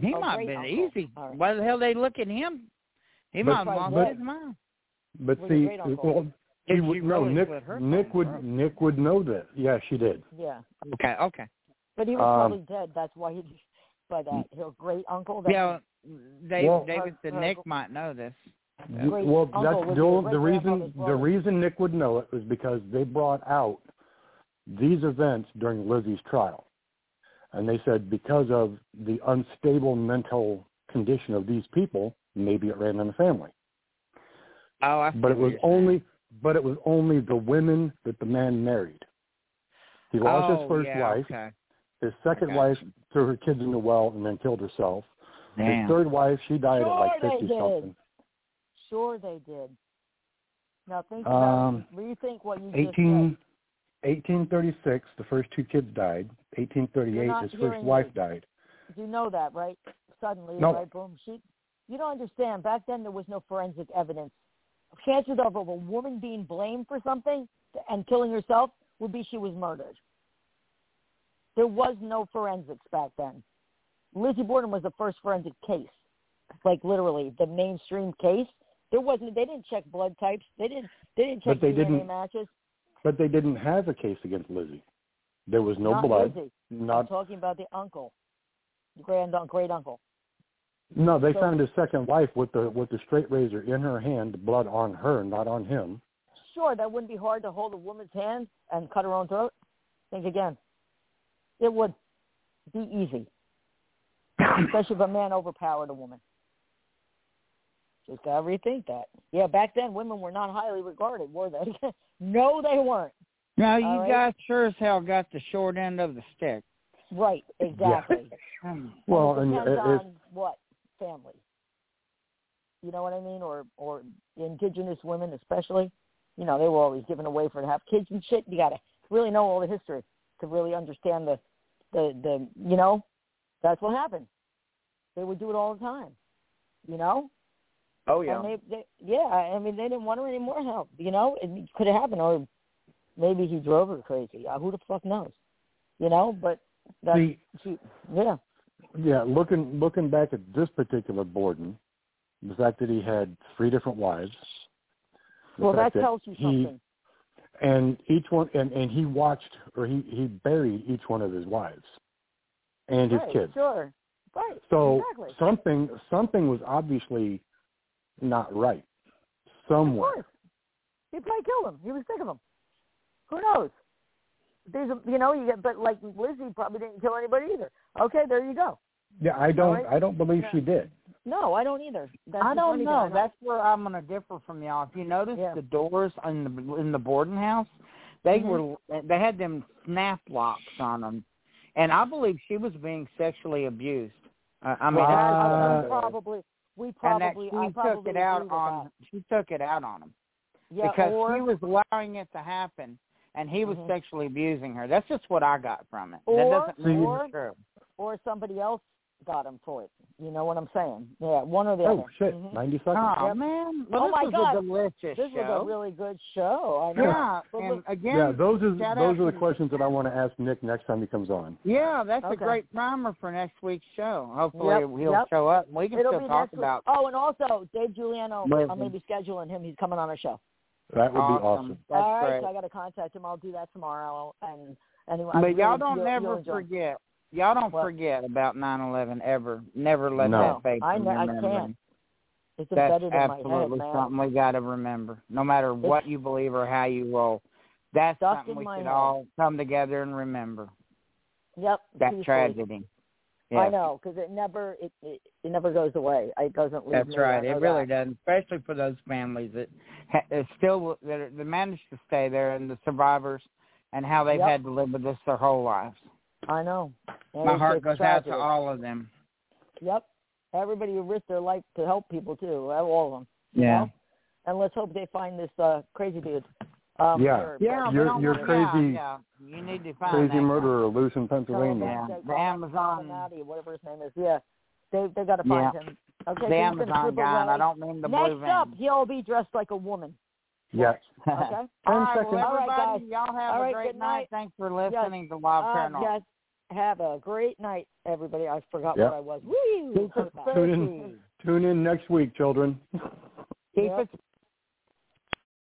[SPEAKER 2] He
[SPEAKER 3] Oh,
[SPEAKER 2] might have
[SPEAKER 3] great
[SPEAKER 2] been
[SPEAKER 3] uncle.
[SPEAKER 2] easy.
[SPEAKER 3] All right.
[SPEAKER 2] Why the hell they look at him? He
[SPEAKER 4] But-
[SPEAKER 2] might have lost
[SPEAKER 3] but-
[SPEAKER 2] his mind.
[SPEAKER 4] But
[SPEAKER 3] Was your
[SPEAKER 4] see,
[SPEAKER 3] great uncle.
[SPEAKER 4] well, he
[SPEAKER 2] Did
[SPEAKER 4] would
[SPEAKER 2] she
[SPEAKER 4] no
[SPEAKER 2] really
[SPEAKER 4] Nick.
[SPEAKER 2] put her
[SPEAKER 4] Nick
[SPEAKER 2] phone
[SPEAKER 4] would
[SPEAKER 2] up?
[SPEAKER 4] Nick would know that. Yeah, she did.
[SPEAKER 3] Yeah,
[SPEAKER 2] Okay, okay.
[SPEAKER 3] but he was
[SPEAKER 4] Um, Mm.
[SPEAKER 3] probably dead. That's why he. But uh, his great uncle. That,
[SPEAKER 2] Yeah, Dave,
[SPEAKER 4] Well-
[SPEAKER 2] David said
[SPEAKER 3] Her-
[SPEAKER 2] Nick
[SPEAKER 3] her-
[SPEAKER 2] might know this.
[SPEAKER 4] You-
[SPEAKER 3] Great
[SPEAKER 4] well,
[SPEAKER 3] uncle
[SPEAKER 4] that's
[SPEAKER 3] was
[SPEAKER 4] Joel,
[SPEAKER 3] your
[SPEAKER 4] the reason
[SPEAKER 3] great-grandfather's
[SPEAKER 4] the
[SPEAKER 3] brother.
[SPEAKER 4] reason Nick would know it was because they brought out these events during Lizzie's trial, and they said because of the unstable mental condition of these people, maybe it ran in the family.
[SPEAKER 2] Oh, I see
[SPEAKER 4] But it
[SPEAKER 2] what
[SPEAKER 4] was
[SPEAKER 2] you're saying.
[SPEAKER 4] only but it was only the women that the man married. He lost
[SPEAKER 2] Oh,
[SPEAKER 4] his first
[SPEAKER 2] yeah,
[SPEAKER 4] wife.
[SPEAKER 2] Okay.
[SPEAKER 4] His second
[SPEAKER 2] Okay.
[SPEAKER 4] wife threw her kids in the well and then killed herself.
[SPEAKER 2] Damn.
[SPEAKER 4] His third wife, she died at
[SPEAKER 3] Sure
[SPEAKER 4] like
[SPEAKER 3] they
[SPEAKER 4] fifty
[SPEAKER 3] did.
[SPEAKER 4] something.
[SPEAKER 3] Sure, they did. Now think about.
[SPEAKER 4] Um,
[SPEAKER 3] rethink what you just said.
[SPEAKER 4] 18, 1836, the first two kids died.
[SPEAKER 3] You're
[SPEAKER 4] 1838,
[SPEAKER 3] not
[SPEAKER 4] his first
[SPEAKER 3] hearing
[SPEAKER 4] wife
[SPEAKER 3] me.
[SPEAKER 4] died.
[SPEAKER 3] You know that, right? Suddenly,
[SPEAKER 4] No.
[SPEAKER 3] right? Boom. She. You don't understand. Back then, there was no forensic evidence. Chances of a woman being blamed for something and killing herself would be she was murdered. There was no forensics back then. Lizzie Borden was the first forensic case, like literally the mainstream case. There wasn't. They didn't check blood types. They didn't. They didn't
[SPEAKER 4] But
[SPEAKER 3] check
[SPEAKER 4] they
[SPEAKER 3] DNA
[SPEAKER 4] didn't-
[SPEAKER 3] matches.
[SPEAKER 4] But they didn't have a case against Lizzie. There was no
[SPEAKER 3] Not
[SPEAKER 4] blood.
[SPEAKER 3] Lizzie. I'm
[SPEAKER 4] Not
[SPEAKER 3] talking about the uncle, grand great uncle.
[SPEAKER 4] no. They
[SPEAKER 3] So-
[SPEAKER 4] found his second wife with the with the straight razor in her hand, blood on her, not on him.
[SPEAKER 3] Sure, that wouldn't be hard to hold a woman's hand and cut her own throat. Think again. It would be easy, especially if a man overpowered a woman. Just gotta rethink that. Yeah, back then women were not highly regarded, were they? [laughs] no, they weren't.
[SPEAKER 2] Now you
[SPEAKER 3] All right.
[SPEAKER 2] guys sure as hell got the short end of the stick.
[SPEAKER 3] Right, exactly. Hmm,
[SPEAKER 4] Well,
[SPEAKER 3] it
[SPEAKER 4] and
[SPEAKER 3] depends
[SPEAKER 4] it,
[SPEAKER 3] on
[SPEAKER 4] it's
[SPEAKER 3] what family. You know what I mean, or or indigenous women especially. You know, they were always given away for to have kids and shit. You gotta really know all the history to really understand the the the you know that's what happened. They would do it all the time. You know,
[SPEAKER 2] Oh
[SPEAKER 3] and they, they, yeah, I mean, they didn't want her any more help. You know, it could have happened, or maybe he drove her crazy. Uh, who the fuck knows? You know, but that's
[SPEAKER 4] the
[SPEAKER 3] she, yeah.
[SPEAKER 4] Yeah, looking looking back at this particular Borden, the fact that he had three different wives. the
[SPEAKER 3] Well, that
[SPEAKER 4] fact
[SPEAKER 3] tells you
[SPEAKER 4] he-
[SPEAKER 3] something.
[SPEAKER 4] And each one, and and he watched or he he buried each one of his wives, and his
[SPEAKER 3] right,
[SPEAKER 4] kids.
[SPEAKER 3] Sure. Right.
[SPEAKER 4] So
[SPEAKER 3] exactly.
[SPEAKER 4] something something was obviously not right
[SPEAKER 3] Of
[SPEAKER 4] somewhere.
[SPEAKER 3] course. He probably killed him. He was sick of him. Who knows? There's a, you know, you get, but like Lizzie probably didn't kill anybody either. Okay, there you go.
[SPEAKER 4] Yeah, I don't
[SPEAKER 3] Right?
[SPEAKER 4] I don't believe she did.
[SPEAKER 3] No, I don't either. That's
[SPEAKER 2] I
[SPEAKER 3] the
[SPEAKER 2] don't
[SPEAKER 3] funny
[SPEAKER 2] know.
[SPEAKER 3] thing. I
[SPEAKER 2] That's where I'm going to differ from y'all. If you notice
[SPEAKER 3] Yeah.
[SPEAKER 2] the doors in the in the Borden house, they
[SPEAKER 3] Mhm.
[SPEAKER 2] were they had them snap locks on them, and I believe she was being sexually abused. Uh, I mean,
[SPEAKER 3] I,
[SPEAKER 2] that's
[SPEAKER 3] I,
[SPEAKER 2] what
[SPEAKER 3] I-
[SPEAKER 2] I'm
[SPEAKER 3] we
[SPEAKER 4] uh,
[SPEAKER 2] saying.
[SPEAKER 3] probably we
[SPEAKER 2] and
[SPEAKER 3] probably
[SPEAKER 2] that she
[SPEAKER 3] I
[SPEAKER 2] took
[SPEAKER 3] probably
[SPEAKER 2] it
[SPEAKER 3] agree
[SPEAKER 2] out
[SPEAKER 3] with
[SPEAKER 2] on she took it out on him
[SPEAKER 3] that. Yeah,
[SPEAKER 2] because
[SPEAKER 3] or
[SPEAKER 2] he was allowing it to happen, and he was
[SPEAKER 3] Mhm.
[SPEAKER 2] sexually abusing her. That's just what I got from it.
[SPEAKER 3] Or-
[SPEAKER 2] that doesn't mean
[SPEAKER 3] or-
[SPEAKER 2] it's true.
[SPEAKER 3] or somebody else got him for it. You know what I'm saying? Yeah, one or the
[SPEAKER 4] Oh
[SPEAKER 3] other.
[SPEAKER 4] shit,
[SPEAKER 3] Mhm.
[SPEAKER 4] ninety seconds.
[SPEAKER 2] Oh
[SPEAKER 3] Yep.
[SPEAKER 2] man, well,
[SPEAKER 3] Oh,
[SPEAKER 2] this
[SPEAKER 3] my
[SPEAKER 2] was
[SPEAKER 3] God.
[SPEAKER 2] a delicious
[SPEAKER 3] This was
[SPEAKER 2] show.
[SPEAKER 3] a really good show. I know.
[SPEAKER 2] yeah,
[SPEAKER 3] But
[SPEAKER 2] and
[SPEAKER 3] look-
[SPEAKER 2] again,
[SPEAKER 4] yeah, those is
[SPEAKER 2] shout out
[SPEAKER 4] those are
[SPEAKER 2] to-
[SPEAKER 4] the questions that I want to ask Nick next time he comes on.
[SPEAKER 2] Yeah, that's
[SPEAKER 3] Okay.
[SPEAKER 2] a great primer for next week's show. Hopefully
[SPEAKER 3] Yep,
[SPEAKER 2] he'll
[SPEAKER 3] yep.
[SPEAKER 2] show up. and We can
[SPEAKER 3] It'll be
[SPEAKER 2] still talk
[SPEAKER 3] next week.
[SPEAKER 2] about mm-hmm.
[SPEAKER 3] Oh, and also Dave Giuliano.
[SPEAKER 4] Well,
[SPEAKER 3] I'm going to be scheduling him. He's coming on our show.
[SPEAKER 4] That would be awesome.
[SPEAKER 2] That's
[SPEAKER 3] All right,
[SPEAKER 2] great.
[SPEAKER 3] so I got to contact him. I'll do that tomorrow. And anyway, I
[SPEAKER 2] but y'all
[SPEAKER 3] really-
[SPEAKER 2] don't
[SPEAKER 3] you'll- you'll
[SPEAKER 2] never
[SPEAKER 3] enjoy.
[SPEAKER 2] forget. Y'all don't
[SPEAKER 3] What?
[SPEAKER 2] forget about nine eleven ever. Never let
[SPEAKER 4] No.
[SPEAKER 2] that fade
[SPEAKER 3] I
[SPEAKER 2] from
[SPEAKER 3] know-
[SPEAKER 2] your
[SPEAKER 3] I
[SPEAKER 2] memory.
[SPEAKER 3] can't. It's
[SPEAKER 2] That's
[SPEAKER 3] embedded in my head,
[SPEAKER 2] absolutely
[SPEAKER 3] man.
[SPEAKER 2] something we got to remember, no matter what you believe or how you roll. That's
[SPEAKER 3] Stuck
[SPEAKER 2] something
[SPEAKER 3] in
[SPEAKER 2] we
[SPEAKER 3] my
[SPEAKER 2] should
[SPEAKER 3] head.
[SPEAKER 2] all come together and remember.
[SPEAKER 3] Yep.
[SPEAKER 2] That
[SPEAKER 3] truthfully.
[SPEAKER 2] tragedy. Yeah.
[SPEAKER 3] I know because it never it, it it never goes away. It doesn't leave.
[SPEAKER 2] That's
[SPEAKER 3] me, I
[SPEAKER 2] right. It
[SPEAKER 3] know
[SPEAKER 2] really
[SPEAKER 3] that.
[SPEAKER 2] doesn't, especially for those families that, ha- that still that, are, that managed to stay there and the survivors and how they've
[SPEAKER 3] Yep.
[SPEAKER 2] had to live with this their whole lives.
[SPEAKER 3] I know.
[SPEAKER 2] My
[SPEAKER 3] It's
[SPEAKER 2] heart
[SPEAKER 3] just
[SPEAKER 2] goes out
[SPEAKER 3] tragedy.
[SPEAKER 2] to all of them.
[SPEAKER 3] Yep. Everybody who risked their life to help people too. All of them. you
[SPEAKER 2] Yeah.
[SPEAKER 3] know? And let's hope they find this uh crazy dude. Um,
[SPEAKER 4] Yeah.
[SPEAKER 3] here.
[SPEAKER 2] Yeah. we
[SPEAKER 4] You're-
[SPEAKER 2] don't
[SPEAKER 4] you're
[SPEAKER 2] want-
[SPEAKER 4] crazy-
[SPEAKER 2] Yeah, yeah. You need to find that
[SPEAKER 4] Crazy
[SPEAKER 2] guy.
[SPEAKER 4] murderer loose in
[SPEAKER 3] Yeah.
[SPEAKER 4] Pennsylvania.
[SPEAKER 2] Yeah.
[SPEAKER 3] That
[SPEAKER 2] The
[SPEAKER 3] guy,
[SPEAKER 2] Amazon.
[SPEAKER 3] Malnati, whatever his name is. Yeah, they they got to find him. Okay,
[SPEAKER 2] Mm. The
[SPEAKER 3] so he's gonna
[SPEAKER 2] Amazon
[SPEAKER 3] cripple
[SPEAKER 2] guy. And I
[SPEAKER 3] Raleigh.
[SPEAKER 2] don't mean the blue
[SPEAKER 3] Next
[SPEAKER 2] van. [laughs]
[SPEAKER 3] up, he'll be dressed like a woman.
[SPEAKER 4] Yes.
[SPEAKER 3] Okay.
[SPEAKER 2] All
[SPEAKER 4] Ten
[SPEAKER 2] right,
[SPEAKER 4] seconds.
[SPEAKER 2] well,
[SPEAKER 3] All right,
[SPEAKER 2] everybody, y'all have
[SPEAKER 3] All
[SPEAKER 2] a
[SPEAKER 3] right,
[SPEAKER 2] great
[SPEAKER 3] good
[SPEAKER 2] night.
[SPEAKER 3] night.
[SPEAKER 2] Thanks for listening to Wild
[SPEAKER 3] Uh,
[SPEAKER 2] Paranormal.
[SPEAKER 3] yes. Have a great night, everybody. I forgot
[SPEAKER 4] Yep.
[SPEAKER 3] where I was. Woo! Bye.
[SPEAKER 4] Tune in. Tune in next week, children. [laughs]
[SPEAKER 2] Keep
[SPEAKER 3] Yep.
[SPEAKER 2] it